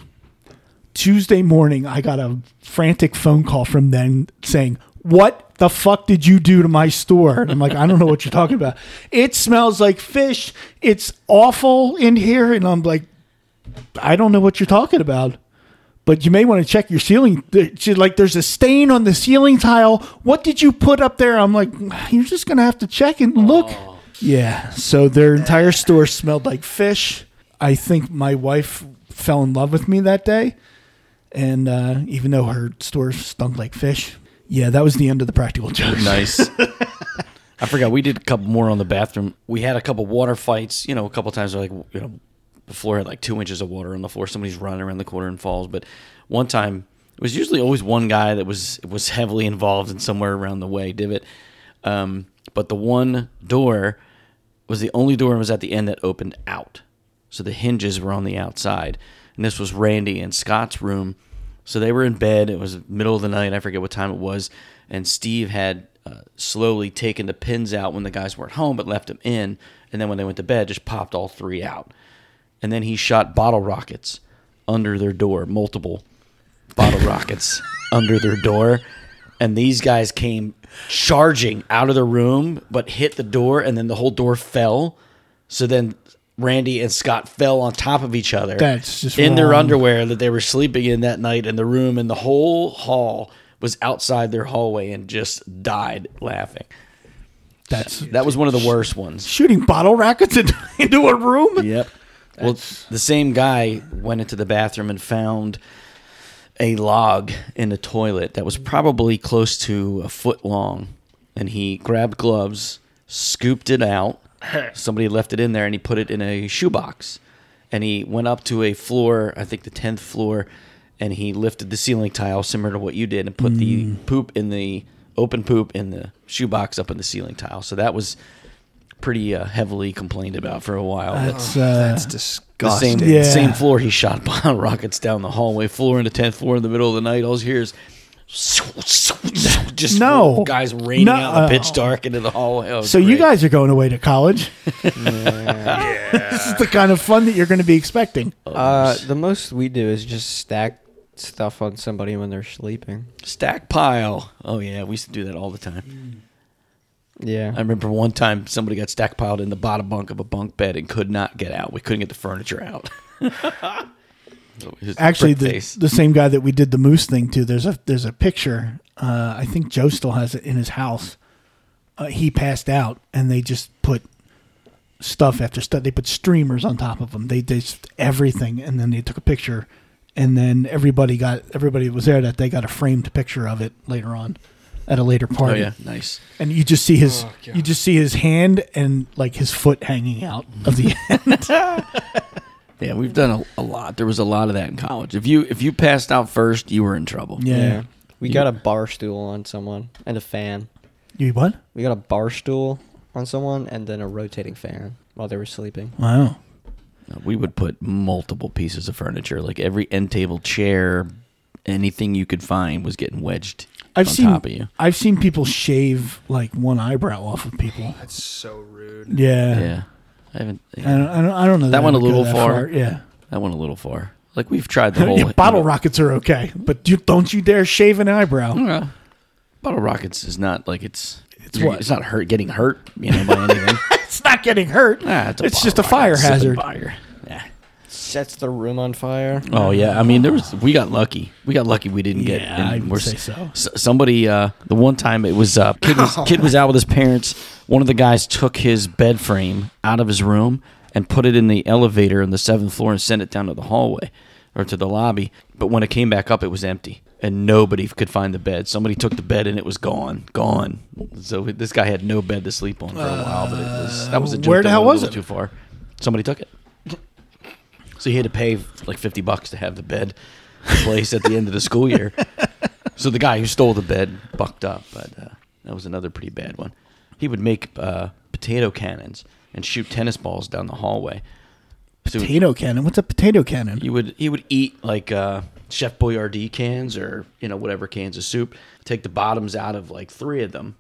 Speaker 3: Tuesday morning, I got a frantic phone call from them saying, "What the fuck did you do to my store?" And I'm like, "I don't know what you're talking about. It smells like fish. It's awful in here." And I'm like, "I don't know what you're talking about." But you may want to check your ceiling. Th- she- Like, there's a stain on the ceiling tile. What did you put up there? I'm like, you're just gonna have to check and look. Yeah. So their entire store smelled like fish. I think my wife fell in love with me that day. And uh, even though her store stunk like fish, yeah, that was the end of the practical jokes.
Speaker 1: Nice. I forgot we did a couple more on the bathroom. We had a couple water fights. You know, a couple times like you know, the floor had like two inches of water on the floor. Somebody's running around the corner and falls. But one time, it was usually always one guy that was was heavily involved in somewhere around the way divot. Um, but the one door was the only door that was at the end that opened out. So the hinges were on the outside. And this was Randy and Scott's room. So they were in bed. It was middle of the night. I forget what time it was. And Steve had uh, slowly taken the pins out when the guys weren't home, but left them in. And then when they went to bed, just popped all three out. And then he shot bottle rockets under their door, multiple bottle rockets under their door. And these guys came charging out of the room, but hit the door, and then the whole door fell. So then Randy and Scott fell on top of each other.
Speaker 3: That's just
Speaker 1: in their
Speaker 3: wrong.
Speaker 1: underwear that they were sleeping in that night in the room, and the whole hall was outside their hallway and just died laughing.
Speaker 3: That's
Speaker 1: That was one of the worst ones.
Speaker 3: shooting bottle rockets in- into a room.
Speaker 1: Yep. Well, the same guy went into the bathroom and found a log in the toilet that was probably close to a foot long. And he grabbed gloves, scooped it out. Somebody left it in there and he put it in a shoebox. And he went up to a floor, I think the 10th floor, and he lifted the ceiling tile, similar to what you did, and put the poop in the open poop in the shoebox up in the ceiling tile. So that was pretty uh, heavily complained about for a while.
Speaker 3: That's uh,
Speaker 4: It's
Speaker 1: the
Speaker 4: disgusting.
Speaker 1: same
Speaker 3: Yeah.
Speaker 1: same floor he shot bomb rockets down the hallway floor into 10th floor in the middle of the night all you hear is just
Speaker 3: No.
Speaker 1: guys raining
Speaker 3: No.
Speaker 1: out in the pitch dark into the hallway Oh,
Speaker 3: so you
Speaker 1: great.
Speaker 3: guys are going away to college. this is the kind of fun that you're going to be expecting.
Speaker 5: Uh, the most we do is just stack stuff on somebody when they're sleeping.
Speaker 1: stack pile oh yeah we used to do that all the time
Speaker 5: Yeah.
Speaker 1: i remember one time somebody got stack piled in the bottom bunk of a bunk bed and could not get out we couldn't get the furniture out So his
Speaker 3: Actually,
Speaker 1: brick
Speaker 3: the,
Speaker 1: face.
Speaker 3: the same guy that we did the moose thing to. There's a there's a picture. Uh, I think Joe still has it in his house. Uh, he passed out, and they just put stuff after stuff. They put streamers on top of him. They they just everything, and then they took a picture, and then everybody got everybody that was there that they got a framed picture of it later on at a later
Speaker 1: oh
Speaker 3: party.
Speaker 1: yeah nice
Speaker 3: And you just see his you just see his hand and like his foot hanging out of the end.
Speaker 1: yeah we've done a, a lot there was a lot of that in college if you if you passed out first you were in trouble
Speaker 5: yeah. We got a bar stool on someone and a fan.
Speaker 3: You what?
Speaker 5: We got a bar stool on someone and then a rotating fan while they were sleeping.
Speaker 3: Wow.
Speaker 1: Uh, We would put multiple pieces of furniture, like every end table, chair, anything you could find was getting wedged
Speaker 3: I've
Speaker 1: on
Speaker 3: seen
Speaker 1: top of you.
Speaker 3: I've seen people shave like one eyebrow off of people.
Speaker 4: That's so rude.
Speaker 3: Yeah.
Speaker 1: Yeah, I haven't.
Speaker 3: I don't, I don't, I don't know.
Speaker 1: That
Speaker 3: I
Speaker 1: went a
Speaker 3: would go
Speaker 1: little
Speaker 3: that
Speaker 1: far.
Speaker 3: Yeah.
Speaker 1: That went a little far. Like we've tried the whole
Speaker 3: Yeah, bottle rockets are okay, but you, don't you dare shave an eyebrow.
Speaker 1: Uh, bottle rockets is not like it's it's
Speaker 3: what?
Speaker 1: it's not hurt getting hurt you know by anything.
Speaker 3: It's not getting hurt.
Speaker 1: Nah, it's a
Speaker 3: it's just a
Speaker 1: bottle
Speaker 3: fire
Speaker 1: rocket. It's a
Speaker 3: hazard.
Speaker 1: fire. Yeah.
Speaker 5: Sets the room on fire.
Speaker 1: Oh yeah, I mean there was we got lucky. We got lucky we didn't get.
Speaker 3: Yeah, I would
Speaker 1: we're-
Speaker 3: say so.
Speaker 1: s- somebody uh, the one time it was uh, kid was kid was out with his parents. One of the guys took his bed frame out of his room and put it in the elevator on the seventh floor and sent it down to the hallway or to the lobby. But when it came back up, it was empty and nobody could find the bed. Somebody took the bed and it was gone, gone. So this guy had no bed to sleep on for a while. But it was that was a joke
Speaker 3: where the
Speaker 1: that
Speaker 3: hell
Speaker 1: went a
Speaker 3: was
Speaker 1: little
Speaker 3: it?
Speaker 1: Too far. Somebody took it. So he had to pay like fifty bucks to have the bed placed at the end of the school year. So the guy who stole the bed bucked up, but uh, that was another pretty bad one. He would make uh, potato cannons and shoot tennis balls down the hallway. So
Speaker 3: Potato cannon. What's a potato cannon?
Speaker 1: he would he would eat like uh, Chef Boyardee cans or you know whatever cans of soup. Take the bottoms out of like three of them,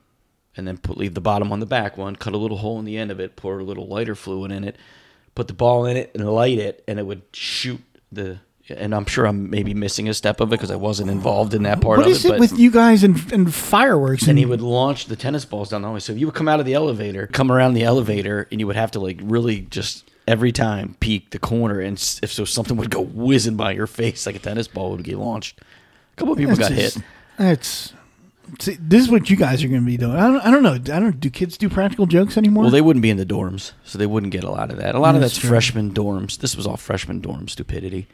Speaker 1: and then put leave the bottom on the back one. Cut a little hole in the end of it. Pour a little lighter fluid in it. Put the ball in it and light it, and it would shoot the. And I'm sure I'm maybe missing a step of it because I wasn't involved in that part
Speaker 3: What
Speaker 1: of
Speaker 3: is
Speaker 1: it.
Speaker 3: it,
Speaker 1: but
Speaker 3: with you guys and, and fireworks? And,
Speaker 1: and he would launch the tennis balls down the hallway. So you would come out of the elevator, come around the elevator, and you would have to like really just every time peek the corner, and s- if so, something would go whizzing by your face like a tennis ball would get launched. A couple of people got hit.
Speaker 3: That's see, this is what you guys are going to be doing. I don't, I don't know. I don't. Do kids do practical jokes anymore?
Speaker 1: Well, they wouldn't be in the dorms, so they wouldn't get a lot of that. A lot of
Speaker 3: Mm, That's
Speaker 1: that's
Speaker 3: true.
Speaker 1: freshman dorms. This was all freshman dorm stupidity.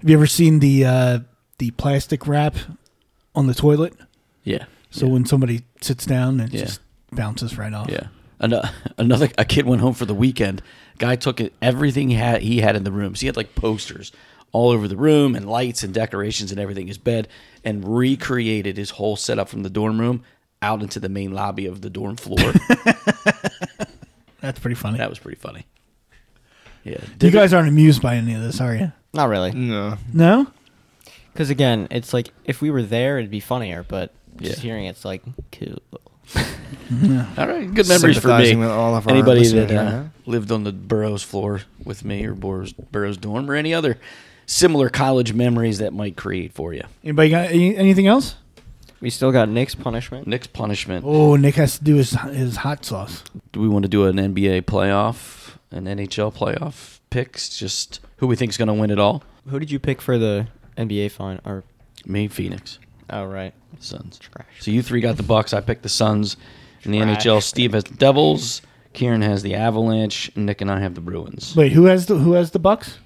Speaker 3: Have you ever seen the uh, the plastic wrap on the toilet?
Speaker 1: Yeah.
Speaker 3: So when somebody sits down, it
Speaker 1: Yeah.
Speaker 3: just bounces right off.
Speaker 1: Yeah. Another, another a kid went home for the weekend. Guy took it- everything he had, he had in the rooms. He had like posters all over the room and lights and decorations and everything. His bed and recreated his whole setup from the dorm room out into the main lobby of the dorm floor.
Speaker 3: That's pretty funny.
Speaker 1: that was pretty funny. Yeah.
Speaker 3: you
Speaker 1: Did
Speaker 3: guys aren't amused by any of this, are you?
Speaker 5: Not really.
Speaker 4: No.
Speaker 3: No.
Speaker 5: Because again, it's like if we were there, it'd be funnier. But just
Speaker 1: Yeah.
Speaker 5: hearing it's like cool.
Speaker 1: all right. Good memories for me.
Speaker 4: Sympathizing with all of our
Speaker 1: Anybody
Speaker 4: listeners
Speaker 1: that uh,
Speaker 4: right now.
Speaker 1: lived on the Burroughs floor with me or Burroughs, Burroughs dorm or any other similar college memories that might create for you.
Speaker 3: Anybody got any, anything else?
Speaker 5: We still got Nick's punishment.
Speaker 1: Nick's punishment.
Speaker 3: Oh, Nick has to do his his hot sauce.
Speaker 1: do we want to do an NBA playoff, an NHL playoff picks? Just who we think's going to win it all?
Speaker 5: Who did you pick for the NBA final? Or
Speaker 1: Me, Phoenix
Speaker 5: oh right,
Speaker 1: Suns.
Speaker 5: Trash.
Speaker 1: So you three got the Bucks. I picked the Suns. In the
Speaker 5: Trash,
Speaker 1: NHL, Steve has the Devils. Kieran has the Avalanche. Nick and I have the Bruins.
Speaker 3: Wait, who has the who has the bucks?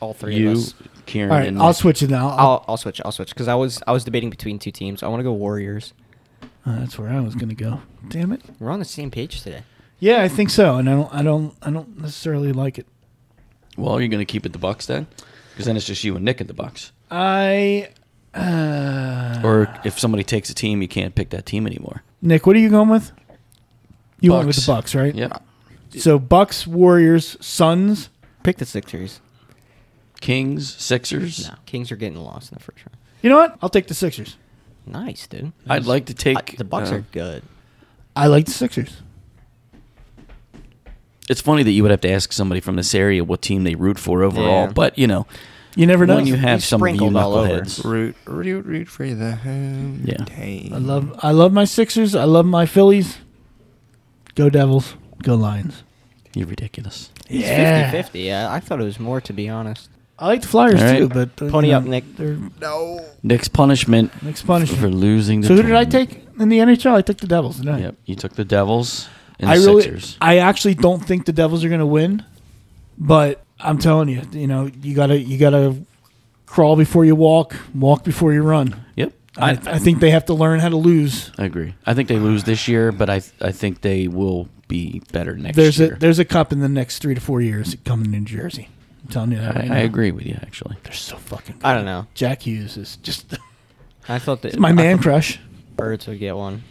Speaker 5: all three of
Speaker 1: You,
Speaker 5: us.
Speaker 1: Kieran,
Speaker 3: All right,
Speaker 1: and
Speaker 3: I'll
Speaker 1: Nick.
Speaker 3: switch it now. I'll,
Speaker 5: I'll, I'll switch. I'll switch because I was I was debating between two teams. I want to go Warriors.
Speaker 3: uh, that's where I was gonna go. Damn it.
Speaker 5: We're on the same page today.
Speaker 3: Yeah, I think so, and I don't, I don't, I don't necessarily like it.
Speaker 1: well, you're going to keep it the Bucks then, because then it's just you and Nick at the Bucks.
Speaker 3: I,
Speaker 5: Ah.
Speaker 3: uh,
Speaker 1: Or if somebody takes a team, you can't pick that team anymore.
Speaker 3: Nick, what are you going with? You went with the Bucks, right?
Speaker 1: Yep.
Speaker 3: So Bucks, Warriors, Suns.
Speaker 5: Pick the Sixers.
Speaker 1: Kings, Sixers.
Speaker 5: Kings are getting lost in the first round.
Speaker 3: You know what? I'll take the Sixers.
Speaker 5: Nice, dude.
Speaker 1: I'd like to take
Speaker 5: I- the Bucks
Speaker 1: uh,
Speaker 5: are good.
Speaker 3: I like the Sixers.
Speaker 1: It's funny that you would have to ask somebody from this area what team they root for overall,
Speaker 5: Yeah.
Speaker 1: but you know,
Speaker 3: You never know.
Speaker 1: when you have
Speaker 5: He's
Speaker 1: some of you
Speaker 5: sprinkled all over.
Speaker 1: knuckleheads.
Speaker 4: Root, root, root for the home
Speaker 1: Yeah.
Speaker 4: team.
Speaker 3: I love, I love my Sixers. I love my Phillies. Go Devils. Go Lions.
Speaker 1: You're ridiculous.
Speaker 5: It's
Speaker 3: Yeah.
Speaker 5: 50-50. Yeah, I thought it was more to be honest. Mm.
Speaker 3: I like the Flyers
Speaker 1: All right.
Speaker 3: too, but uh,
Speaker 5: Pony
Speaker 3: you
Speaker 5: up,
Speaker 3: know,
Speaker 5: Nick.
Speaker 3: They're
Speaker 4: No.
Speaker 1: Nick's punishment
Speaker 3: next
Speaker 1: for
Speaker 3: punishment.
Speaker 1: losing. The
Speaker 3: So who did I
Speaker 1: tournament.
Speaker 3: take in the NHL? I took the Devils. Didn't I?
Speaker 1: Yep, you took the Devils and
Speaker 3: I
Speaker 1: the
Speaker 3: really,
Speaker 1: Sixers.
Speaker 3: I actually don't think the Devils are going to win, but I'm telling you, you know, you gotta, you gotta crawl before you walk, walk before you run.
Speaker 1: Yep,
Speaker 3: I,
Speaker 1: I,
Speaker 3: I think they have to learn how to lose.
Speaker 1: I agree. I think they lose this year, but I I think they will be better next
Speaker 3: There's
Speaker 1: year.
Speaker 3: a there's a cup in the next three to four years coming to New Jersey. I'm telling you that. right
Speaker 1: I, I
Speaker 3: now.
Speaker 1: agree with you actually.
Speaker 3: They're so fucking. Good.
Speaker 5: I don't know.
Speaker 3: Jack Hughes is just
Speaker 5: I thought that
Speaker 3: my
Speaker 5: I
Speaker 3: man
Speaker 5: thought
Speaker 3: crush.
Speaker 5: Birds would get one.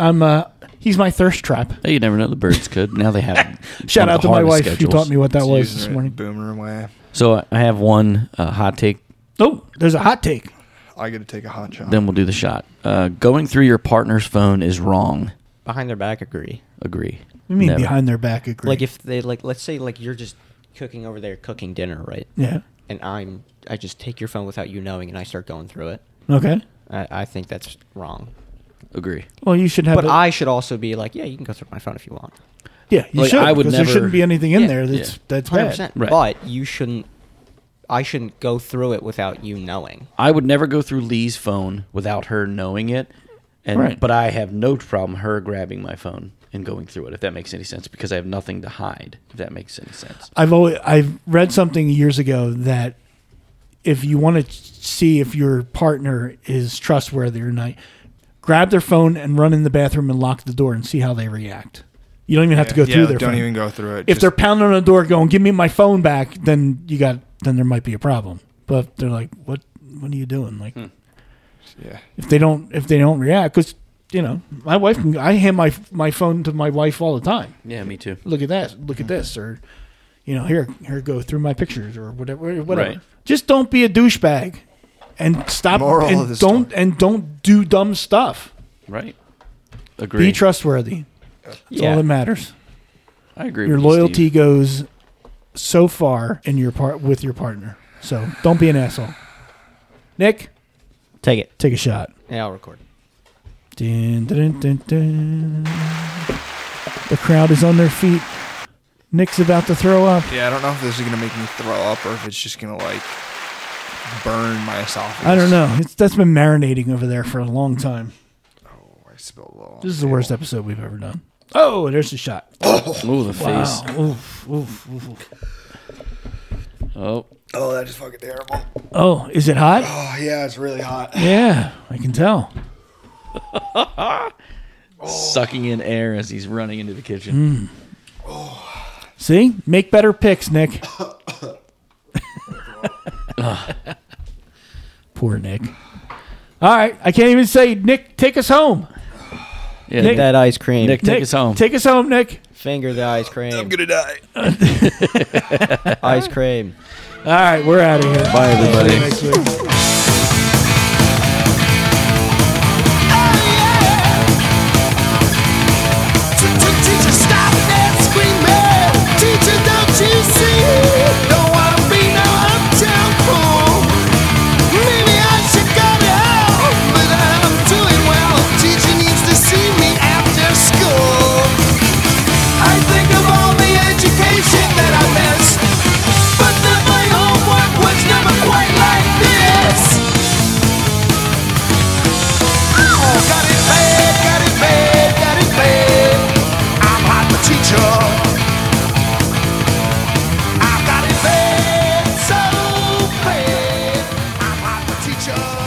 Speaker 3: I'm uh, he's my thirst trap.
Speaker 1: Hey, you never know. The birds could now they have.
Speaker 3: Shout
Speaker 1: one of
Speaker 3: out
Speaker 1: the
Speaker 3: to my
Speaker 1: hardest
Speaker 3: wife who
Speaker 1: schedules.
Speaker 3: taught me what that
Speaker 4: It's
Speaker 3: was
Speaker 4: using
Speaker 3: this
Speaker 4: it
Speaker 3: morning.
Speaker 4: Boomer way.
Speaker 1: So I- I have one uh, hot take.
Speaker 3: Oh, there's a hot take.
Speaker 4: I I get to take a hot shot.
Speaker 1: Then we'll do the shot. Uh, going through your partner's phone is wrong.
Speaker 5: Behind their back, agree.
Speaker 1: Agree.
Speaker 3: You mean
Speaker 1: Never.
Speaker 3: behind their back? Agree.
Speaker 5: Like if they like, let's say like you're just cooking over there, cooking dinner, right?
Speaker 3: yeah.
Speaker 5: And I'm, I just take your phone without you knowing, and I start going through it.
Speaker 3: Okay.
Speaker 5: I, I think that's wrong.
Speaker 1: Agree.
Speaker 3: Well, you should have.
Speaker 5: But
Speaker 3: it-
Speaker 5: I should also be like, yeah, you can go through my phone if you want.
Speaker 3: yeah, you
Speaker 1: like,
Speaker 3: should.
Speaker 1: I would
Speaker 3: 'cause
Speaker 1: never-
Speaker 3: There shouldn't be anything in
Speaker 5: Yeah,
Speaker 3: there
Speaker 5: yeah.
Speaker 3: that's that's
Speaker 5: Hundred
Speaker 3: bad.
Speaker 5: percent.
Speaker 1: Right.
Speaker 5: But you shouldn't. I shouldn't go through it without you knowing.
Speaker 1: I would never go through Lee's phone without her knowing it. And
Speaker 3: Right.
Speaker 1: but I have no problem her grabbing my phone and going through it if that makes any sense because I have nothing to hide if that makes any sense.
Speaker 3: I've always I've read something years ago that if you want to see if your partner is trustworthy or not, grab their phone and run in the bathroom and lock the door and see how they react. You don't even have to go
Speaker 4: yeah,
Speaker 3: through their
Speaker 4: Don't
Speaker 3: phone.
Speaker 4: even go through it.
Speaker 3: if
Speaker 4: Just-
Speaker 3: they're pounding on the door going, "Give me my phone back," then you got then there might be a problem. But if they're like, "What? What are you doing?" Like
Speaker 1: Hmm.
Speaker 4: yeah,
Speaker 3: if they don't if they don't react, because you know my wife can, I hand my my phone to my wife all the time.
Speaker 1: Yeah, me too.
Speaker 3: Look at that. Look at
Speaker 1: Mm-hmm.
Speaker 3: this. Or you know here here go through my pictures or whatever whatever.
Speaker 1: Right.
Speaker 3: Just don't be a douchebag and stop
Speaker 4: Moral
Speaker 3: and
Speaker 4: of the
Speaker 3: don't and don't do dumb stuff.
Speaker 1: Right. Agree.
Speaker 3: Be trustworthy. That's all that matters.
Speaker 1: I agree.
Speaker 3: Your
Speaker 1: with you, Steve.
Speaker 3: loyalty goes so far in your part with your partner. So don't be an asshole. Nick,
Speaker 5: Take it.
Speaker 3: take a shot.
Speaker 5: Yeah, I'll record.
Speaker 3: Dun, dun, dun, dun, dun. The crowd is on their feet. Nick's about to throw up.
Speaker 4: yeah. I don't know if this is gonna make me throw up or if it's just gonna like burn my esophagus.
Speaker 3: I don't know. It's, that's been marinating over there for a long time.
Speaker 4: I spilled a little.
Speaker 3: This is the worst episode we've ever done. Oh, there's the shot.
Speaker 1: Ooh, the face.
Speaker 3: Wow. Oof, oof, oof, oof.
Speaker 1: Oh,
Speaker 4: Oh, that is fucking terrible.
Speaker 3: Oh, is it hot?
Speaker 4: Oh yeah, it's really hot.
Speaker 3: Yeah, I can tell.
Speaker 1: sucking in air as he's running into the kitchen.
Speaker 3: See? Make better picks, Nick. Poor Nick. All right. I can't even say, Nick, take us home.
Speaker 1: Yeah,
Speaker 3: Nick-
Speaker 1: Nick,
Speaker 5: That ice cream.
Speaker 1: Nick, take
Speaker 3: Nick,
Speaker 1: us home.
Speaker 3: Take us home, Nick.
Speaker 5: Finger the ice cream.
Speaker 4: I'm gonna die.
Speaker 5: Ice cream.
Speaker 3: All right. We're out of here.
Speaker 1: Bye, everybody.
Speaker 3: Next week.
Speaker 6: Teacher, stop that screaming. Teacher, don't you see? Don't wanna be no uptown fool. Maybe I should go to hell, but I'm doing well. Teacher needs to see me after school. I think of all the education that I missed, but then my homework was never quite like this. Got it bad, got it bad, got it bad. I'm not the teacher. I got it bad, so bad. I'm not the teacher.